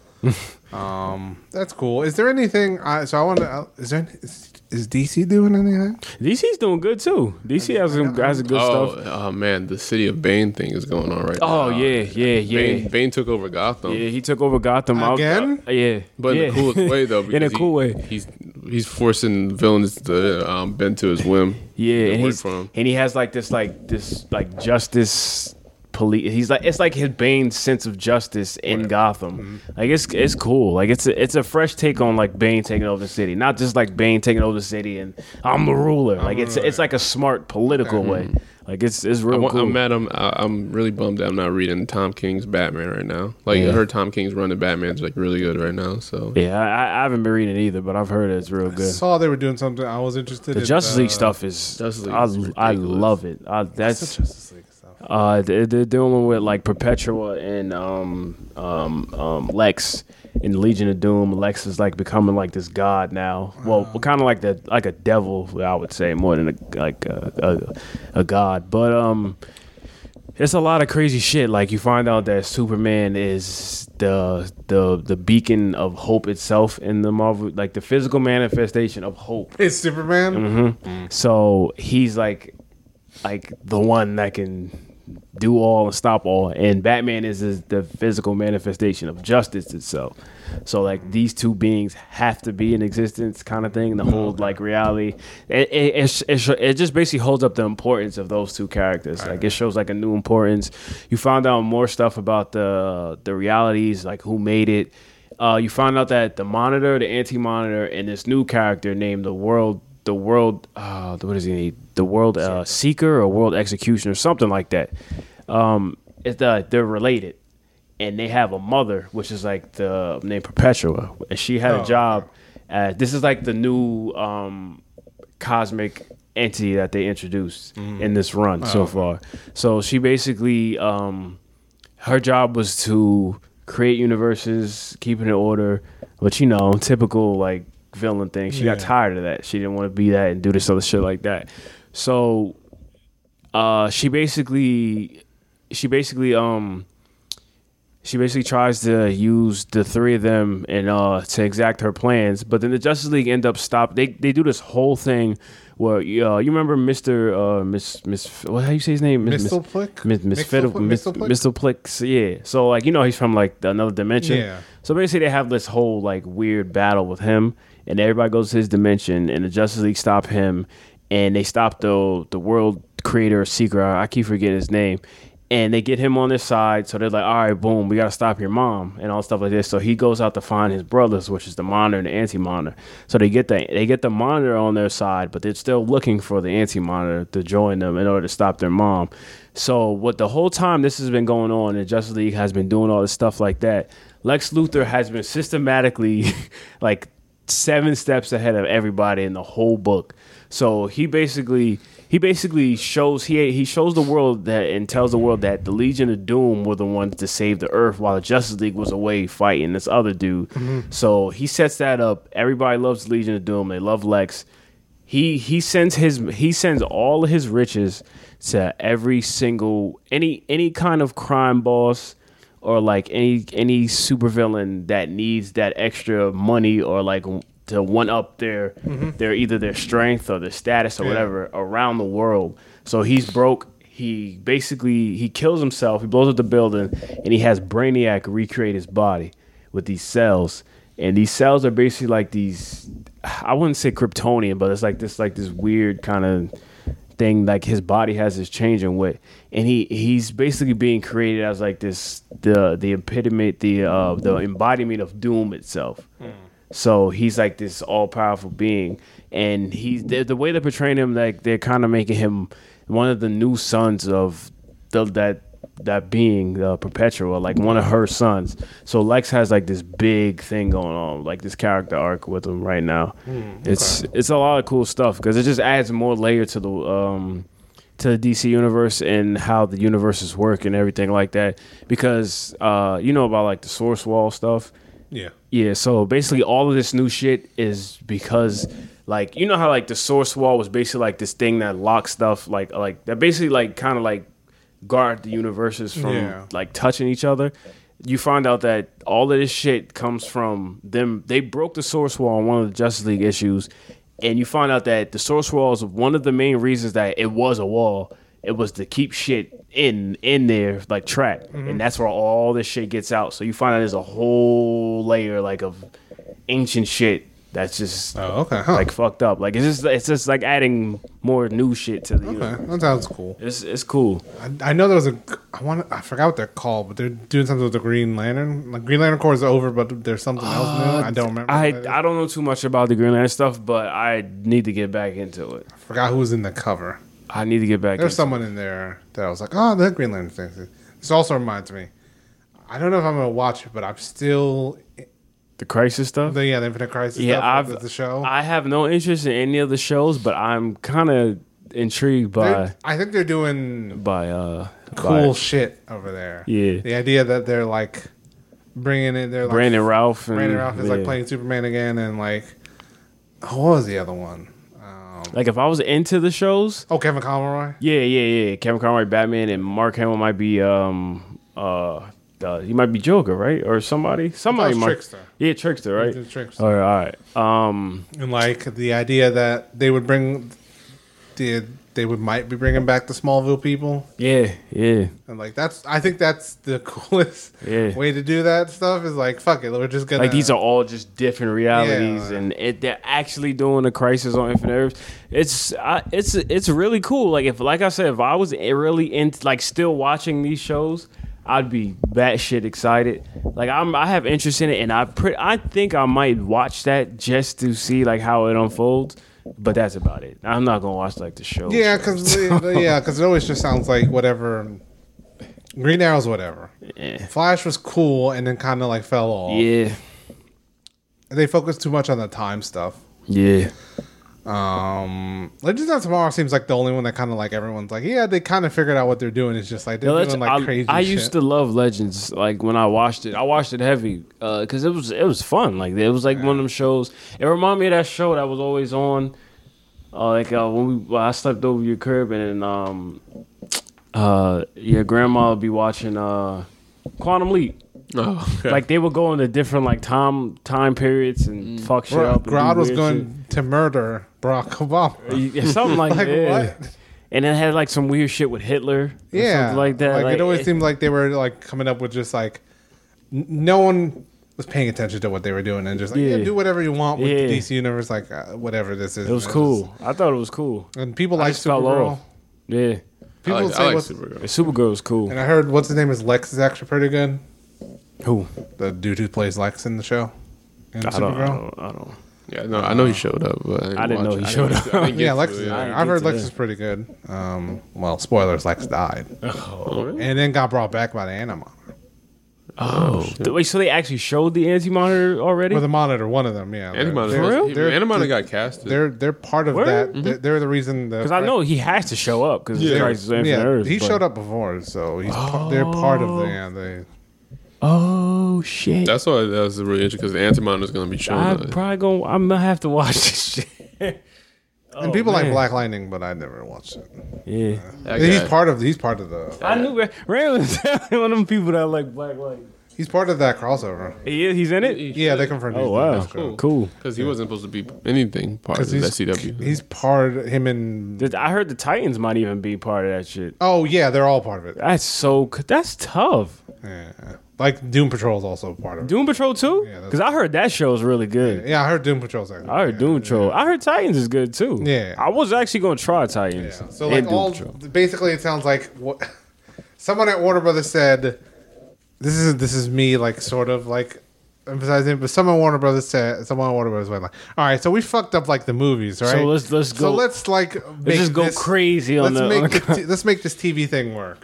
Speaker 1: Um, that's cool. Is there anything? I, so I want to. Is there? any- Is, is DC doing anything?
Speaker 3: DC's doing good too. DC has some has some good
Speaker 2: Oh,
Speaker 3: stuff.
Speaker 2: oh, man, the City of Bane thing is going on right now.
Speaker 1: Uh,
Speaker 3: Oh yeah, yeah, yeah.
Speaker 2: Bane, Bane took over Gotham.
Speaker 3: Yeah, he took over Gotham I-
Speaker 1: Again?
Speaker 3: uh, yeah,
Speaker 2: But
Speaker 3: yeah.
Speaker 2: in the coolest way, though.
Speaker 3: in a
Speaker 2: because
Speaker 3: cool
Speaker 2: he-
Speaker 3: way.
Speaker 2: He's he's forcing villains to um, bend to his whim.
Speaker 3: Yeah,
Speaker 2: and
Speaker 3: and, he's,
Speaker 2: work for him.
Speaker 3: and he has like this like this like justice police. He's like it's like his Bane's sense of justice in Gotham. Like it's it's cool. Like it's a, it's a fresh take on like Bane taking over the city, not just like Bane taking over the city and I'm the ruler. like it's it's like a smart political way. Like it's it's real
Speaker 2: I'm,
Speaker 3: cool.
Speaker 2: I'm mad. I'm I- I'm really bummed that I'm not reading Tom King's Batman right now. Like I heard Tom King's run to Batman's like really good right now. So
Speaker 3: yeah, I, I haven't been reading it either, but I've heard it's real
Speaker 1: I
Speaker 3: good.
Speaker 1: saw they were doing something. I was interested.
Speaker 3: The
Speaker 1: in,
Speaker 3: Justice League
Speaker 1: uh,
Speaker 3: stuff is,
Speaker 2: Justice League
Speaker 3: I,
Speaker 2: is
Speaker 3: I
Speaker 2: ridiculous.
Speaker 3: love it. I, that's
Speaker 1: The Justice League stuff.
Speaker 3: Uh, they- they're dealing with like Perpetua and um, um, um, Lex in Legion of Doom. Lex is like becoming like this god now. Well, kind of like the like a devil, I would say, more than a, like a, a, a god. But um, it's a lot of crazy shit. Like you find out that Superman is the the the beacon of hope itself in the Marvel, like the physical manifestation of hope.
Speaker 1: It's Superman.
Speaker 3: Mm-hmm. So he's like, like the one that can do all and stop all, and Batman is, is the physical manifestation of justice itself. So like these two beings have to be in existence, kind of thing. The whole like reality, it it, it, sh- it, sh- it just basically holds up the importance of those two characters. Like it shows like a new importance. You found out more stuff about the the realities, like who made it. Uh, you found out that the monitor, the anti-monitor, and this new character named the world the world uh what is he the world uh, seeker or world executioner something like that um it's the, they're related and they have a mother which is like the name perpetua and she had a
Speaker 1: Oh,
Speaker 3: job at, this is like the new um cosmic entity that they introduced in this run so far so she basically um her job was to create universes, keep it in order, but you know, typical like villain thing. She got
Speaker 1: Yeah.
Speaker 3: tired of that. She didn't want to be that and do this other shit like that. So uh she basically she basically um she basically tries to use the three of them and uh to exact her plans, but then the Justice League end up stop. They they do this whole thing where uh, you remember Mister uh Miss Miss what how you say his name Miss- Miss-
Speaker 1: Mistleplick?
Speaker 3: Miss Miss Fiddle
Speaker 1: Mixelplick?
Speaker 3: Miss
Speaker 1: Mixelplick?
Speaker 3: Miss Mistleplick's, yeah. So like you know he's from like another dimension.
Speaker 1: Yeah.
Speaker 3: So basically they have this whole like weird battle with him, and everybody goes to his dimension, and the Justice League stop him, and they stop the the world creator or seeker. I I keep forgetting his name. And they get him on their side, so they're like, "All right, boom, we gotta stop your mom and all stuff like this." So he goes out to find his brothers, which is the monitor and the anti-monitor. So they get the they get the monitor on their side, but they're still looking for the anti-monitor to join them in order to stop their mom. So what the whole time this has been going on, the Justice League has been doing all this stuff like that. Lex Luthor has been systematically like seven steps ahead of everybody in the whole book. So he basically he basically shows he he shows the world that and tells the world that the Legion of Doom were the ones to save the Earth while the Justice League was away fighting this other dude. So he sets that up. Everybody loves Legion of Doom. They love Lex he he sends his he sends all of his riches to every single any any kind of crime boss or like any any supervillain that needs that extra money or like w- to one up their their either their strength or their status or whatever around the world. So he's broke. He basically he kills himself. He blows up the building, and he has Brainiac recreate his body with these cells. And these cells are basically like these. I wouldn't say Kryptonian, but it's like this like this weird kind of thing like his body has is changing with and he he's basically being created as like this the the epitome the uh the embodiment of doom itself so he's like this all-powerful being and he's the, the way they're portraying him like they're kind of making him one of the new sons of the, that that being uh, perpetua like one of her sons so lex has like this big thing going on like this character arc with him right now it's it's a lot of cool stuff because it just adds more layer to the um to the dc universe and how the universes work and everything like that because uh you know about like the source wall stuff
Speaker 1: Yeah.
Speaker 3: yeah, so basically all of this new shit is because like you know how like the source wall was basically like this thing that locks stuff like like that basically like kind of like guard the universes from
Speaker 1: Yeah.
Speaker 3: like touching each other. You find out that all of this shit comes from them. They broke the source wall in one of the Justice League issues, and you find out that the source wall is one of the main reasons that it was a wall. It was to keep shit in in there like trapped,
Speaker 1: Mm-hmm.
Speaker 3: and that's where all this shit gets out. So you find out there's a whole layer like of ancient shit that's just
Speaker 1: Oh, okay. Huh.
Speaker 3: like fucked up. Like it's just it's just like adding more new shit to the. universe.
Speaker 1: okay. That sounds cool.
Speaker 3: It's it's cool.
Speaker 1: I, I know there was a. I want. I forgot what they're called, but they're doing something with the Green Lantern. Like Green Lantern Corps is over, but there's something else new. I don't remember.
Speaker 3: Uh, I
Speaker 1: what it is.
Speaker 3: I don't know too much about the Green Lantern stuff, but I need to get back into it.
Speaker 1: forgot who was in the cover.
Speaker 3: I need to get back.
Speaker 1: There's
Speaker 3: into
Speaker 1: someone in there that I was like, oh, the Green Lantern thing. This also reminds me. I don't know if I'm gonna watch it, but I'm still.
Speaker 3: the Crisis stuff.
Speaker 1: The, yeah, the Infinite Crisis.
Speaker 3: yeah,
Speaker 1: stuff,
Speaker 3: I've
Speaker 1: like, the show.
Speaker 3: I have no interest in any of the shows, but I'm kind of intrigued by
Speaker 1: They're- I think they're doing
Speaker 3: by uh
Speaker 1: cool
Speaker 3: by
Speaker 1: shit over there.
Speaker 3: Yeah.
Speaker 1: The idea that they're like bringing in their like,
Speaker 3: Brandon Ralph. And,
Speaker 1: Brandon Ralph is like
Speaker 3: yeah.
Speaker 1: playing Superman again, and like oh, what was the other one? Um,
Speaker 3: Like if I was into the shows,
Speaker 1: oh, Kevin Conroy.
Speaker 3: yeah, yeah, yeah. Kevin Conroy, Batman, and Mark Hamill might be um uh. Uh, he might be Joker, right, or somebody. Somebody
Speaker 1: was
Speaker 3: might.
Speaker 1: Trickster.
Speaker 3: Yeah, Trickster, right?
Speaker 1: The tricks.
Speaker 3: All right, all right. Um,
Speaker 1: And like the idea that they would bring the they would might be bringing back the Smallville people,
Speaker 3: Yeah, yeah.
Speaker 1: and like that's I think that's the coolest
Speaker 3: Yeah.
Speaker 1: way to do that stuff is like fuck it, we're just gonna
Speaker 3: Like these are all just different realities,
Speaker 1: Yeah.
Speaker 3: and it, they're actually doing a crisis on Infinite Earths. It's I, it's it's really cool. Like if like I said, if I was really into like still watching these shows, I'd be batshit excited. Like I'm I have interest in it, and I pre- I think I might watch that just to see like how it unfolds. But that's about it. I'm not gonna watch like the show.
Speaker 1: yeah, because yeah, because it always just sounds like whatever. Green Arrow's whatever.
Speaker 3: yeah,
Speaker 1: Flash was cool, and then kind of like fell off.
Speaker 3: yeah,
Speaker 1: They focused too much on the time stuff.
Speaker 3: yeah.
Speaker 1: Um, Legends of Tomorrow seems like the only one that kind of like everyone's like, yeah, they kind of figured out what they're doing. It's just like they're
Speaker 3: Yeah,
Speaker 1: doing
Speaker 3: Legend-
Speaker 1: like
Speaker 3: I,
Speaker 1: crazy.
Speaker 3: I
Speaker 1: shit.
Speaker 3: used to love Legends. Like when I watched it, I watched it heavy because it was it was fun. Like it was like one of them shows. It reminded me of that show that was always on. Uh, like uh, when we well, I slept over your crib and then, um, uh, your grandma would be watching uh, Quantum Leap.
Speaker 2: Oh, okay.
Speaker 3: Like they would go into different like time time periods and fuck shit
Speaker 1: Bro,
Speaker 3: up. and do
Speaker 1: Grodd was
Speaker 3: weird
Speaker 1: going to murder Barack Obama.
Speaker 3: shit. Yeah, something like,
Speaker 1: Like,
Speaker 3: that.
Speaker 1: what?
Speaker 3: And it had like some weird shit with Hitler. or
Speaker 1: Yeah,
Speaker 3: something like that.
Speaker 1: it always
Speaker 3: it-
Speaker 1: seemed like they were like coming up with just like n- no one was paying attention to what they were doing and just like yeah,
Speaker 3: Yeah.
Speaker 1: do whatever you want with
Speaker 3: Yeah.
Speaker 1: the DC universe, like uh, whatever this is.
Speaker 3: it was cool. I thought it was cool.
Speaker 1: and people like
Speaker 3: just fell
Speaker 1: Supergirl.
Speaker 3: off. Yeah.
Speaker 1: People
Speaker 2: I like,
Speaker 1: say
Speaker 2: I like
Speaker 1: what's-
Speaker 2: Supergirl.
Speaker 3: The Supergirl is cool.
Speaker 1: And I heard what's his name is Lex is actually pretty good.
Speaker 3: Who?
Speaker 1: The dude who plays Lex in the show. In
Speaker 3: I don't, I
Speaker 1: Supergirl.
Speaker 3: don't. I don't.
Speaker 2: Yeah, no, I know he showed up, but I, didn't
Speaker 3: Uh, I didn't
Speaker 2: watch
Speaker 3: know
Speaker 2: it.
Speaker 3: he
Speaker 2: I
Speaker 3: showed
Speaker 2: didn't- I didn't get
Speaker 1: Yeah,
Speaker 2: to
Speaker 1: Lex
Speaker 2: it.
Speaker 1: is
Speaker 3: I
Speaker 1: there. I've
Speaker 3: didn't get
Speaker 1: heard
Speaker 3: to
Speaker 1: Lex
Speaker 3: that.
Speaker 1: is pretty good. Um, well, spoilers, Lex died.
Speaker 2: Oh,
Speaker 1: And then got brought back by the Animon.
Speaker 3: Oh, wait. So they actually showed the anti monitor already?
Speaker 1: Or the Monitor, one of them, yeah.
Speaker 2: Animata,
Speaker 1: They're-
Speaker 2: was- he-
Speaker 1: They're,
Speaker 2: Animata
Speaker 1: they're,
Speaker 2: got casted.
Speaker 1: they're, they're part of
Speaker 3: Word?
Speaker 1: that. They're, they're the reason.
Speaker 3: Because I know he has to show up because yeah. Christ is on
Speaker 1: yeah,
Speaker 3: Earth.
Speaker 1: he
Speaker 3: but-
Speaker 1: showed up before, so he's par- they're part of the. Yeah, the
Speaker 3: Oh shit!
Speaker 2: That's why that was really interesting because the Antimon is going to be showing.
Speaker 3: I'm
Speaker 2: up.
Speaker 3: probably gonna. I'm gonna have to watch this shit.
Speaker 1: and people like Black Lightning, but I never watched it.
Speaker 3: Yeah.
Speaker 2: That
Speaker 1: he's
Speaker 2: guy.
Speaker 1: part of he's part of the
Speaker 3: I knew Ray, Ray was definitely one of them people that like black light.
Speaker 1: he's part of that crossover.
Speaker 3: He is. He's in it.
Speaker 2: He
Speaker 1: Yeah,
Speaker 2: should.
Speaker 1: they confirmed.
Speaker 3: Oh
Speaker 1: he's
Speaker 3: wow.
Speaker 1: That's
Speaker 3: Cool.
Speaker 1: cool.
Speaker 2: Because he wasn't supposed to be anything part of
Speaker 1: 'Cause
Speaker 2: that
Speaker 1: he's-
Speaker 2: CW.
Speaker 1: He's part him and
Speaker 3: Did- I heard the Titans might even be part of that shit.
Speaker 1: oh yeah, they're all part of it.
Speaker 3: That's so. c- That's tough.
Speaker 1: Yeah. Like Doom Patrol is also part of it.
Speaker 3: Doom Patrol too.
Speaker 1: Yeah, that's-
Speaker 3: Because I heard that show is really good.
Speaker 1: Yeah, I heard Doom Patrol's actually.
Speaker 3: I heard
Speaker 1: yeah,
Speaker 3: Doom Patrol. I heard Titans is good too.
Speaker 1: Yeah.
Speaker 3: I was actually gonna try Titans.
Speaker 1: Yeah. So
Speaker 3: and
Speaker 1: like
Speaker 3: Doom
Speaker 1: all
Speaker 3: Patrol.
Speaker 1: basically, it sounds like what someone at Warner Brothers said. This is this is me like sort of like emphasizing, but someone at Warner Brothers said someone at Warner Brothers went like, all right, so we fucked up like the movies, right?
Speaker 3: let's- let's
Speaker 1: So
Speaker 3: go-
Speaker 1: let's like make
Speaker 3: just go
Speaker 1: this-
Speaker 3: crazy on
Speaker 1: let's
Speaker 3: the- on
Speaker 1: make
Speaker 3: the
Speaker 1: the t- let's make this TV thing work.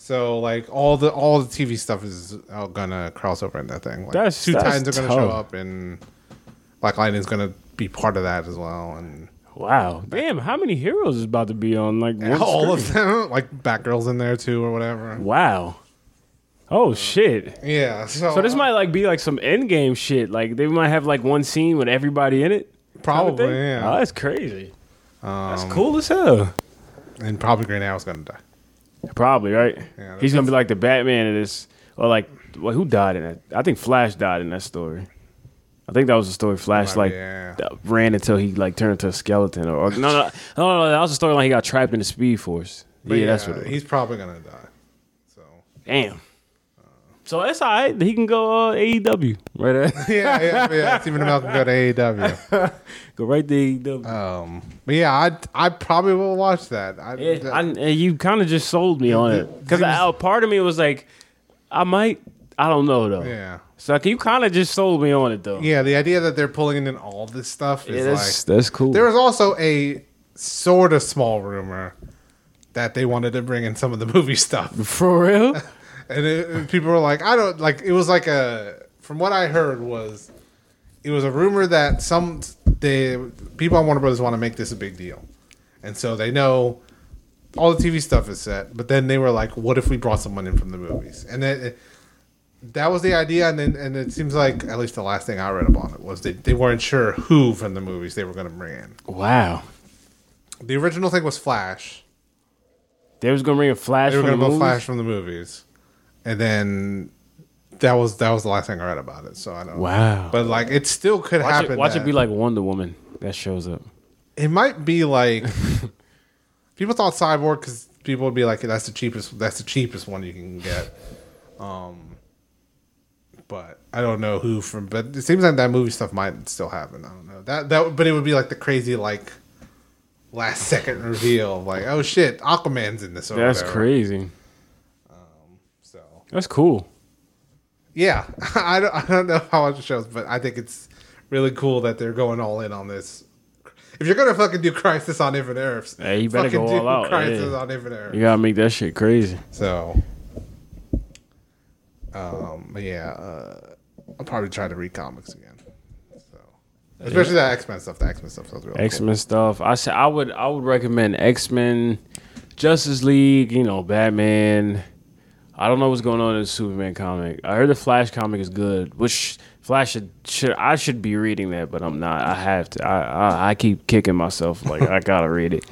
Speaker 1: So like all the all the TV stuff is all gonna cross over in that thing. Like
Speaker 3: That's-
Speaker 1: two
Speaker 3: that's
Speaker 1: times are gonna show
Speaker 3: tough.
Speaker 1: up, and Black Lightning's gonna be part of that as well, and.
Speaker 3: Wow. Damn, how many heroes is about to be on like one
Speaker 1: all
Speaker 3: screen?
Speaker 1: of them, like Batgirl's in there too, or whatever.
Speaker 3: Wow. Oh shit.
Speaker 1: Yeah. So,
Speaker 3: So this might like be like some end game shit. Like they might have like one scene with everybody in it. kind of
Speaker 1: Probably,
Speaker 3: thing?
Speaker 1: yeah. Um,
Speaker 3: Oh, that's crazy. that's cool as hell.
Speaker 1: and probably Green Arrow's gonna die.
Speaker 3: Probably right.
Speaker 1: that's-
Speaker 3: He's gonna be like the Batman in this, or like well, who died in that? I think Flash died in that story. I think that was the story Flash
Speaker 1: Might
Speaker 3: like
Speaker 1: be, yeah.
Speaker 3: th- ran until he like turned into a skeleton, or, or- no, no, no, no, no, that was the storyline he got trapped in the Speed Force. Yeah,
Speaker 1: But
Speaker 3: that's what. It was.
Speaker 1: He's probably gonna die. So
Speaker 3: Damn.
Speaker 1: Uh.
Speaker 3: So that's all right. He can go uh, AEW right there.
Speaker 1: yeah, yeah, yeah. Stephen Malcolm go to AEW.
Speaker 3: go right to E AEW.
Speaker 1: Um, but yeah, I I probably will watch that. I,
Speaker 3: Yeah,
Speaker 1: that-
Speaker 3: I, and you kind of just sold me on it because a part of me was like, I might, I don't know though.
Speaker 1: yeah,
Speaker 3: So like, you kind of just sold me on it though.
Speaker 1: yeah. The idea that they're pulling in all this stuff is like
Speaker 3: that's cool.
Speaker 1: there was also a sort of small rumor that they wanted to bring in some of the movie stuff.
Speaker 3: For real?
Speaker 1: and it, and people were like, I don't like. It was like a from what I heard was it was a rumor that some the people on Warner Brothers want to make this a big deal, and so they know all the TV stuff is set. But then they were like, what if we brought someone in from the movies? And then. That was the idea, and then, and it seems like at least the last thing I read about it was they, they weren't sure who from the movies they were going to bring in.
Speaker 3: wow.
Speaker 1: The original thing was Flash,
Speaker 3: They was gonna bring a flash.
Speaker 1: they were
Speaker 3: from
Speaker 1: gonna
Speaker 3: the
Speaker 1: go
Speaker 3: movies?
Speaker 1: Flash from the movies, and then that was that was the last thing I read about it. So I don't.
Speaker 3: Wow.
Speaker 1: But like, it still could
Speaker 3: watch
Speaker 1: happen.
Speaker 3: it, watch it
Speaker 1: that-
Speaker 3: be like Wonder Woman that shows up.
Speaker 1: It might be like. people thought Cyborg because people would be like, "That's the cheapest. That's the cheapest one you can get." Um. But I don't know who from. But it seems like that movie stuff might still happen. I don't know that that. But it would be like the crazy like. Last second reveal, like oh shit, Aquaman's in this. Or
Speaker 3: That's
Speaker 1: whatever.
Speaker 3: crazy.
Speaker 1: So
Speaker 3: That's cool.
Speaker 1: yeah, I don't, I don't know how much it shows, but I think it's really cool that they're going all in on this. If you're gonna fucking do Crisis on Infinite Earths,
Speaker 3: Hey, you better
Speaker 1: fucking
Speaker 3: go all out,
Speaker 1: Crisis
Speaker 3: yeah.
Speaker 1: on Infinite Earths.
Speaker 3: You gotta make that shit crazy.
Speaker 1: So, um, but yeah, uh, I'll probably try to read comics again. So, especially that X Men stuff. The X Men stuff sounds really
Speaker 3: X Men stuff. I said I would I would recommend X Men, Justice League. You know, Batman. I don't know what's going on in the Superman comic. I heard the Flash comic is good, which Flash should, should I should be reading that, but I'm not. I have to. I I, I keep kicking myself like I gotta read it.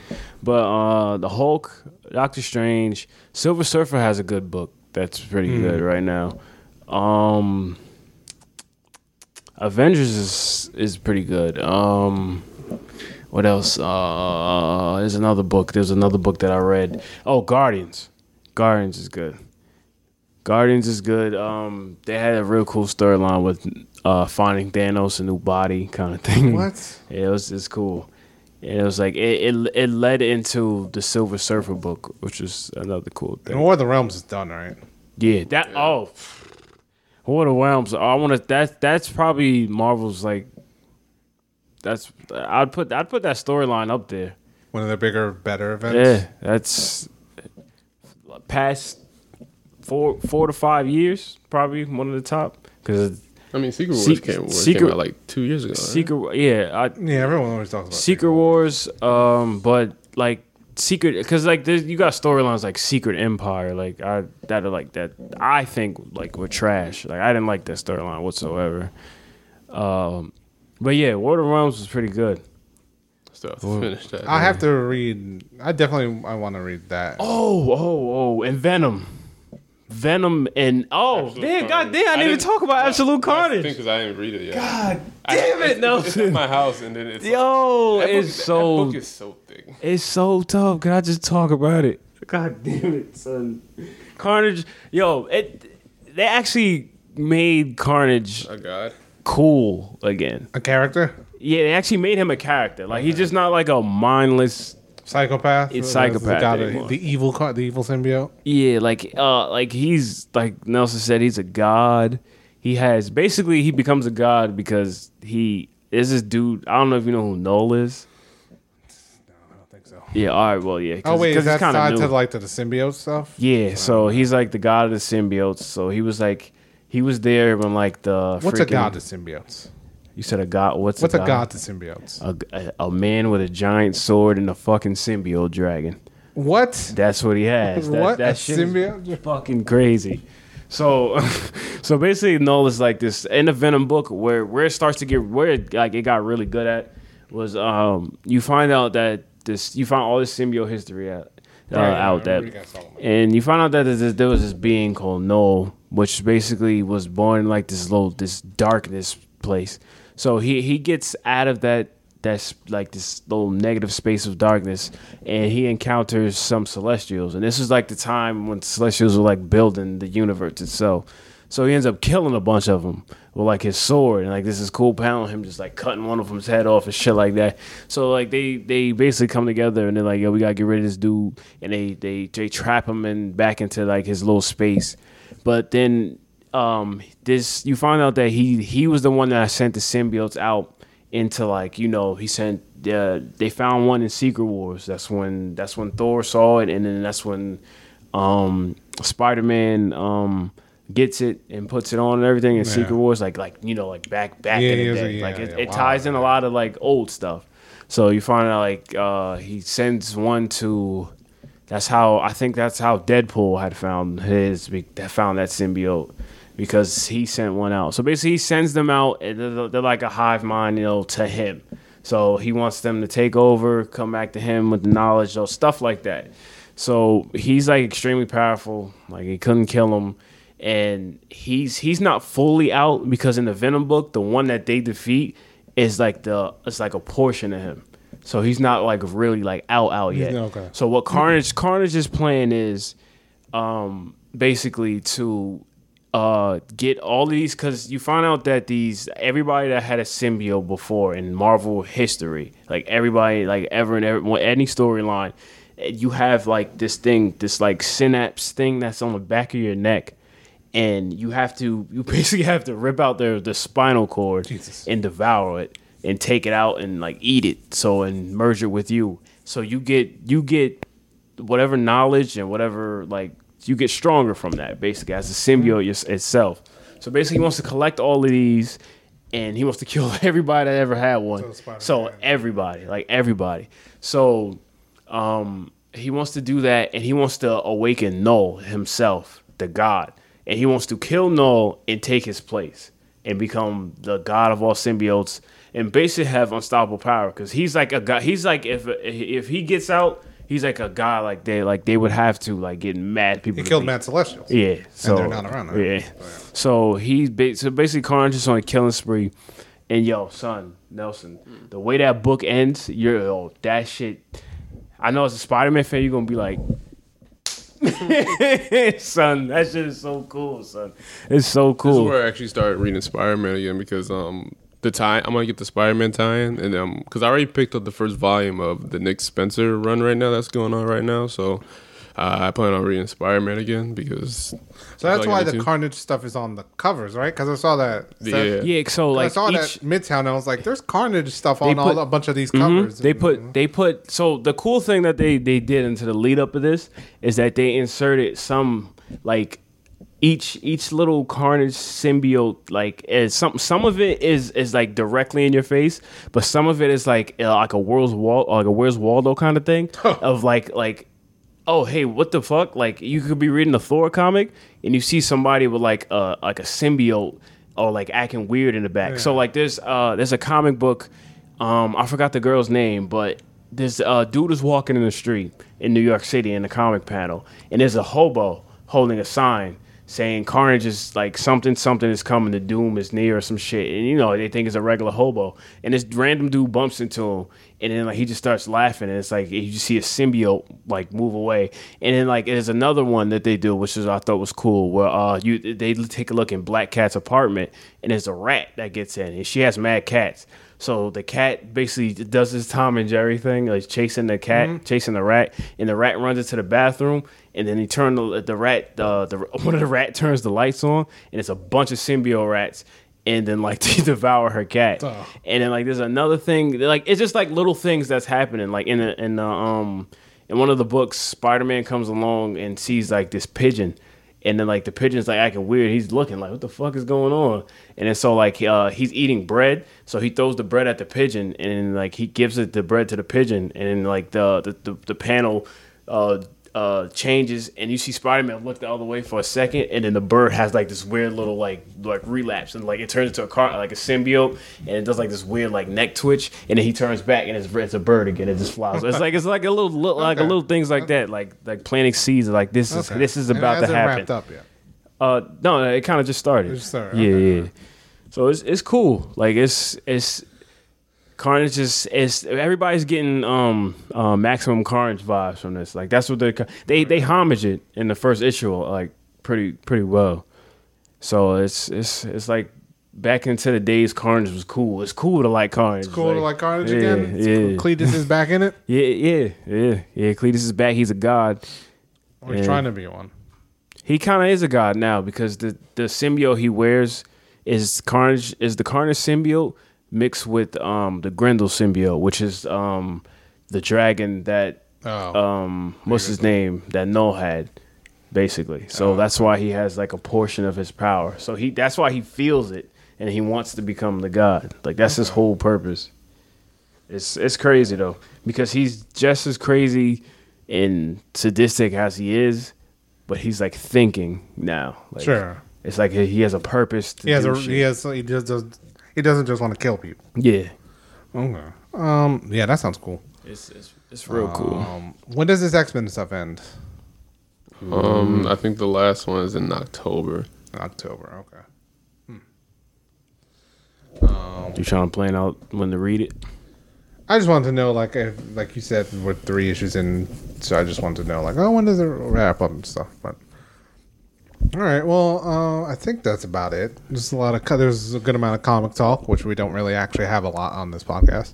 Speaker 3: But uh the Hulk, Doctor Strange, Silver Surfer has a good book that's pretty good right now. Um Avengers is is pretty good. Um what else? Uh, there's another book. There's another book that I read. Oh, Guardians. Guardians is good. Guardians is good. Um, they had a real cool storyline with uh, finding Thanos a new body kind of thing.
Speaker 1: cool. What?
Speaker 3: Yeah, it was it's cool. And it was like it, it it led into the Silver Surfer book, which is another cool
Speaker 1: And
Speaker 3: thing.
Speaker 1: War of the Realms is done, right?
Speaker 3: Yeah, that oh, what a Realms. I want to that that's probably Marvel's like. That's I'd put I'd put that storyline up there.
Speaker 1: One of the bigger, better events.
Speaker 3: Yeah, that's past four four to five years, probably one of the top. Because
Speaker 2: I mean, Secret Wars
Speaker 3: Sec-
Speaker 2: came, Wars came
Speaker 3: Secret-
Speaker 2: out like two years ago. right?
Speaker 3: Secret, yeah, I,
Speaker 1: Yeah, everyone always talks about
Speaker 3: Secret Wars. Um, but like Secret, because like there's, you got storylines like Secret Empire, like I that are like that. I think like were trash. Like I didn't like that storyline whatsoever. Um, but yeah, War of the Realms was pretty good.
Speaker 2: Still So finish that.
Speaker 1: I have to read. I definitely I want to read that.
Speaker 5: Oh, oh, oh, and Venom. Venom and oh,
Speaker 2: Absolute
Speaker 5: damn,
Speaker 2: Carnage.
Speaker 5: god damn, I didn't even talk about Absolute Carnage.
Speaker 2: because I didn't read it yet.
Speaker 5: god
Speaker 2: I-
Speaker 5: damn
Speaker 2: it's-
Speaker 5: it, no.
Speaker 2: It's at my house, and then it's
Speaker 3: Yo,
Speaker 2: like, that
Speaker 3: it's
Speaker 2: book-
Speaker 3: so
Speaker 2: That book is so thick.
Speaker 3: it's so tough. Can I just talk about it?
Speaker 5: God damn it, son.
Speaker 3: Carnage, yo, it they actually made Carnage
Speaker 2: Oh God.
Speaker 3: cool again.
Speaker 1: A character,
Speaker 3: Yeah, they actually made him a character. Like he's just not like a mindless.
Speaker 1: psychopath.
Speaker 3: It's
Speaker 1: That's the
Speaker 3: psychopath
Speaker 1: guy that-
Speaker 3: anymore.
Speaker 1: the evil, car, the evil symbiote.
Speaker 3: Yeah, like uh, like he's like Nelson said, he's a god. He has basically he becomes a god because he is this dude. I don't know if you know who Null is.
Speaker 1: I don't think so.
Speaker 3: Yeah, all right, well, yeah. 'cause-
Speaker 1: Oh wait,
Speaker 3: 'cause
Speaker 1: is
Speaker 3: he's
Speaker 1: that
Speaker 3: kinda
Speaker 1: tied
Speaker 3: new.
Speaker 1: to like to the symbiote stuff?
Speaker 3: Yeah, so he's like the god of the symbiotes. So he was like, he was there when like the
Speaker 1: What's a
Speaker 3: freaking-
Speaker 1: god to symbiotes?
Speaker 3: You said a god. What's
Speaker 1: What's
Speaker 3: a
Speaker 1: a god to symbiotes?
Speaker 3: A, a, a man with a giant sword and a fucking symbiote dragon.
Speaker 1: What?
Speaker 3: That's what he has. That,
Speaker 1: what?
Speaker 3: That
Speaker 1: a
Speaker 3: shit is
Speaker 1: symbiote?
Speaker 3: fucking crazy. So, so basically, Null is like this in the Venom book where where it starts to get where it, like it got really good at was um you find out that this you find all this symbiote history out uh,
Speaker 1: Right, I
Speaker 3: out that
Speaker 1: remember you guys talking about
Speaker 3: and you find out that there's this, there was this being called Null, which basically was born in like this little this darkness place. So he he gets out of that that's like this little negative space of darkness, and he encounters some Celestials, and this is like the time when Celestials were like building the universe itself. So he ends up killing a bunch of them with like his sword, and like this is cool pound him just like cutting one of them's head off and shit like that. So like they they basically come together and they're like, yo, we gotta get rid of this dude, and they they they trap him and back into like his little space. But then um this you find out that he he was the one that sent the symbiotes out into like you know he sent uh, they found one in Secret Wars. That's when that's when Thor saw it, and then that's when um Spider Man um gets it and puts it on and everything in Secret Wars. Like like you know like back back
Speaker 1: Yeah,
Speaker 3: in
Speaker 1: yeah,
Speaker 3: the day.
Speaker 1: yeah,
Speaker 3: like it,
Speaker 1: yeah,
Speaker 3: it
Speaker 1: wow.
Speaker 3: ties in a lot of like old stuff. So you find out like uh he sends one to. That's how I think that's how Deadpool had found his be- that found that symbiote because he sent one out. So basically, he sends them out, and they're, they're like a hive mind, you know, to him. So he wants them to take over, come back to him with the knowledge, or stuff like that. So he's like extremely powerful. Like he couldn't kill him, and he's he's not fully out because in the Venom book, the one that they defeat is like the it's like a portion of him. So he's not like really like out out yet.
Speaker 1: okay.
Speaker 3: So what Carnage Carnage's plan is um basically to uh get all these cuz you find out that these everybody that had a symbiote before in Marvel history, like everybody like ever and ever any storyline, eh, you have like this thing, this like synapse thing that's on the back of your neck and you have to you basically have to rip out their the spinal cord and devour it and take it out and like eat it so and merge it with you so you get you get whatever knowledge and whatever like you get stronger from that basically as a symbiote yours- itself so basically he wants to collect all of these and he wants to kill everybody that ever had one
Speaker 1: Spider-Man.
Speaker 3: so everybody like everybody so um, he wants to do that, and he wants to awaken Null himself, the god, and he wants to kill Null and take his place and become the god of all symbiotes, and basically have unstoppable power because he's like a god. He's like if if he gets out, he's like a god. Like they like they would have to like get mad people.
Speaker 1: He
Speaker 3: to
Speaker 1: killed
Speaker 3: beat.
Speaker 1: Matt Celestials.
Speaker 3: Yeah, so
Speaker 1: they're not around, right? Oh,
Speaker 3: Yeah, so he's ba- so basically Carnage is on a killing spree, and yo, son Nelson, the way that book ends, you're yo, that shit. I know as a Spider-Man fan, you're gonna be like, son, that shit is so cool, son. It's so
Speaker 2: This is
Speaker 3: cool.
Speaker 2: where I actually started reading Spider Man again because um the tie I'm gonna get the Spider Man tie in and um because I already picked up the first volume of the Nick Spencer run right now that's going on right now so uh, I plan on reading Spider Man again because
Speaker 1: So that's
Speaker 2: I
Speaker 1: why
Speaker 2: need
Speaker 1: the
Speaker 2: to.
Speaker 1: Carnage stuff is on the covers, right? Because I saw that.
Speaker 2: Yeah.
Speaker 3: Yeah, so
Speaker 1: I
Speaker 3: like
Speaker 1: saw
Speaker 3: each,
Speaker 1: that Midtown. And I was like, "There's Carnage stuff on all
Speaker 3: put- Mm-hmm.
Speaker 1: a bunch of these covers."
Speaker 3: They put they put so the cool thing that they they did into the lead up of this is that they inserted some like each each little carnage symbiote like is some some of it is is like directly in your face, but some of it is like uh, like a world's wall like a where's Waldo kind of thing of like like oh hey what the fuck like you could be reading a thor comic and you see somebody with like a like a symbiote or like acting weird in the back so like there's uh there's a comic book Um, I forgot the girl's name, but this uh, dude is walking in the street in New York City in the comic panel, and there's a hobo holding a sign saying Carnage is like something, something is coming, the doom is near, or some shit. And you know, they think it's a regular hobo. And this random dude bumps into him, and then like he just starts laughing, and it's like you just see a symbiote like move away. And then like there's another one that they do, which is I thought was cool, where uh you they take a look in Black Cat's apartment, and there's a rat that gets in, and she has mad cats. So the cat basically does this Tom and Jerry thing, like chasing the cat, chasing the rat, and the rat runs into the bathroom, and then he turns the, the rat, uh, the one of the rat turns the lights on, and it's a bunch of symbiote rats, and then like they devour her cat, and then like there's another thing, like it's just like little things that's happening, like in the in the um in one of the books, Spider Man comes along and sees like this pigeon, and then like the pigeon's like acting weird. He's looking like, what the fuck is going on? And then so like uh, he's eating bread, so he throws the bread at the pigeon, and then, like he gives it the bread to the pigeon, and then like the the, the, the panel uh, uh, changes, and you see Spider Man look the other way for a second, and then the bird has like this weird little like like relapse, and like it turns into a car like a symbiote, and it does like this weird like neck twitch, and then he turns back, and it's, it's a bird again. It just flies. It's like it's like a little, little like a
Speaker 1: Okay.
Speaker 3: little things like that, like like planting seeds. Like this is
Speaker 1: Okay.
Speaker 3: this is
Speaker 1: And it
Speaker 3: about to
Speaker 1: hasn't
Speaker 3: happen.
Speaker 1: Wrapped up yet.
Speaker 3: Uh, no, it kind of just started.
Speaker 1: It just started,
Speaker 3: Yeah,
Speaker 1: okay.
Speaker 3: yeah. So it's it's cool. Like it's it's Carnage is is everybody's getting um uh, maximum Carnage vibes from this. Like that's what they they they homage it in the first issue like pretty pretty well. So it's it's it's like back into the days Carnage was cool. It's cool to like Carnage. It's
Speaker 1: Cool to like Carnage
Speaker 3: yeah,
Speaker 1: again.
Speaker 3: Yeah,
Speaker 1: Cletus is back in it.
Speaker 3: yeah, yeah, yeah, yeah. Cletus is back. He's a god.
Speaker 1: Or he's
Speaker 3: Yeah.
Speaker 1: trying to be one.
Speaker 3: He kind of is a god now because the the symbiote he wears is Carnage is the Carnage symbiote mixed with um the Grendel symbiote, which is um the dragon that
Speaker 1: Oh,
Speaker 3: um what's his name that Null had basically. So
Speaker 1: Oh.
Speaker 3: that's why he has like a portion of his power. So he that's why he feels it and he wants to become the god. Like that's his whole purpose. It's it's crazy though because he's just as crazy and sadistic as he is, but he's like thinking now. Like,
Speaker 1: sure.
Speaker 3: It's like he has a purpose. To
Speaker 1: He has
Speaker 3: do
Speaker 1: a
Speaker 3: shit.
Speaker 1: he has he just does he doesn't just want to kill people.
Speaker 3: yeah.
Speaker 1: Okay. Um. Yeah, that sounds cool.
Speaker 3: It's it's, it's real cool.
Speaker 1: Um. When does this X Men stuff end?
Speaker 2: Um, I think the last one is in October.
Speaker 1: In October. Okay.
Speaker 3: You trying to plan out when to read it?
Speaker 1: I just wanted to know, like, if, like you said, we're three issues in, so I just wanted to know, like, oh, when does it wrap up and stuff. But all right, well, uh, I think that's about it. There's a lot of co- there's a good amount of comic talk, which we don't really actually have a lot on this podcast.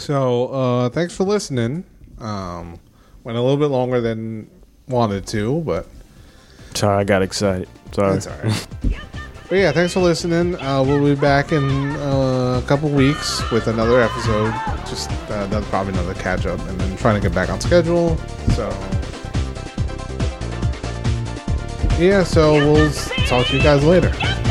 Speaker 1: So uh, thanks for listening. Um, went a little bit longer than wanted to, but
Speaker 3: Sorry, I got excited. Sorry.
Speaker 1: that's all right. But yeah, thanks for listening. Uh, we'll be back in uh, a couple weeks with another episode. Just uh, another, probably another catch up, and then trying to get back on schedule. So yeah, so we'll s- talk to you guys later.
Speaker 6: Yep,